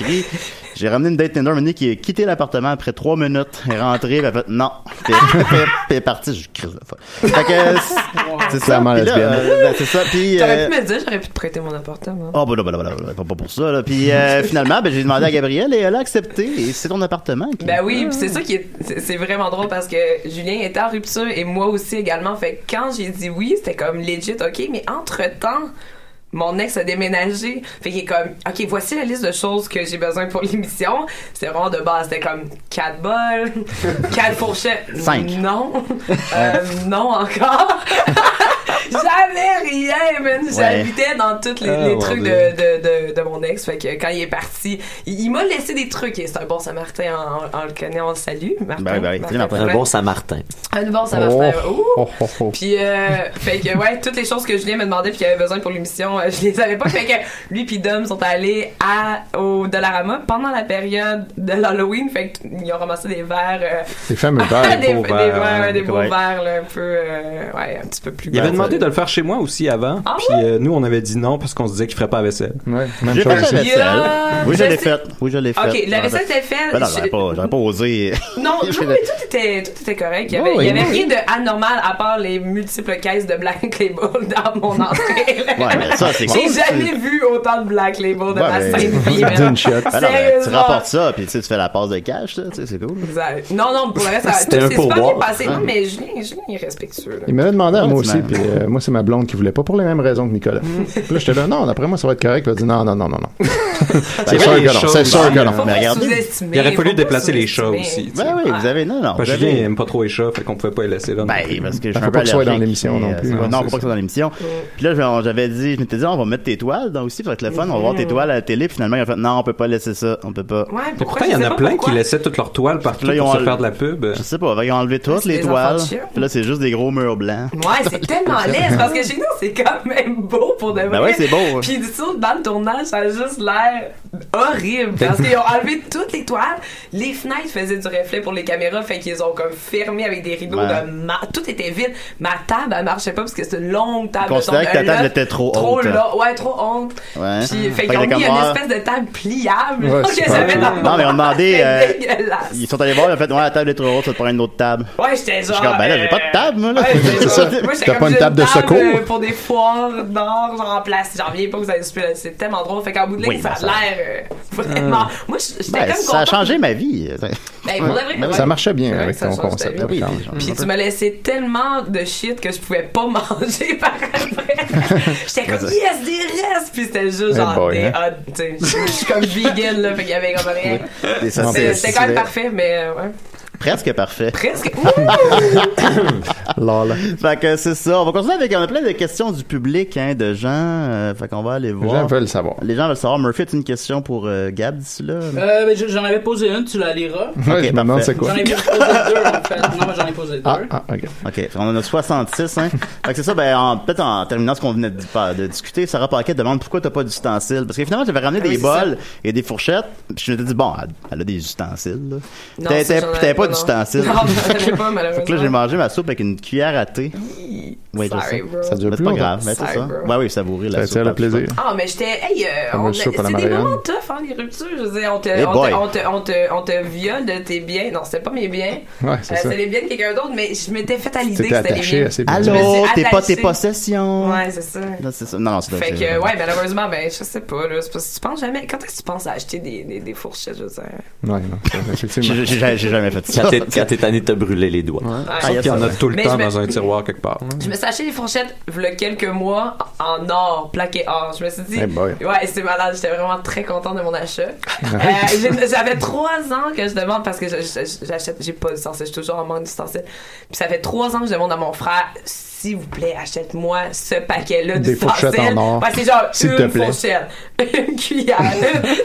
[SPEAKER 4] J'ai ramené une date Tinder, une qui a quitté l'appartement après trois minutes, est rentrée, puis elle a fait non, puis elle- puis elle est partie, je crise la folle. Fait que c'est- euh,
[SPEAKER 8] [LAUGHS]
[SPEAKER 4] c'est ça.
[SPEAKER 5] Clairement
[SPEAKER 4] Puis là,
[SPEAKER 5] lesbienne.
[SPEAKER 4] euh, ben, c'est ça. Puis euh,
[SPEAKER 8] T'aurais pu me le dire, j'aurais pu te prêter mon appartement.
[SPEAKER 4] Oh, bah, non, bah, non, bah, non, pas pas pour ça, là. Puis, euh, finalement, ben, j'ai demandé à Gabrielle et elle a accepté. Et c'est ton appartement. qui-
[SPEAKER 8] Ben oui, puis c'est ça qui est, c'est- c'est vraiment drôle parce que Julien était en rupture et moi aussi également. Fait que quand j'ai dit oui, c'était comme legit, ok, mais entre temps, mon ex a déménagé. Fait qu'il est comme, ok, voici la liste de choses que j'ai besoin pour [LAUGHS] l'émission. C'était vraiment de base, c'était comme quatre bols, quatre fourchettes.
[SPEAKER 4] Cinq.
[SPEAKER 8] Non, Euh, non encore. [LAUGHS] J'avais rien, man. J'habitais dans tous les,
[SPEAKER 9] Ah,
[SPEAKER 8] les
[SPEAKER 9] mon
[SPEAKER 8] trucs
[SPEAKER 9] Dieu.
[SPEAKER 8] de, de, de, de mon ex. Fait que quand il est parti, il, il m'a laissé des trucs. Et c'est un bon Saint-Martin, on, on le connaît, on le salue. Martin.
[SPEAKER 4] Ben oui, ben oui. Salut, Martin.
[SPEAKER 6] Un
[SPEAKER 8] Poulain.
[SPEAKER 6] bon Oh. Saint-Martin.
[SPEAKER 8] Un bon Saint-Martin.
[SPEAKER 5] Oh,
[SPEAKER 8] Ouh. Puis, euh, fait que, ouais, toutes les choses que Julien me demandait puis qu'il avait besoin pour l'émission, euh, je les avais pas. Fait que lui puis Dom sont allés à, au Dollarama pendant la période de l'Halloween. Fait qu'ils ont ramassé des verres. euh,
[SPEAKER 5] Ces fameux
[SPEAKER 8] des, [LAUGHS]
[SPEAKER 5] verres.
[SPEAKER 8] des
[SPEAKER 9] beaux
[SPEAKER 8] verres,
[SPEAKER 9] verres,
[SPEAKER 8] ouais, des beaux
[SPEAKER 4] ouais.
[SPEAKER 8] verres, là, un peu, euh, ouais, un petit peu plus
[SPEAKER 9] Il avait
[SPEAKER 8] grands.
[SPEAKER 9] demandé de le faire chez moi aussi avant.
[SPEAKER 8] Ah
[SPEAKER 9] puis euh, nous, on avait dit non parce qu'on se disait qu'il ferait pas la vaisselle.
[SPEAKER 5] Ouais, même
[SPEAKER 4] J'ai
[SPEAKER 5] chose
[SPEAKER 4] fait la
[SPEAKER 5] ici.
[SPEAKER 4] vaisselle.
[SPEAKER 8] Yeah!
[SPEAKER 4] Oui, je
[SPEAKER 8] Je
[SPEAKER 4] l'ai
[SPEAKER 8] sais-
[SPEAKER 4] faite. Oui, je l'ai faite.
[SPEAKER 8] Ok, la
[SPEAKER 4] J'aurais
[SPEAKER 8] vaisselle
[SPEAKER 4] fait-
[SPEAKER 8] était faite.
[SPEAKER 4] Ben non,
[SPEAKER 8] Je-
[SPEAKER 4] j'aurais pas, j'aurais pas osé. [LAUGHS]
[SPEAKER 8] Non, non, mais tout était, tout était correct. Il y avait, il y avait rien de anormal à part les multiples caisses de Black [LAUGHS] Label dans mon entrée. là.
[SPEAKER 4] Ouais, mais ça, c'est
[SPEAKER 8] J'ai
[SPEAKER 4] cool,
[SPEAKER 8] jamais vu autant de Black Label de
[SPEAKER 4] Ouais,
[SPEAKER 8] ma
[SPEAKER 4] mais-
[SPEAKER 8] sainte
[SPEAKER 4] [LAUGHS]
[SPEAKER 8] vie. man.
[SPEAKER 5] D'une shot.
[SPEAKER 4] Ben non, ben, tu
[SPEAKER 8] Sérieusement.
[SPEAKER 4] rapportes ça, puis tu sais, tu fais la passe de cash, là, tu sais, c'est cool.
[SPEAKER 8] Exact. Non, non, pour le reste, ça
[SPEAKER 6] C'était
[SPEAKER 8] tout
[SPEAKER 6] un
[SPEAKER 8] s'est super
[SPEAKER 6] pourboire.
[SPEAKER 8] bien passé.
[SPEAKER 4] Ah.
[SPEAKER 8] Non, mais Julien, Julien est respectueux. là.
[SPEAKER 5] Il m'avait demandé à
[SPEAKER 4] Ouais,
[SPEAKER 5] moi
[SPEAKER 4] tu
[SPEAKER 5] aussi,
[SPEAKER 4] m'as-
[SPEAKER 5] puis euh, moi, c'est ma blonde qui voulait pas pour les mêmes raisons que Nicolas. puis là, j'étais là, non, d'après moi, ça va être correct. Il a dit, non, non, non, non, non. c'est
[SPEAKER 9] vrai,
[SPEAKER 5] sûr
[SPEAKER 9] les
[SPEAKER 5] que non,
[SPEAKER 9] choses,
[SPEAKER 5] c'est sûr
[SPEAKER 9] ben,
[SPEAKER 5] que
[SPEAKER 9] euh,
[SPEAKER 5] non.
[SPEAKER 8] Faut
[SPEAKER 4] Mais
[SPEAKER 8] pas
[SPEAKER 4] regardez,
[SPEAKER 8] sous-estimer,
[SPEAKER 9] il aurait fallu
[SPEAKER 8] faut pas
[SPEAKER 9] déplacer les chats
[SPEAKER 8] sous-estimer.
[SPEAKER 9] aussi. tu sais.
[SPEAKER 4] Ben oui, vous avez, non, non.
[SPEAKER 9] Parce que
[SPEAKER 4] vous avez-
[SPEAKER 9] Julien il aime pas trop les chats, fait qu'on pouvait pas les laisser là. non
[SPEAKER 4] Ben,
[SPEAKER 9] plus.
[SPEAKER 4] parce que je
[SPEAKER 5] Ben,
[SPEAKER 4] suis
[SPEAKER 5] faut
[SPEAKER 4] un peu
[SPEAKER 5] pas que ce soit dans
[SPEAKER 4] allergique,
[SPEAKER 5] l'émission
[SPEAKER 4] mais,
[SPEAKER 5] non
[SPEAKER 4] euh,
[SPEAKER 5] plus.
[SPEAKER 4] c'est vrai.
[SPEAKER 5] Non,
[SPEAKER 4] Non,
[SPEAKER 5] c'est
[SPEAKER 4] faut pas que ce soit dans l'émission. Puis là, j'avais- j'avais dit, je m'étais dit, on va mettre tes toiles donc, aussi, ça va être le fun, on va voir tes toiles à la télé. Puis finalement, ils ont fait, non, on peut pas laisser ça, on peut pas.
[SPEAKER 8] Ouais,
[SPEAKER 9] Mais
[SPEAKER 8] pourquoi
[SPEAKER 9] pourtant, il y en a plein qui
[SPEAKER 8] laissent.
[SPEAKER 9] laissaient toutes leurs toiles partout
[SPEAKER 4] Là, ils
[SPEAKER 9] pour
[SPEAKER 4] ont
[SPEAKER 9] se faire de la
[SPEAKER 4] enlevé-
[SPEAKER 9] pub.
[SPEAKER 4] Je sais pas, ils ont enlevé toutes
[SPEAKER 8] C'est
[SPEAKER 4] les
[SPEAKER 8] des
[SPEAKER 4] toiles.
[SPEAKER 8] enfants de chien.
[SPEAKER 4] Puis là, c'est juste des gros murs blancs.
[SPEAKER 8] Ouais,
[SPEAKER 4] [LAUGHS]
[SPEAKER 8] c'est tellement laid parce que chez nous, c'est quand même beau pour de vrai.
[SPEAKER 4] Ben ouais, c'est beau.
[SPEAKER 8] Puis du coup, dans le tournage, ça a juste l'air horrible parce qu'ils ont enlevé toutes les toiles. Les fenêtres faisaient du reflet pour les caméras, fait qu'ils ont comme fermé avec des rideaux
[SPEAKER 4] Ouais.
[SPEAKER 8] de ma... Tout était vide. Ma table, elle marchait pas parce que c'est une longue table.
[SPEAKER 4] Ils considéraient
[SPEAKER 8] mettons,
[SPEAKER 4] que ta
[SPEAKER 8] un
[SPEAKER 4] table
[SPEAKER 8] loft,
[SPEAKER 4] était trop haute.
[SPEAKER 8] long- Ouais, trop honte.
[SPEAKER 4] Ouais.
[SPEAKER 8] Puis, fait
[SPEAKER 4] Fait que
[SPEAKER 8] qu'ils ont
[SPEAKER 4] t'es
[SPEAKER 8] mis
[SPEAKER 4] comme,
[SPEAKER 8] une
[SPEAKER 4] ah.
[SPEAKER 8] espèce de table pliable. [LAUGHS]
[SPEAKER 5] Ouais,
[SPEAKER 8] Donc,
[SPEAKER 5] super.
[SPEAKER 8] ils avaient dans le
[SPEAKER 4] Non, mais on demandait,
[SPEAKER 8] [LAUGHS] C'est
[SPEAKER 4] euh,
[SPEAKER 8] dégueulasse.
[SPEAKER 4] Ils sont allés voir, ils ont fait, ouais, la table est trop haute, ça te prend une autre table.
[SPEAKER 8] Ouais, j'étais
[SPEAKER 4] Je
[SPEAKER 8] genre.
[SPEAKER 4] suis comme, ben là, j'ai
[SPEAKER 8] euh,
[SPEAKER 4] pas de table, moi, là.
[SPEAKER 8] ouais, j'étais
[SPEAKER 4] [LAUGHS]
[SPEAKER 5] Ah, C'est
[SPEAKER 8] genre-
[SPEAKER 5] ça.
[SPEAKER 8] moi, j'étais
[SPEAKER 5] T'as
[SPEAKER 8] comme,
[SPEAKER 5] pas une
[SPEAKER 8] j'ai
[SPEAKER 5] table de secours?
[SPEAKER 8] euh, Pour des foires d'or, genre en place. J'en viens pas que vous avez super. C'est tellement drôle. Fait qu'en bout de ligne,
[SPEAKER 4] Oui,
[SPEAKER 8] ça a
[SPEAKER 4] ben, ça-
[SPEAKER 8] l'air euh, vraiment.
[SPEAKER 5] Hum.
[SPEAKER 8] Moi, j'étais
[SPEAKER 4] Ben,
[SPEAKER 8] comme
[SPEAKER 4] ça a
[SPEAKER 8] contente.
[SPEAKER 4] changé ma vie.
[SPEAKER 8] Ben, pour de vrai, ouais.
[SPEAKER 5] Ça marchait bien
[SPEAKER 8] C'est vrai
[SPEAKER 5] avec
[SPEAKER 8] que ça
[SPEAKER 5] ton
[SPEAKER 8] change ta
[SPEAKER 5] concept.
[SPEAKER 8] vie.
[SPEAKER 5] là,
[SPEAKER 4] Oui,
[SPEAKER 5] quand
[SPEAKER 4] puis-
[SPEAKER 5] même.
[SPEAKER 8] Puis tu m'as laissé tellement de shit que je pouvais pas [LAUGHS] manger par
[SPEAKER 5] [LAUGHS]
[SPEAKER 8] après. J'étais comme
[SPEAKER 4] Vas-y.
[SPEAKER 8] yes des restes, puis c'était juste
[SPEAKER 5] Hey
[SPEAKER 8] genre
[SPEAKER 5] boy,
[SPEAKER 8] des
[SPEAKER 5] hein.
[SPEAKER 8] hot, tu sais. Je suis comme vegan là, fait qu'il y avait comme rien.
[SPEAKER 4] Et ça,
[SPEAKER 8] C'est-
[SPEAKER 4] c'est-
[SPEAKER 8] C'était quand même
[SPEAKER 4] c'est-
[SPEAKER 8] parfait, mais euh, ouais.
[SPEAKER 4] [LAUGHS] Presque parfait.
[SPEAKER 8] presque. Ouh!
[SPEAKER 5] [LAUGHS] Lol.
[SPEAKER 4] Fait que c'est ça. On va continuer avec, on a plein de questions du public, hein, de gens. euh, fait qu'on va aller
[SPEAKER 5] Les
[SPEAKER 4] voir.
[SPEAKER 5] gens veulent savoir.
[SPEAKER 4] Les gens veulent savoir. Murphy, as une question pour euh, Gab d'ici là?
[SPEAKER 12] Euh, ben, je- j'en avais posé une, tu la liras.
[SPEAKER 5] Ouais, je me demande
[SPEAKER 4] parfait.
[SPEAKER 5] c'est quoi.
[SPEAKER 12] J'en ai même posé deux, en fait. Non, mais j'en ai posé deux.
[SPEAKER 5] Ah, ah, ok.
[SPEAKER 4] OK. On en a 66,
[SPEAKER 5] [LAUGHS]
[SPEAKER 4] hein. fait que c'est ça, ben, en- peut-être en terminant ce qu'on venait de, par- de discuter, Sarah Paquet demande pourquoi t'as pas d'ustensiles. Parce que finalement, j'avais ramené des
[SPEAKER 8] Ah oui, c'est ça.
[SPEAKER 4] bols et des fourchettes. Puis je me suis dit, bon, elle, elle a des ustensiles, là.
[SPEAKER 8] Non,
[SPEAKER 4] T'as-
[SPEAKER 8] ça,
[SPEAKER 4] t'as-
[SPEAKER 8] j'en avais
[SPEAKER 4] T'avais pas
[SPEAKER 8] non.
[SPEAKER 4] d'ustensiles. [LAUGHS]
[SPEAKER 8] Non, j'en avais pas,
[SPEAKER 4] Fait que là, j'ai
[SPEAKER 8] malheureusement.
[SPEAKER 4] mangé ma soupe avec une cuillère à thé. Oui, je
[SPEAKER 8] Sorry,
[SPEAKER 4] sais.
[SPEAKER 8] bro.
[SPEAKER 4] Ça dure
[SPEAKER 5] Mais
[SPEAKER 4] plus
[SPEAKER 5] c'est pas
[SPEAKER 4] longtemps.
[SPEAKER 5] grave,
[SPEAKER 4] mais c'est
[SPEAKER 8] Sorry,
[SPEAKER 4] ça.
[SPEAKER 8] bro.
[SPEAKER 4] Ouais, oui, savourer la
[SPEAKER 5] Ça attire
[SPEAKER 4] soupe,
[SPEAKER 5] le plaisir.
[SPEAKER 8] Ah, mais j'étais. Hey, euh,
[SPEAKER 5] Fameuse
[SPEAKER 8] on a-
[SPEAKER 5] soupe à la
[SPEAKER 8] c'est des
[SPEAKER 5] Marianne.
[SPEAKER 8] moments tough, hein, les ruptures. Je veux dire, on te,
[SPEAKER 5] Hey
[SPEAKER 8] on,
[SPEAKER 5] boy.
[SPEAKER 8] te, on, te, on, te, on te viole de tes biens. Non, c'était pas mes biens.
[SPEAKER 5] Ouais, c'est ça.
[SPEAKER 8] C'était les biens de quelqu'un d'autre, mais je m'étais faite à l'idée
[SPEAKER 5] T'étais
[SPEAKER 8] que c'était les
[SPEAKER 5] attaché
[SPEAKER 8] miens.
[SPEAKER 5] à ces biens.
[SPEAKER 8] Je me suis
[SPEAKER 4] Allô, t'es pas
[SPEAKER 8] attachée.
[SPEAKER 4] tes possessions.
[SPEAKER 8] Ouais, c'est ça.
[SPEAKER 4] Non, c'est ça. Non, non, c'est
[SPEAKER 8] Fait
[SPEAKER 4] c'est-
[SPEAKER 8] que, ouais, malheureusement, ben, je sais pas, là. c'est Parce que tu penses jamais. Quand est-ce que tu penses à acheter des, des, des fourchettes, je veux dire?
[SPEAKER 5] Ouais, non, effectivement.
[SPEAKER 4] J'ai- j'ai- j'ai jamais fait ça.
[SPEAKER 6] Quand t'es- Quand t'es tanné de te brûler les doigts.
[SPEAKER 8] Ah, Sauf yes, qu'il y en a ça. tout le Mais temps je me- dans un
[SPEAKER 6] tiroir quelque part.
[SPEAKER 5] Mm-hmm.
[SPEAKER 8] Je me suis acheté des fourchettes, v'là quelques mois, en or, plaqué or. Je me suis dit,
[SPEAKER 6] Hey boy.
[SPEAKER 8] ouais, c'est malade, j'étais vraiment très contente de mon
[SPEAKER 5] [LAUGHS]
[SPEAKER 8] achat. Euh, j'ai- J'avais trois ans que je demande, parce que je- je- j'achète, j'ai pas de stencil, je suis toujours en manque de stencil. Puis ça fait trois ans que je demande à mon frère, s'il vous plaît, achète-moi ce paquet-là de
[SPEAKER 5] Des fourchettes
[SPEAKER 8] stencils.
[SPEAKER 5] en or.
[SPEAKER 8] Parce que c'est genre
[SPEAKER 5] S'il
[SPEAKER 8] une
[SPEAKER 5] te plaît.
[SPEAKER 8] fourchette, [LAUGHS] une
[SPEAKER 5] [LAUGHS]
[SPEAKER 8] cuillère.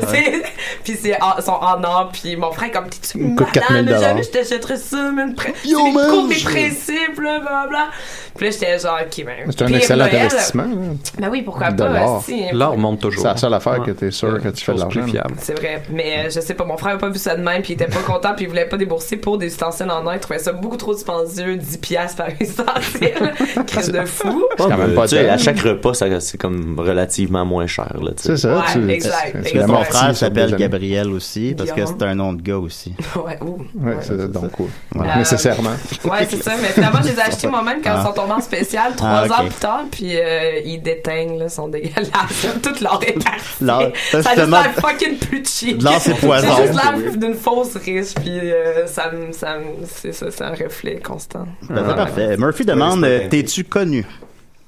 [SPEAKER 8] C'est- Puis c'est en- sont en or, puis mon frère, est comme, t'es-tu
[SPEAKER 5] Il coûte 4000
[SPEAKER 8] malade, jamais je t'achèterais ça, même. Yo,
[SPEAKER 5] man,
[SPEAKER 8] mes
[SPEAKER 5] je-
[SPEAKER 8] principes, là, blablabla. Puis là, j'étais genre, ok, ben.
[SPEAKER 5] C'est un
[SPEAKER 8] pire
[SPEAKER 5] excellent
[SPEAKER 8] Noël.
[SPEAKER 5] investissement. là.
[SPEAKER 8] Ben oui, pourquoi
[SPEAKER 5] De
[SPEAKER 8] pas,
[SPEAKER 5] l'or.
[SPEAKER 8] si. hein,
[SPEAKER 5] monte toujours. C'est la seule affaire que t'es sûr que tu fais de l'argent.
[SPEAKER 8] C'est vrai, mais euh, je sais pas, mon frère a pas vu ça de même, puis il était pas content, puis il voulait pas débourser pour des ustensiles en or, il trouvait ça beaucoup trop dispendieux, 10 piastres par ustensile, [LAUGHS] crise de fou.
[SPEAKER 6] Ouais,
[SPEAKER 5] quand même
[SPEAKER 6] mais
[SPEAKER 5] pas
[SPEAKER 6] tu sais,
[SPEAKER 5] tel.
[SPEAKER 6] à chaque repas, ça, c'est comme relativement moins cher. Là, tu sais.
[SPEAKER 5] C'est ça, Ouais, tu- exact, tu- tu exact. l'amortis
[SPEAKER 4] Mon frère
[SPEAKER 5] sur des
[SPEAKER 4] s'appelle
[SPEAKER 5] années.
[SPEAKER 4] Gabriel aussi, parce que
[SPEAKER 8] Guillaume.
[SPEAKER 4] c'est un nom de gars aussi.
[SPEAKER 8] Ouais, ouh.
[SPEAKER 5] Ouais, c'est donc cool.
[SPEAKER 8] Voilà.
[SPEAKER 5] Nécessairement.
[SPEAKER 8] Ouais, c'est ça, mais finalement, je les ai achetés moi-même quand
[SPEAKER 5] Ah.
[SPEAKER 8] ils sont tombés en spécial, trois
[SPEAKER 5] Ah, ok.
[SPEAKER 8] ans plus tard, puis euh, ils déteignent, là, sont dégueulasses. [LAUGHS] Toute leur est partie.
[SPEAKER 4] L'or-
[SPEAKER 8] Ça a juste
[SPEAKER 4] justement-
[SPEAKER 8] l'air fucking plus cheap.
[SPEAKER 4] L'or, c'est poison.
[SPEAKER 8] C'est juste l'air d'une fausse riche, puis euh, ça me. Ça me- c'est ça, c'est un reflet constant.
[SPEAKER 4] Ben, c'est parfait. Murphy demande euh, T'es-tu connu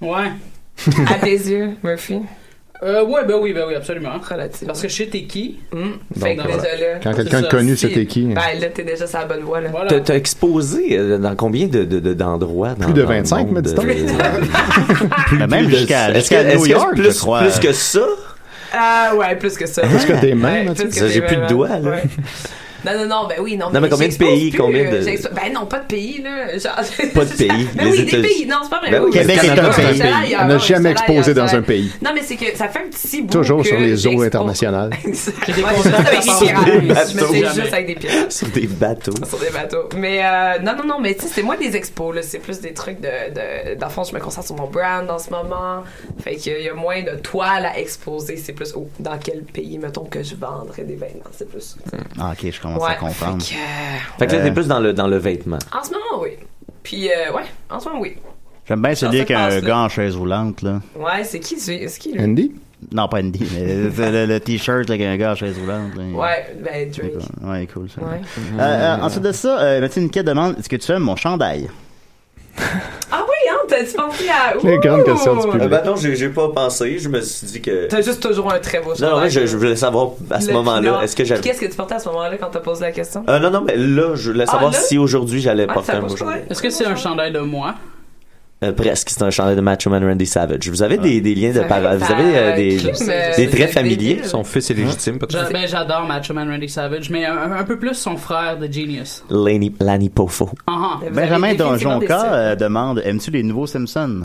[SPEAKER 12] Ouais.
[SPEAKER 8] À tes yeux, Murphy.
[SPEAKER 12] Euh, ouais, ben oui, ben oui, absolument. Parce que je sais t'es qui.
[SPEAKER 8] Hmm. Fait que
[SPEAKER 12] Donc, voilà.
[SPEAKER 8] désolé.
[SPEAKER 6] Quand quelqu'un
[SPEAKER 8] C'est
[SPEAKER 6] de connu,
[SPEAKER 8] ça.
[SPEAKER 6] c'était qui?
[SPEAKER 5] hein.
[SPEAKER 8] Ben là, t'es déjà sur la bonne voie, là.
[SPEAKER 6] T'as t'as exposé euh, dans combien de- de- de- d'endroits? De,
[SPEAKER 5] Plus de 25, mais
[SPEAKER 6] dis-donc.
[SPEAKER 4] Même jusqu'à jusqu'à New York,
[SPEAKER 6] plus,
[SPEAKER 4] je crois.
[SPEAKER 6] Plus que ça?
[SPEAKER 8] Ah, ouais, plus que ça.
[SPEAKER 6] Plus que tes mains, là,
[SPEAKER 8] plus
[SPEAKER 6] tu sais.
[SPEAKER 8] que
[SPEAKER 6] J'ai
[SPEAKER 8] tes
[SPEAKER 6] plus de
[SPEAKER 8] mains,
[SPEAKER 6] doigts, là.
[SPEAKER 8] ouais. Non, non, non, ben oui, non.
[SPEAKER 6] Non, mais combien de
[SPEAKER 8] j'expose
[SPEAKER 6] pays,
[SPEAKER 8] plus,
[SPEAKER 6] combien de-
[SPEAKER 8] euh, j'expose- Ben non, pas de pays, là. Genre-
[SPEAKER 6] [LAUGHS]
[SPEAKER 8] [LAUGHS]
[SPEAKER 6] Pas de pays.
[SPEAKER 8] Ben
[SPEAKER 6] Les
[SPEAKER 8] oui, des
[SPEAKER 6] États-
[SPEAKER 8] pays. Non, c'est pas vrai.
[SPEAKER 6] Ben oui,
[SPEAKER 8] Oui,
[SPEAKER 5] Québec
[SPEAKER 8] oui,
[SPEAKER 5] est
[SPEAKER 8] c'est
[SPEAKER 5] un
[SPEAKER 8] ça,
[SPEAKER 5] pays.
[SPEAKER 8] c'est ailleurs,
[SPEAKER 5] On n'a
[SPEAKER 8] oui, c'est
[SPEAKER 5] jamais
[SPEAKER 8] ailleurs,
[SPEAKER 5] exposé
[SPEAKER 8] c'est
[SPEAKER 5] dans
[SPEAKER 8] ailleurs.
[SPEAKER 5] un pays.
[SPEAKER 8] Non, mais c'est que ça fait un petit bout.
[SPEAKER 5] Toujours
[SPEAKER 8] que
[SPEAKER 5] sur
[SPEAKER 7] euh,
[SPEAKER 8] [LAUGHS]
[SPEAKER 5] les eaux
[SPEAKER 8] j'expose-
[SPEAKER 7] [LAUGHS]
[SPEAKER 5] internationales.
[SPEAKER 8] Exact. Ouais, juste avec des pirates.
[SPEAKER 6] des
[SPEAKER 8] Je me
[SPEAKER 6] bateaux.
[SPEAKER 8] suis juste avec des pirates.
[SPEAKER 6] [LAUGHS] Sur des bateaux.
[SPEAKER 8] Sur des bateaux. Mais euh, non, non, non, mais tu sais, c'est moi des expos, là. C'est plus des trucs de. de dans le fond, je me concentre sur mon brand en ce moment. Fait qu'il y a- il y a moins de toiles à exposer. C'est plus oh, dans quel pays, mettons, que je vendrais des vêtements. C'est plus ça.
[SPEAKER 4] Ah, ok, je commence
[SPEAKER 8] Ouais,
[SPEAKER 4] à comprendre.
[SPEAKER 8] fait
[SPEAKER 6] Fait que là,
[SPEAKER 4] Euh,
[SPEAKER 6] t'es plus dans le, dans le vêtement.
[SPEAKER 8] En ce moment, oui. Puis, euh, ouais, en ce moment, oui.
[SPEAKER 4] J'aime bien celui
[SPEAKER 8] Dans cette
[SPEAKER 4] avec un
[SPEAKER 8] passe-là.
[SPEAKER 4] gars en chaise roulante, là.
[SPEAKER 8] Ouais, c'est qui, c'est c'est qui, lui?
[SPEAKER 4] Andy Non, pas Andy, mais [LAUGHS] le, le- le t-shirt là, avec un gars en chaise roulante. là.
[SPEAKER 8] Ouais, ben, Drake.
[SPEAKER 4] Ouais, cool ça.
[SPEAKER 8] Ouais.
[SPEAKER 4] Euh, euh, ensuite de ça, euh, Mathilde Niquet demande Est-ce que tu aimes mon chandail
[SPEAKER 8] Ah oui, hein, t'as-tu pensé à. Ouh!
[SPEAKER 6] Euh, ben non, j'ai j'ai pas pensé. Je me suis dit que.
[SPEAKER 8] T'as juste toujours un très beau
[SPEAKER 6] Non, non,
[SPEAKER 8] chandail.
[SPEAKER 6] mais je, je voulais savoir à ce
[SPEAKER 8] Le pinard.
[SPEAKER 6] moment-là, est-ce que
[SPEAKER 8] Puis
[SPEAKER 6] j'avais.
[SPEAKER 8] Qu'est-ce que tu portais à ce moment-là quand t'as posé la question?
[SPEAKER 6] Euh, non, non, mais là, je voulais
[SPEAKER 8] Ah,
[SPEAKER 6] savoir
[SPEAKER 8] là? Ah,
[SPEAKER 6] si aujourd'hui j'allais porter un beau chandail.
[SPEAKER 12] Est-ce que c'est un chandail de moi?
[SPEAKER 6] Euh, presque, c'est un chandail de Macho Man Randy Savage. Vous avez des, des liens de
[SPEAKER 12] Ça
[SPEAKER 6] parole,
[SPEAKER 12] fait-
[SPEAKER 6] vous avez
[SPEAKER 12] ça
[SPEAKER 6] euh, des,
[SPEAKER 12] clime, euh,
[SPEAKER 6] des traits
[SPEAKER 12] c'est
[SPEAKER 6] familiers. Hein?
[SPEAKER 12] débile.
[SPEAKER 6] Son fils est légitime,
[SPEAKER 12] J'a- Ben, j'adore Macho Man Randy Savage, mais un, un peu plus son frère de Genius.
[SPEAKER 6] Lanny, Lanny Poffo.
[SPEAKER 12] Ah, ah.
[SPEAKER 4] Benjamin Donjonka euh, demande Aimes-tu les nouveaux Simpsons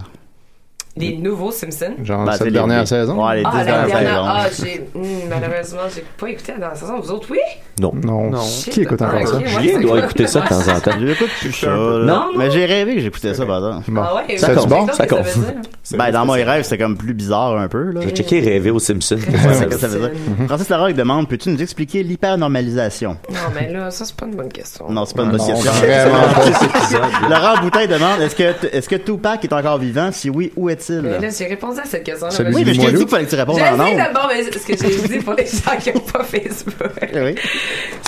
[SPEAKER 8] Les nouveaux Simpsons.
[SPEAKER 6] Bah,
[SPEAKER 5] Genre
[SPEAKER 4] Ben, c'est
[SPEAKER 5] cette
[SPEAKER 4] les-
[SPEAKER 5] dernière saison.
[SPEAKER 4] Ouais, les
[SPEAKER 8] Ah,
[SPEAKER 4] dix
[SPEAKER 8] la
[SPEAKER 4] dernières
[SPEAKER 8] dernière. Ah,
[SPEAKER 4] saisons.
[SPEAKER 8] j'ai. hmm, malheureusement, j'ai pas écouté la dernière saison. Vous autres, oui?
[SPEAKER 6] Non.
[SPEAKER 5] Non. Qui écoute
[SPEAKER 8] Ah,
[SPEAKER 5] encore ça?
[SPEAKER 8] ok, ouais, Julien c'est doit quoi? écouter ça de temps en [LAUGHS] temps.
[SPEAKER 4] J'écoute plus ça. là.
[SPEAKER 8] Non,
[SPEAKER 4] mais j'ai rêvé que j'écoutais ça, par exemple.
[SPEAKER 8] Ah ouais,
[SPEAKER 4] ça
[SPEAKER 8] c'est
[SPEAKER 4] compte.
[SPEAKER 8] bon,
[SPEAKER 4] Ça
[SPEAKER 8] qu'est-ce que
[SPEAKER 4] compte.
[SPEAKER 8] ça veut dire?
[SPEAKER 4] [LAUGHS] Ben, dans mes rêves, c'était comme plus bizarre un peu. Là.
[SPEAKER 6] J'ai checké rêver aux Simpsons.
[SPEAKER 4] Ouais, c'est ce que ça veut dire.
[SPEAKER 5] Mhm.
[SPEAKER 4] Francis Larocque demande Peux-tu nous expliquer l'hypernormalisation
[SPEAKER 8] Non, mais là, ça, c'est pas une bonne question.
[SPEAKER 4] [LAUGHS] Non, c'est pas une bonne
[SPEAKER 5] Non,
[SPEAKER 4] question.
[SPEAKER 5] vraiment pas cet
[SPEAKER 4] [LAUGHS] Laurent Boutin demande Est-ce que, est que Tupac est encore vivant Si oui, où est-il
[SPEAKER 8] Mais là, j'ai répondu à cette question-là.
[SPEAKER 4] Celui Oui, mais je t'ai du dit Moilou. qu'il fallait que tu répondes
[SPEAKER 8] Je
[SPEAKER 4] en
[SPEAKER 8] sais
[SPEAKER 4] ondes.
[SPEAKER 8] d'abord, mais ce que j'ai dit pour les gens qui n'ont pas Facebook.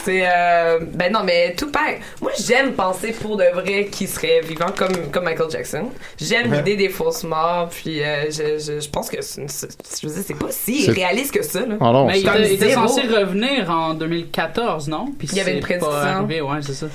[SPEAKER 8] C'est. euh, ben non, mais Tupac. Moi, j'aime penser pour de vrai qu'il serait vivant comme, comme Michael Jackson. J'aime
[SPEAKER 12] Ouais.
[SPEAKER 8] l'idée des fausses morts, puis euh, je, je, je pense que c'est. une- c'est- Je veux dire, c'est pas si
[SPEAKER 5] C'est-
[SPEAKER 8] réaliste que ça, là.
[SPEAKER 12] mais il
[SPEAKER 8] Comme
[SPEAKER 12] était, il était
[SPEAKER 8] zéro.
[SPEAKER 12] censé revenir en 2014, non? Puis
[SPEAKER 8] Il y avait
[SPEAKER 12] c'est
[SPEAKER 8] une prédiction.
[SPEAKER 12] pas arrivé, ouais, c'est ça.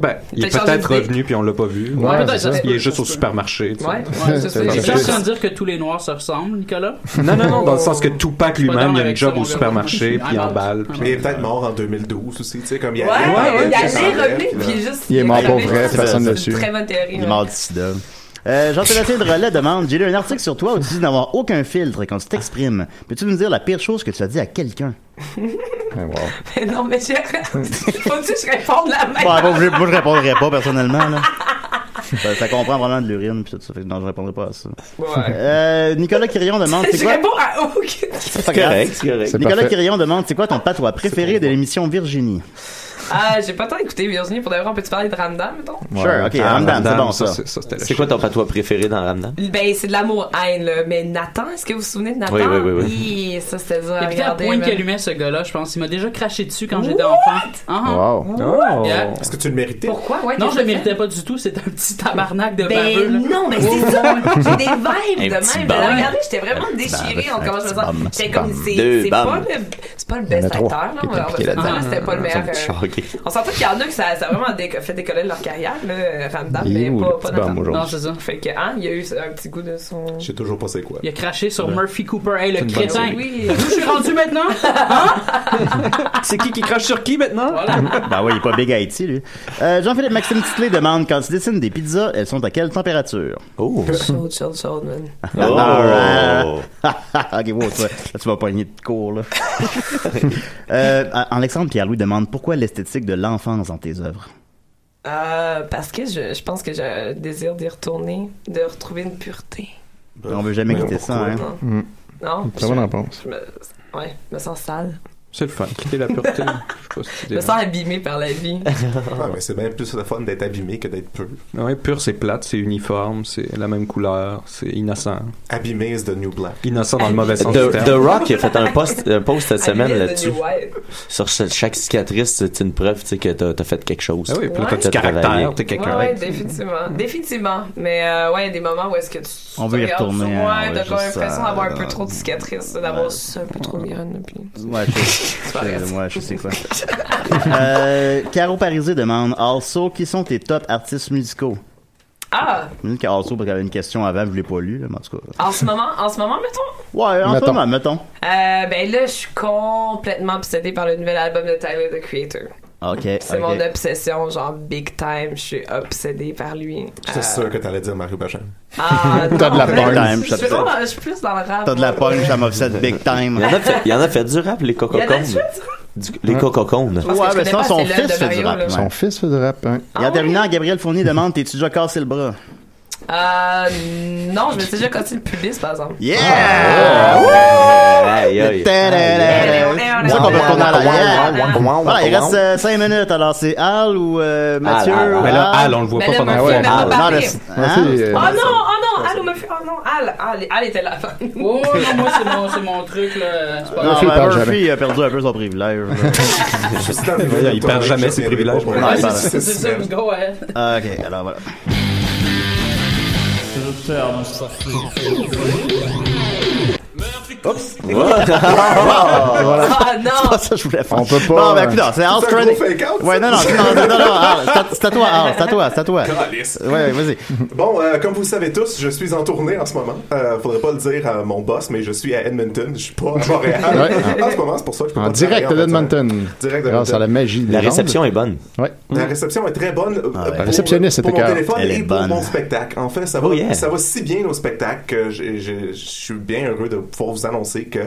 [SPEAKER 9] Ben, il est
[SPEAKER 12] Peut-être changer
[SPEAKER 9] peut-être
[SPEAKER 12] d'idée.
[SPEAKER 9] revenu puis on l'a pas vu.
[SPEAKER 12] Ouais, peut-être, ça se
[SPEAKER 9] Il
[SPEAKER 12] peut,
[SPEAKER 9] est juste au supermarché. tu sais.
[SPEAKER 12] Ouais, ouais, c'est ça.
[SPEAKER 9] C'est
[SPEAKER 12] T'es
[SPEAKER 9] ça.
[SPEAKER 12] en train de dire que tous les noirs se ressemblent, Nicolas?
[SPEAKER 9] Non, [LAUGHS] non, non, dans le sens que Tupac
[SPEAKER 12] Pas
[SPEAKER 9] lui-même,
[SPEAKER 12] dans
[SPEAKER 9] il a une
[SPEAKER 12] avec
[SPEAKER 9] job
[SPEAKER 12] ça,
[SPEAKER 9] au
[SPEAKER 12] mon gars.
[SPEAKER 9] supermarché, puis il
[SPEAKER 12] Ah,
[SPEAKER 9] emballe.
[SPEAKER 12] ah,
[SPEAKER 9] puis-
[SPEAKER 7] Mais il est peut-être mort en 2012 aussi, tu sais, comme il y
[SPEAKER 8] Ouais,
[SPEAKER 7] a-
[SPEAKER 4] Ah
[SPEAKER 8] il
[SPEAKER 7] il
[SPEAKER 8] allait
[SPEAKER 7] s'enlève,
[SPEAKER 8] revenir,
[SPEAKER 7] puis là.
[SPEAKER 8] puis juste.
[SPEAKER 4] Il est mort pour vrai,
[SPEAKER 8] C'est
[SPEAKER 4] personne
[SPEAKER 8] une
[SPEAKER 4] ne suit.
[SPEAKER 8] Très bonne théorie.
[SPEAKER 4] Il est
[SPEAKER 8] ouais.
[SPEAKER 4] mort du sida. Euh, Jean-Sébastien Drolet demande J'ai lu un article sur toi où tu dis n'avoir aucun filtre quand tu t'exprimes. Peux-tu nous dire la pire chose que tu as dit à quelqu'un
[SPEAKER 8] [LAUGHS]
[SPEAKER 4] [LAUGHS]
[SPEAKER 8] Mais non, [LAUGHS] mais je... Faut-tu que je réponde la même?
[SPEAKER 4] Bon, moi, je- moi, je répondrai pas personnellement. Là. ça, ça comprend vraiment de l'urine, puis tout ça. Fait que non, je répondrai pas à ça.
[SPEAKER 8] Ouais.
[SPEAKER 4] Euh, Nicolas Quirion demande,
[SPEAKER 8] [LAUGHS]
[SPEAKER 4] c'est
[SPEAKER 8] Je
[SPEAKER 4] quoi?
[SPEAKER 8] réponds
[SPEAKER 12] Ah,
[SPEAKER 8] à aucune.
[SPEAKER 4] pas grave. Nicolas Quirion demande, c'est quoi ton patois préféré de l'émission Virginie?
[SPEAKER 8] Ah, j'ai pas tant écouté Virginie. Pour d'ailleurs, on peut-tu parler de Ramdam, mettons?
[SPEAKER 4] Sure, ok, Ramdam, c'est bon ça.
[SPEAKER 6] C'est quoi ton patois préféré dans Ramdam?
[SPEAKER 8] Ben, c'est de l'amour-haine, là. Mais Nathan, est-ce que vous vous souvenez de Nathan?
[SPEAKER 6] Oui, oui, oui, oui.
[SPEAKER 8] Hi, ça, c'était dur à
[SPEAKER 12] Et puis la
[SPEAKER 8] regarder.
[SPEAKER 12] pointe
[SPEAKER 8] man.
[SPEAKER 12] qu'il allumait ce gars-là, je pense. Il m'a déjà craché dessus quand j'étais enfant. Uh-huh.
[SPEAKER 8] Oh.
[SPEAKER 12] Yeah.
[SPEAKER 7] Est-ce que tu le méritais?
[SPEAKER 8] Pourquoi? Ouais,
[SPEAKER 12] non,
[SPEAKER 8] qu'est-ce
[SPEAKER 12] je le
[SPEAKER 8] que
[SPEAKER 12] méritais pas du tout. C'était un petit tabarnak de
[SPEAKER 8] Ben
[SPEAKER 12] baveux. là.
[SPEAKER 8] non, mais
[SPEAKER 12] Ouais.
[SPEAKER 8] c'est ça! J'ai des
[SPEAKER 12] Un
[SPEAKER 8] vibes
[SPEAKER 12] petit
[SPEAKER 8] de même.
[SPEAKER 12] bum.
[SPEAKER 8] Ben, regardez, j'étais vraiment
[SPEAKER 12] Un petit
[SPEAKER 8] déchirée.
[SPEAKER 12] bum,
[SPEAKER 8] On commence
[SPEAKER 12] un
[SPEAKER 8] à
[SPEAKER 12] petit
[SPEAKER 8] ça.
[SPEAKER 12] bum,
[SPEAKER 8] J'étais
[SPEAKER 12] petit
[SPEAKER 8] comme,
[SPEAKER 12] bum.
[SPEAKER 8] c'est
[SPEAKER 12] Deux
[SPEAKER 8] c'est pas
[SPEAKER 12] bums.
[SPEAKER 8] le, c'est pas le
[SPEAKER 6] Il y en
[SPEAKER 8] best
[SPEAKER 6] a Ah, trois
[SPEAKER 8] acteur, là.
[SPEAKER 6] qui
[SPEAKER 8] On
[SPEAKER 6] étaient
[SPEAKER 8] va
[SPEAKER 6] impliqués
[SPEAKER 8] dire ça,
[SPEAKER 6] là-dedans.
[SPEAKER 8] c'était pas le
[SPEAKER 6] Ils
[SPEAKER 8] meilleur.
[SPEAKER 6] sont tous
[SPEAKER 8] euh,
[SPEAKER 6] choqués.
[SPEAKER 8] On s'entend qu'il y en a que ça, ça a vraiment dé- fait décoller leur carrière, là, Ramdam,
[SPEAKER 7] Il
[SPEAKER 8] mais
[SPEAKER 7] est où, le
[SPEAKER 8] pas,
[SPEAKER 7] petit
[SPEAKER 8] pas
[SPEAKER 7] bum,
[SPEAKER 8] Nathan.
[SPEAKER 7] aujourd'hui?
[SPEAKER 8] Non, c'est ça. Fait que, hein, il y a eu un petit goût de son.
[SPEAKER 7] Je sais toujours pas c'est quoi.
[SPEAKER 12] Il a craché sur
[SPEAKER 7] Ouais.
[SPEAKER 12] Murphy Cooper. Hey,
[SPEAKER 7] C'est
[SPEAKER 12] le
[SPEAKER 7] une bonne
[SPEAKER 12] crétin.
[SPEAKER 7] série.
[SPEAKER 12] Où je suis rendu
[SPEAKER 8] [LAUGHS]
[SPEAKER 12] maintenant?
[SPEAKER 4] [LAUGHS]
[SPEAKER 9] C'est qui qui crache sur qui maintenant?
[SPEAKER 4] Ben ouais, il est pas big Haïti, lui. Euh, Jean-Philippe Maxime Titley demande, quand tu dessines des pizzas, elles sont à quelle température? [LAUGHS] Oh!
[SPEAKER 8] Chaude, chaude, chaude, man.
[SPEAKER 4] Ah, Alright. euh, [LAUGHS] ok, wow, tu, vas- là, tu vas pogner de cours, là. euh, A- Alexandre Pierre-Louis demande pourquoi l'esthétique de l'enfance dans tes œuvres?
[SPEAKER 8] Euh, parce que je, je pense que j'ai un désir d'y retourner, de retrouver une pureté.
[SPEAKER 4] On veut jamais
[SPEAKER 8] ben,
[SPEAKER 5] Mais
[SPEAKER 4] quitter ça, hein.
[SPEAKER 8] Non. Non.
[SPEAKER 5] C'est une bonne réponse.
[SPEAKER 8] Je me, ouais, je me sens sale.
[SPEAKER 9] C'est le fun. Quitter
[SPEAKER 12] [LAUGHS]
[SPEAKER 9] la pureté. Je sais pas si
[SPEAKER 8] Je me sens abîmée par la vie.
[SPEAKER 7] Ah, mais c'est bien plus le fun d'être abîmé que d'être peu.
[SPEAKER 9] Ouais, pur, c'est plate, c'est uniforme, c'est la même couleur, c'est innocent.
[SPEAKER 7] Abîmé is the new black.
[SPEAKER 9] Innocent dans le mauvais sens du
[SPEAKER 6] The,
[SPEAKER 9] terme.
[SPEAKER 6] The Rock a fait un post, un post cette
[SPEAKER 9] Habillé
[SPEAKER 6] semaine
[SPEAKER 9] de
[SPEAKER 6] là-dessus.
[SPEAKER 9] New White.
[SPEAKER 6] Sur ce- chaque cicatrice, c'est une preuve tu sais, que t'as as fait quelque chose.
[SPEAKER 9] Ah oui, puis là,
[SPEAKER 8] t'as du
[SPEAKER 6] T'as
[SPEAKER 9] caractère,
[SPEAKER 6] travaillé.
[SPEAKER 9] t'es
[SPEAKER 8] Ouais, ouais,
[SPEAKER 4] Mm.
[SPEAKER 8] définitivement. Définitivement. Mais euh, ouais, il y a des moments où est-ce que tu.
[SPEAKER 6] On veut y
[SPEAKER 8] tu regardes
[SPEAKER 6] retourner,
[SPEAKER 8] sur-
[SPEAKER 6] hein,
[SPEAKER 8] Ouais,
[SPEAKER 6] on
[SPEAKER 8] t'as
[SPEAKER 6] veut
[SPEAKER 8] comme
[SPEAKER 6] juste,
[SPEAKER 8] l'impression d'avoir un
[SPEAKER 6] euh,
[SPEAKER 8] peu trop de cicatrices, d'avoir ça un peu trop d'urine. Puis...
[SPEAKER 4] Ouais, je,
[SPEAKER 8] [LAUGHS]
[SPEAKER 4] je- ouais, je sais quoi. euh, Caro Parisé demande Also, qui sont tes top artistes musicaux?
[SPEAKER 8] Ah!
[SPEAKER 4] J'imagine qu'Also, parce qu'il y avait une question avant, je l'ai pas lu, là, mais en tout cas.
[SPEAKER 8] En ce moment, en ce moment, mettons.
[SPEAKER 4] Ouais, en
[SPEAKER 8] Mettons.
[SPEAKER 4] ce moment, mettons.
[SPEAKER 8] Euh, ben là, je suis complètement obsédée par le nouvel album de Tyler the Creator.
[SPEAKER 4] Ok.
[SPEAKER 8] C'est
[SPEAKER 4] ok.
[SPEAKER 8] mon obsession, genre big time. Je suis obsédée par lui.
[SPEAKER 7] J'étais
[SPEAKER 8] Euh,
[SPEAKER 7] sûr que t'allais dire Mario Bachan.
[SPEAKER 8] Ah,
[SPEAKER 4] [LAUGHS] T'as de la
[SPEAKER 8] non,
[SPEAKER 4] punch.
[SPEAKER 8] mais
[SPEAKER 4] Time,
[SPEAKER 8] Je suis
[SPEAKER 4] j'obsède.
[SPEAKER 8] vraiment- je suis plus dans le rap.
[SPEAKER 4] T'as de la punch, ça m'offset big
[SPEAKER 6] Il
[SPEAKER 4] time.
[SPEAKER 6] y, en a fait, il y en a fait du rap, les
[SPEAKER 8] Il y en a
[SPEAKER 6] cococones.
[SPEAKER 8] dessus,
[SPEAKER 6] Du- Les cococones.
[SPEAKER 8] Parce que je
[SPEAKER 4] Ouais, mais
[SPEAKER 8] connais
[SPEAKER 4] sinon,
[SPEAKER 8] pas
[SPEAKER 4] son
[SPEAKER 8] assez l'œuvre
[SPEAKER 4] fils
[SPEAKER 8] de
[SPEAKER 4] fait du
[SPEAKER 8] Mario,
[SPEAKER 4] rap.
[SPEAKER 8] là.
[SPEAKER 4] ouais.
[SPEAKER 5] Son fils fait du rap, hein.
[SPEAKER 4] Et en terminant, Gabriel Fournier demande T'es-tu déjà cassé le bras
[SPEAKER 8] Euh, non, je me suis déjà cassé le pubis, par exemple. Ah,
[SPEAKER 4] Yeah!
[SPEAKER 6] Aïe, aïe.
[SPEAKER 4] C'est ça qu'on peut retourner à la guerre. Voilà, il reste 5 minutes. Alors, c'est Al ou euh, Mathieu
[SPEAKER 9] Al, Al.
[SPEAKER 4] ou
[SPEAKER 9] Mais là, Al, on le voit Mais pas là, pendant- Mathieu, on a pas
[SPEAKER 4] Non,
[SPEAKER 9] parlé.
[SPEAKER 4] le- hein?
[SPEAKER 5] Ah,
[SPEAKER 9] Mathieu,
[SPEAKER 12] euh,
[SPEAKER 5] euh,
[SPEAKER 8] Oh non, oh non, Al, on m'a fait. Oh non, Al, Al, Al était là.
[SPEAKER 12] Oh, non, moi, c'est mon, c'est mon truc, là. C'est pas
[SPEAKER 4] Non,
[SPEAKER 12] grave.
[SPEAKER 4] ben,
[SPEAKER 5] parle
[SPEAKER 4] Murphy a perdu un peu son privilège.
[SPEAKER 5] [LAUGHS]
[SPEAKER 9] Voyons, il perd jamais ses privilèges.
[SPEAKER 4] Ouais,
[SPEAKER 12] Ouais,
[SPEAKER 4] il
[SPEAKER 12] c'est-
[SPEAKER 4] parle.
[SPEAKER 12] c'est ça, go ahead.
[SPEAKER 4] Ah, Ok, alors voilà. Oups! [LAUGHS] Voilà.
[SPEAKER 8] Ah non!
[SPEAKER 4] C'est pas ça que je voulais faire.
[SPEAKER 5] On peut pas,
[SPEAKER 4] Bon,
[SPEAKER 5] euh,
[SPEAKER 4] ben, putain, c'est Al
[SPEAKER 7] C'est un gros
[SPEAKER 4] Chronic.
[SPEAKER 7] fake-out,
[SPEAKER 4] Ouais,
[SPEAKER 7] ça.
[SPEAKER 4] non, non, non, non, non, non, Al, c'est à- c'est à toi, Al, c'est à toi, c'est à toi.
[SPEAKER 7] Calice.
[SPEAKER 4] Ouais, ouais, vas-y.
[SPEAKER 7] [LAUGHS] Bon, euh, comme vous le savez tous, je suis en tournée en ce moment. Euh, faudrait pas le dire à mon boss, mais je suis à Edmonton. Je suis pas à Montréal.
[SPEAKER 5] Ouais.
[SPEAKER 7] En ce moment, c'est pour ça que je peux
[SPEAKER 5] En
[SPEAKER 7] pas
[SPEAKER 5] direct
[SPEAKER 7] travailler,
[SPEAKER 5] de
[SPEAKER 7] en fait.
[SPEAKER 5] Edmonton.
[SPEAKER 7] Direct de
[SPEAKER 5] Grâce
[SPEAKER 7] Edmonton.
[SPEAKER 5] à la magie des
[SPEAKER 6] La
[SPEAKER 5] ondes.
[SPEAKER 6] réception est bonne.
[SPEAKER 5] Ouais.
[SPEAKER 7] La réception est très bonne euh,
[SPEAKER 5] ouais.
[SPEAKER 7] pour,
[SPEAKER 5] Réceptionniste,
[SPEAKER 7] pour
[SPEAKER 5] c'était
[SPEAKER 7] mon
[SPEAKER 5] cœur.
[SPEAKER 7] téléphone
[SPEAKER 5] Elle
[SPEAKER 7] et
[SPEAKER 5] est
[SPEAKER 7] pour
[SPEAKER 5] bonne.
[SPEAKER 7] mon spectacle. En fait, ça va,
[SPEAKER 6] Oh, yeah.
[SPEAKER 7] ça va si bien au spectacle que j'ai- j'ai- je suis bien heureux de pouvoir vous annoncer que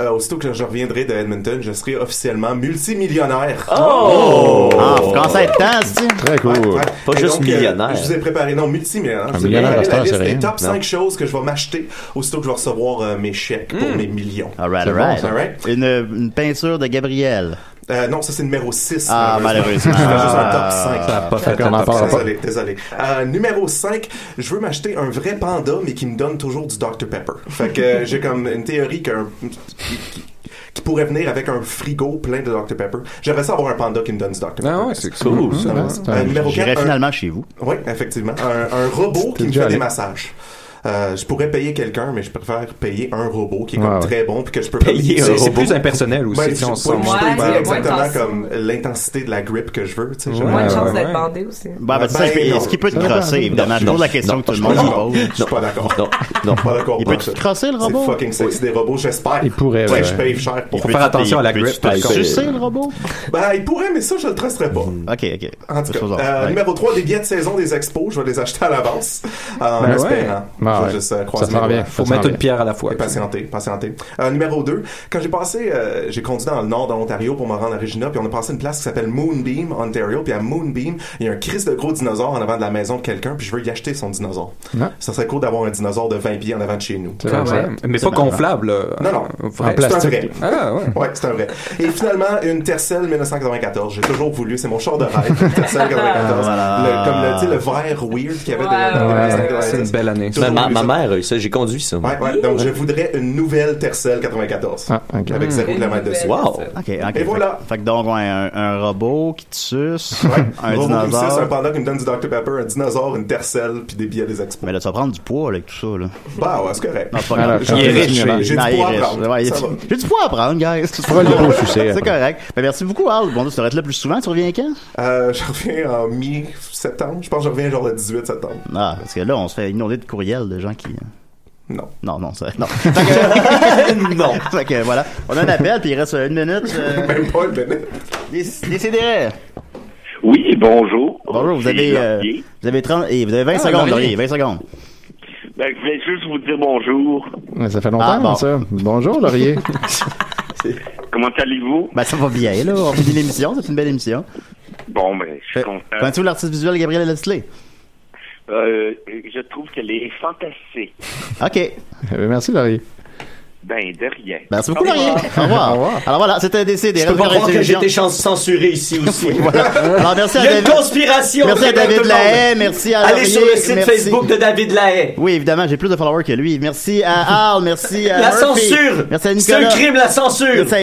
[SPEAKER 7] euh, aussitôt que je reviendrai de Edmonton, je serai officiellement multimillionnaire.
[SPEAKER 6] Oh!
[SPEAKER 4] Ah, faut commencer à être temps, c'est-tu?
[SPEAKER 5] Très cool.
[SPEAKER 6] Pas
[SPEAKER 7] Et
[SPEAKER 6] juste
[SPEAKER 7] donc, euh,
[SPEAKER 6] millionnaire.
[SPEAKER 7] je vous ai préparé, non, multimillionnaire. Je vous ai
[SPEAKER 5] millionnaire,
[SPEAKER 7] préparé
[SPEAKER 5] à
[SPEAKER 7] la
[SPEAKER 5] cette heure,
[SPEAKER 7] liste
[SPEAKER 5] c'est
[SPEAKER 7] des
[SPEAKER 5] rien.
[SPEAKER 7] top 5 choses que je vais m'acheter aussitôt que je vais recevoir euh, mes chèques pour mes millions.
[SPEAKER 4] Alright,
[SPEAKER 7] C'est bon,
[SPEAKER 4] alright.
[SPEAKER 7] ça. Alright.
[SPEAKER 4] Une, une peinture de Gabriel.
[SPEAKER 7] Euh, non, ça c'est numéro 6.
[SPEAKER 4] Ah, malheureusement.
[SPEAKER 7] [LAUGHS] C'était juste un
[SPEAKER 4] Ah,
[SPEAKER 7] top 5.
[SPEAKER 4] ça a pas fait
[SPEAKER 5] un top cinq.
[SPEAKER 7] Désolé, désolé. Euh, numéro 5, je veux m'acheter un vrai panda, mais qui me donne toujours du Dr Pepper. Fait que euh, j'ai comme une théorie qu'un qui- qui- qui pourrait venir avec un frigo plein de Dr Pepper. J'aimerais ça avoir un panda qui me donne du Dr Pepper.
[SPEAKER 9] Ah ouais, c'est cool. ça.
[SPEAKER 7] Euh, numéro
[SPEAKER 4] J'irai
[SPEAKER 7] quatre, un-
[SPEAKER 4] finalement chez vous.
[SPEAKER 7] oui, effectivement. Un, un robot qui me
[SPEAKER 5] déjà
[SPEAKER 7] fait
[SPEAKER 5] allé.
[SPEAKER 7] des massages. Euh, je pourrais payer quelqu'un, mais je préfère payer un robot qui est comme
[SPEAKER 5] Ouais, ouais.
[SPEAKER 7] très bon puis que je peux
[SPEAKER 6] Payer
[SPEAKER 7] comme-
[SPEAKER 6] un
[SPEAKER 9] C'est c'est
[SPEAKER 6] robot.
[SPEAKER 9] plus impersonnel aussi,
[SPEAKER 7] Ben,
[SPEAKER 9] si on
[SPEAKER 7] je-
[SPEAKER 9] se
[SPEAKER 7] oui,
[SPEAKER 9] sent
[SPEAKER 7] je
[SPEAKER 9] moins.
[SPEAKER 7] peux
[SPEAKER 8] Ouais,
[SPEAKER 7] y
[SPEAKER 8] c'est
[SPEAKER 7] mettre exactement
[SPEAKER 8] intense.
[SPEAKER 7] comme l'intensité de la grippe que je veux. tu sais,
[SPEAKER 9] Ouais,
[SPEAKER 7] j'aimerais-
[SPEAKER 8] Moins de chance
[SPEAKER 9] ouais, ouais.
[SPEAKER 8] d'être bandé aussi.
[SPEAKER 4] Bah, ben, c'est ça,
[SPEAKER 7] Ben,
[SPEAKER 4] je peux-
[SPEAKER 7] non.
[SPEAKER 4] est-ce qu'il peut te
[SPEAKER 5] Ça
[SPEAKER 4] crosser,
[SPEAKER 5] dépend.
[SPEAKER 4] évidemment? Je
[SPEAKER 6] Non,
[SPEAKER 4] pose la
[SPEAKER 6] non,
[SPEAKER 4] question
[SPEAKER 6] non,
[SPEAKER 4] que tout le
[SPEAKER 6] je
[SPEAKER 7] Je suis pas
[SPEAKER 4] monde
[SPEAKER 7] d'accord.
[SPEAKER 4] pose.
[SPEAKER 7] Je suis pas d'accord.
[SPEAKER 6] Non, non.
[SPEAKER 7] Pas d'accord.
[SPEAKER 4] Il
[SPEAKER 7] pour
[SPEAKER 4] peut-tu
[SPEAKER 7] ça.
[SPEAKER 4] te crosser, le robot?
[SPEAKER 7] C'est fucking sexy des robots, j'espère.
[SPEAKER 5] Il pourrait,
[SPEAKER 7] Ouais,
[SPEAKER 5] ouais.
[SPEAKER 7] je paye cher pour
[SPEAKER 9] Faut faire attention à la
[SPEAKER 4] Peux-tu
[SPEAKER 9] grippe. par
[SPEAKER 4] te
[SPEAKER 9] contre.
[SPEAKER 4] sucer, le robot?
[SPEAKER 7] Ben, il pourrait, mais ça, je le trusterais pas.
[SPEAKER 4] Ok, ok.
[SPEAKER 7] En tout cas,
[SPEAKER 4] Faisons.
[SPEAKER 7] euh,
[SPEAKER 4] Ouais.
[SPEAKER 7] numéro 3, des billets de saison des expos, je vais les acheter à l'avance. euh, En
[SPEAKER 9] Ben ouais.
[SPEAKER 7] espérant.
[SPEAKER 5] Ben
[SPEAKER 7] je
[SPEAKER 5] Ah
[SPEAKER 7] vais
[SPEAKER 5] ouais.
[SPEAKER 7] juste euh, croire
[SPEAKER 5] Ça
[SPEAKER 7] ce
[SPEAKER 5] s'en
[SPEAKER 7] numéro.
[SPEAKER 5] vient. Faut Ça mettre s'en une vient. pierre à la fois.
[SPEAKER 7] Et patienter, patienter. Euh, numéro 2, quand j'ai passé, euh, j'ai conduit dans le nord de l'Ontario pour me rendre à Regina, puis on a passé une place qui s'appelle Moonbeam, Ontario, puis à Moonbeam, il y a un crise de gros dinosaure en avant de la maison de quelqu'un, puis je veux y acheter son dinosaure.
[SPEAKER 5] Non.
[SPEAKER 7] Ça serait cool d'avoir un dinosaure de 20 pieds en avant de chez nous.
[SPEAKER 5] Ah
[SPEAKER 9] C'est Quand vrai. même. Mais C'est pas marrant. gonflable, là.
[SPEAKER 7] Non, non.
[SPEAKER 9] En
[SPEAKER 7] Vrai. C'est un
[SPEAKER 9] plastique.
[SPEAKER 7] vrai.
[SPEAKER 9] Ah, ouais.
[SPEAKER 7] ouais, c'est un vrai. Et finalement, une Tercel 1994. J'ai toujours voulu, c'est mon char de rêve, une Tercel
[SPEAKER 4] [LAUGHS]
[SPEAKER 7] 94.
[SPEAKER 6] Voilà.
[SPEAKER 7] Le- comme le, tu sais, le verre weird qu'il y avait de- de,
[SPEAKER 6] Ouais,
[SPEAKER 7] 1994.
[SPEAKER 6] c'est une belle année.
[SPEAKER 7] Toujours
[SPEAKER 6] Ma,
[SPEAKER 7] voulu
[SPEAKER 6] ma
[SPEAKER 7] ça.
[SPEAKER 6] mère a eu ça, j'ai conduit ça. moi.
[SPEAKER 7] Ouais, ouais. Donc,
[SPEAKER 6] [LAUGHS]
[SPEAKER 7] je voudrais une nouvelle Tercel 94.
[SPEAKER 6] Ah,
[SPEAKER 7] Avec 0 km dessus.
[SPEAKER 4] OK, OK.
[SPEAKER 7] Et voilà.
[SPEAKER 4] Fait, fait que donc, ouais, un, un robot qui te suce, un
[SPEAKER 7] robot qui me suce, un
[SPEAKER 4] dinosaure.
[SPEAKER 7] panda qui me donne du Dr Pepper, un dinosaure, une tercelle, puis des billets des expos.
[SPEAKER 4] Mais là, tu vas prendre du poids là, avec tout ça, là.
[SPEAKER 7] Bah ouais, c'est correct.
[SPEAKER 4] Non,
[SPEAKER 6] Ah,
[SPEAKER 4] c'est pas
[SPEAKER 7] Alors,
[SPEAKER 4] grave.
[SPEAKER 7] j'ai-
[SPEAKER 4] Il est riche,
[SPEAKER 7] j'ai-
[SPEAKER 4] là.
[SPEAKER 7] j'ai du
[SPEAKER 4] Non, il est
[SPEAKER 7] poids à
[SPEAKER 4] riche.
[SPEAKER 7] prendre.
[SPEAKER 4] Ouais, il est-
[SPEAKER 7] Ça va.
[SPEAKER 4] J'ai du poids à prendre, guys. C'est
[SPEAKER 7] pourras le gros sucer,
[SPEAKER 4] C'est
[SPEAKER 7] après.
[SPEAKER 4] correct. Ben, merci beaucoup, Al. Bon, tu devrais être là plus souvent. Tu reviens quand?
[SPEAKER 7] Euh, [LAUGHS] je reviens en mi-septembre. Je pense que je reviens genre le 18 septembre.
[SPEAKER 4] Ah, parce que là, on se fait inonder de courriels de gens qui. hein.
[SPEAKER 7] Non.
[SPEAKER 4] Non, non, ça. Non. Fait que- non. [LAUGHS] Fait que voilà. On a un appel, puis il reste une minute. euh.
[SPEAKER 7] Même pas une minute.
[SPEAKER 4] Décidérez.
[SPEAKER 13] Oui, bonjour.
[SPEAKER 4] Bonjour, vous
[SPEAKER 13] C'est
[SPEAKER 4] avez, euh,
[SPEAKER 13] Laurier.
[SPEAKER 4] vous avez 30, et vous avez 20
[SPEAKER 13] Ah,
[SPEAKER 4] secondes,
[SPEAKER 13] Laurier.
[SPEAKER 4] Laurier, 20 secondes. euh,
[SPEAKER 13] Ben, je voulais juste vous dire
[SPEAKER 4] [LAUGHS]
[SPEAKER 13] bonjour.
[SPEAKER 5] Ouais, ça fait longtemps,
[SPEAKER 4] Ah, bon.
[SPEAKER 5] ça. Bonjour, Laurier.
[SPEAKER 13] Comment allez-vous?
[SPEAKER 4] [LAUGHS] Ben, ça va bien, là. On finit l'émission, c'est une belle émission.
[SPEAKER 13] Bon, ben, je suis
[SPEAKER 11] Euh.
[SPEAKER 13] content.
[SPEAKER 4] Connais-tu l'artiste visuel Gabriel Leslie?
[SPEAKER 13] Euh, je trouve qu'elle est fantastique.
[SPEAKER 4] OK.
[SPEAKER 5] Eh bien, merci, Laurier.
[SPEAKER 13] Ben, de rien.
[SPEAKER 4] Merci beaucoup,
[SPEAKER 13] Au
[SPEAKER 4] Laurier.
[SPEAKER 13] revoir.
[SPEAKER 4] Au revoir. Alors voilà, c'était décidé.
[SPEAKER 6] Je peux pas croire que j'ai été chan-
[SPEAKER 4] censuré [LAUGHS] ici aussi. voilà. Alors merci à
[SPEAKER 6] Il y a une
[SPEAKER 4] David-
[SPEAKER 6] conspiration
[SPEAKER 4] Merci à
[SPEAKER 6] entre
[SPEAKER 4] David
[SPEAKER 6] tout le monde.
[SPEAKER 4] Lahaye, merci à
[SPEAKER 6] Allez sur
[SPEAKER 4] Laurier,
[SPEAKER 6] le site
[SPEAKER 4] merci-
[SPEAKER 6] Facebook de David Lahaye.
[SPEAKER 4] Oui, évidemment, j'ai plus de followers que lui. Merci à Al, merci à
[SPEAKER 6] La
[SPEAKER 4] Murphy.
[SPEAKER 6] censure.
[SPEAKER 4] Merci à
[SPEAKER 6] C'est un
[SPEAKER 4] Nicolas.
[SPEAKER 6] crime, la censure.
[SPEAKER 4] Merci à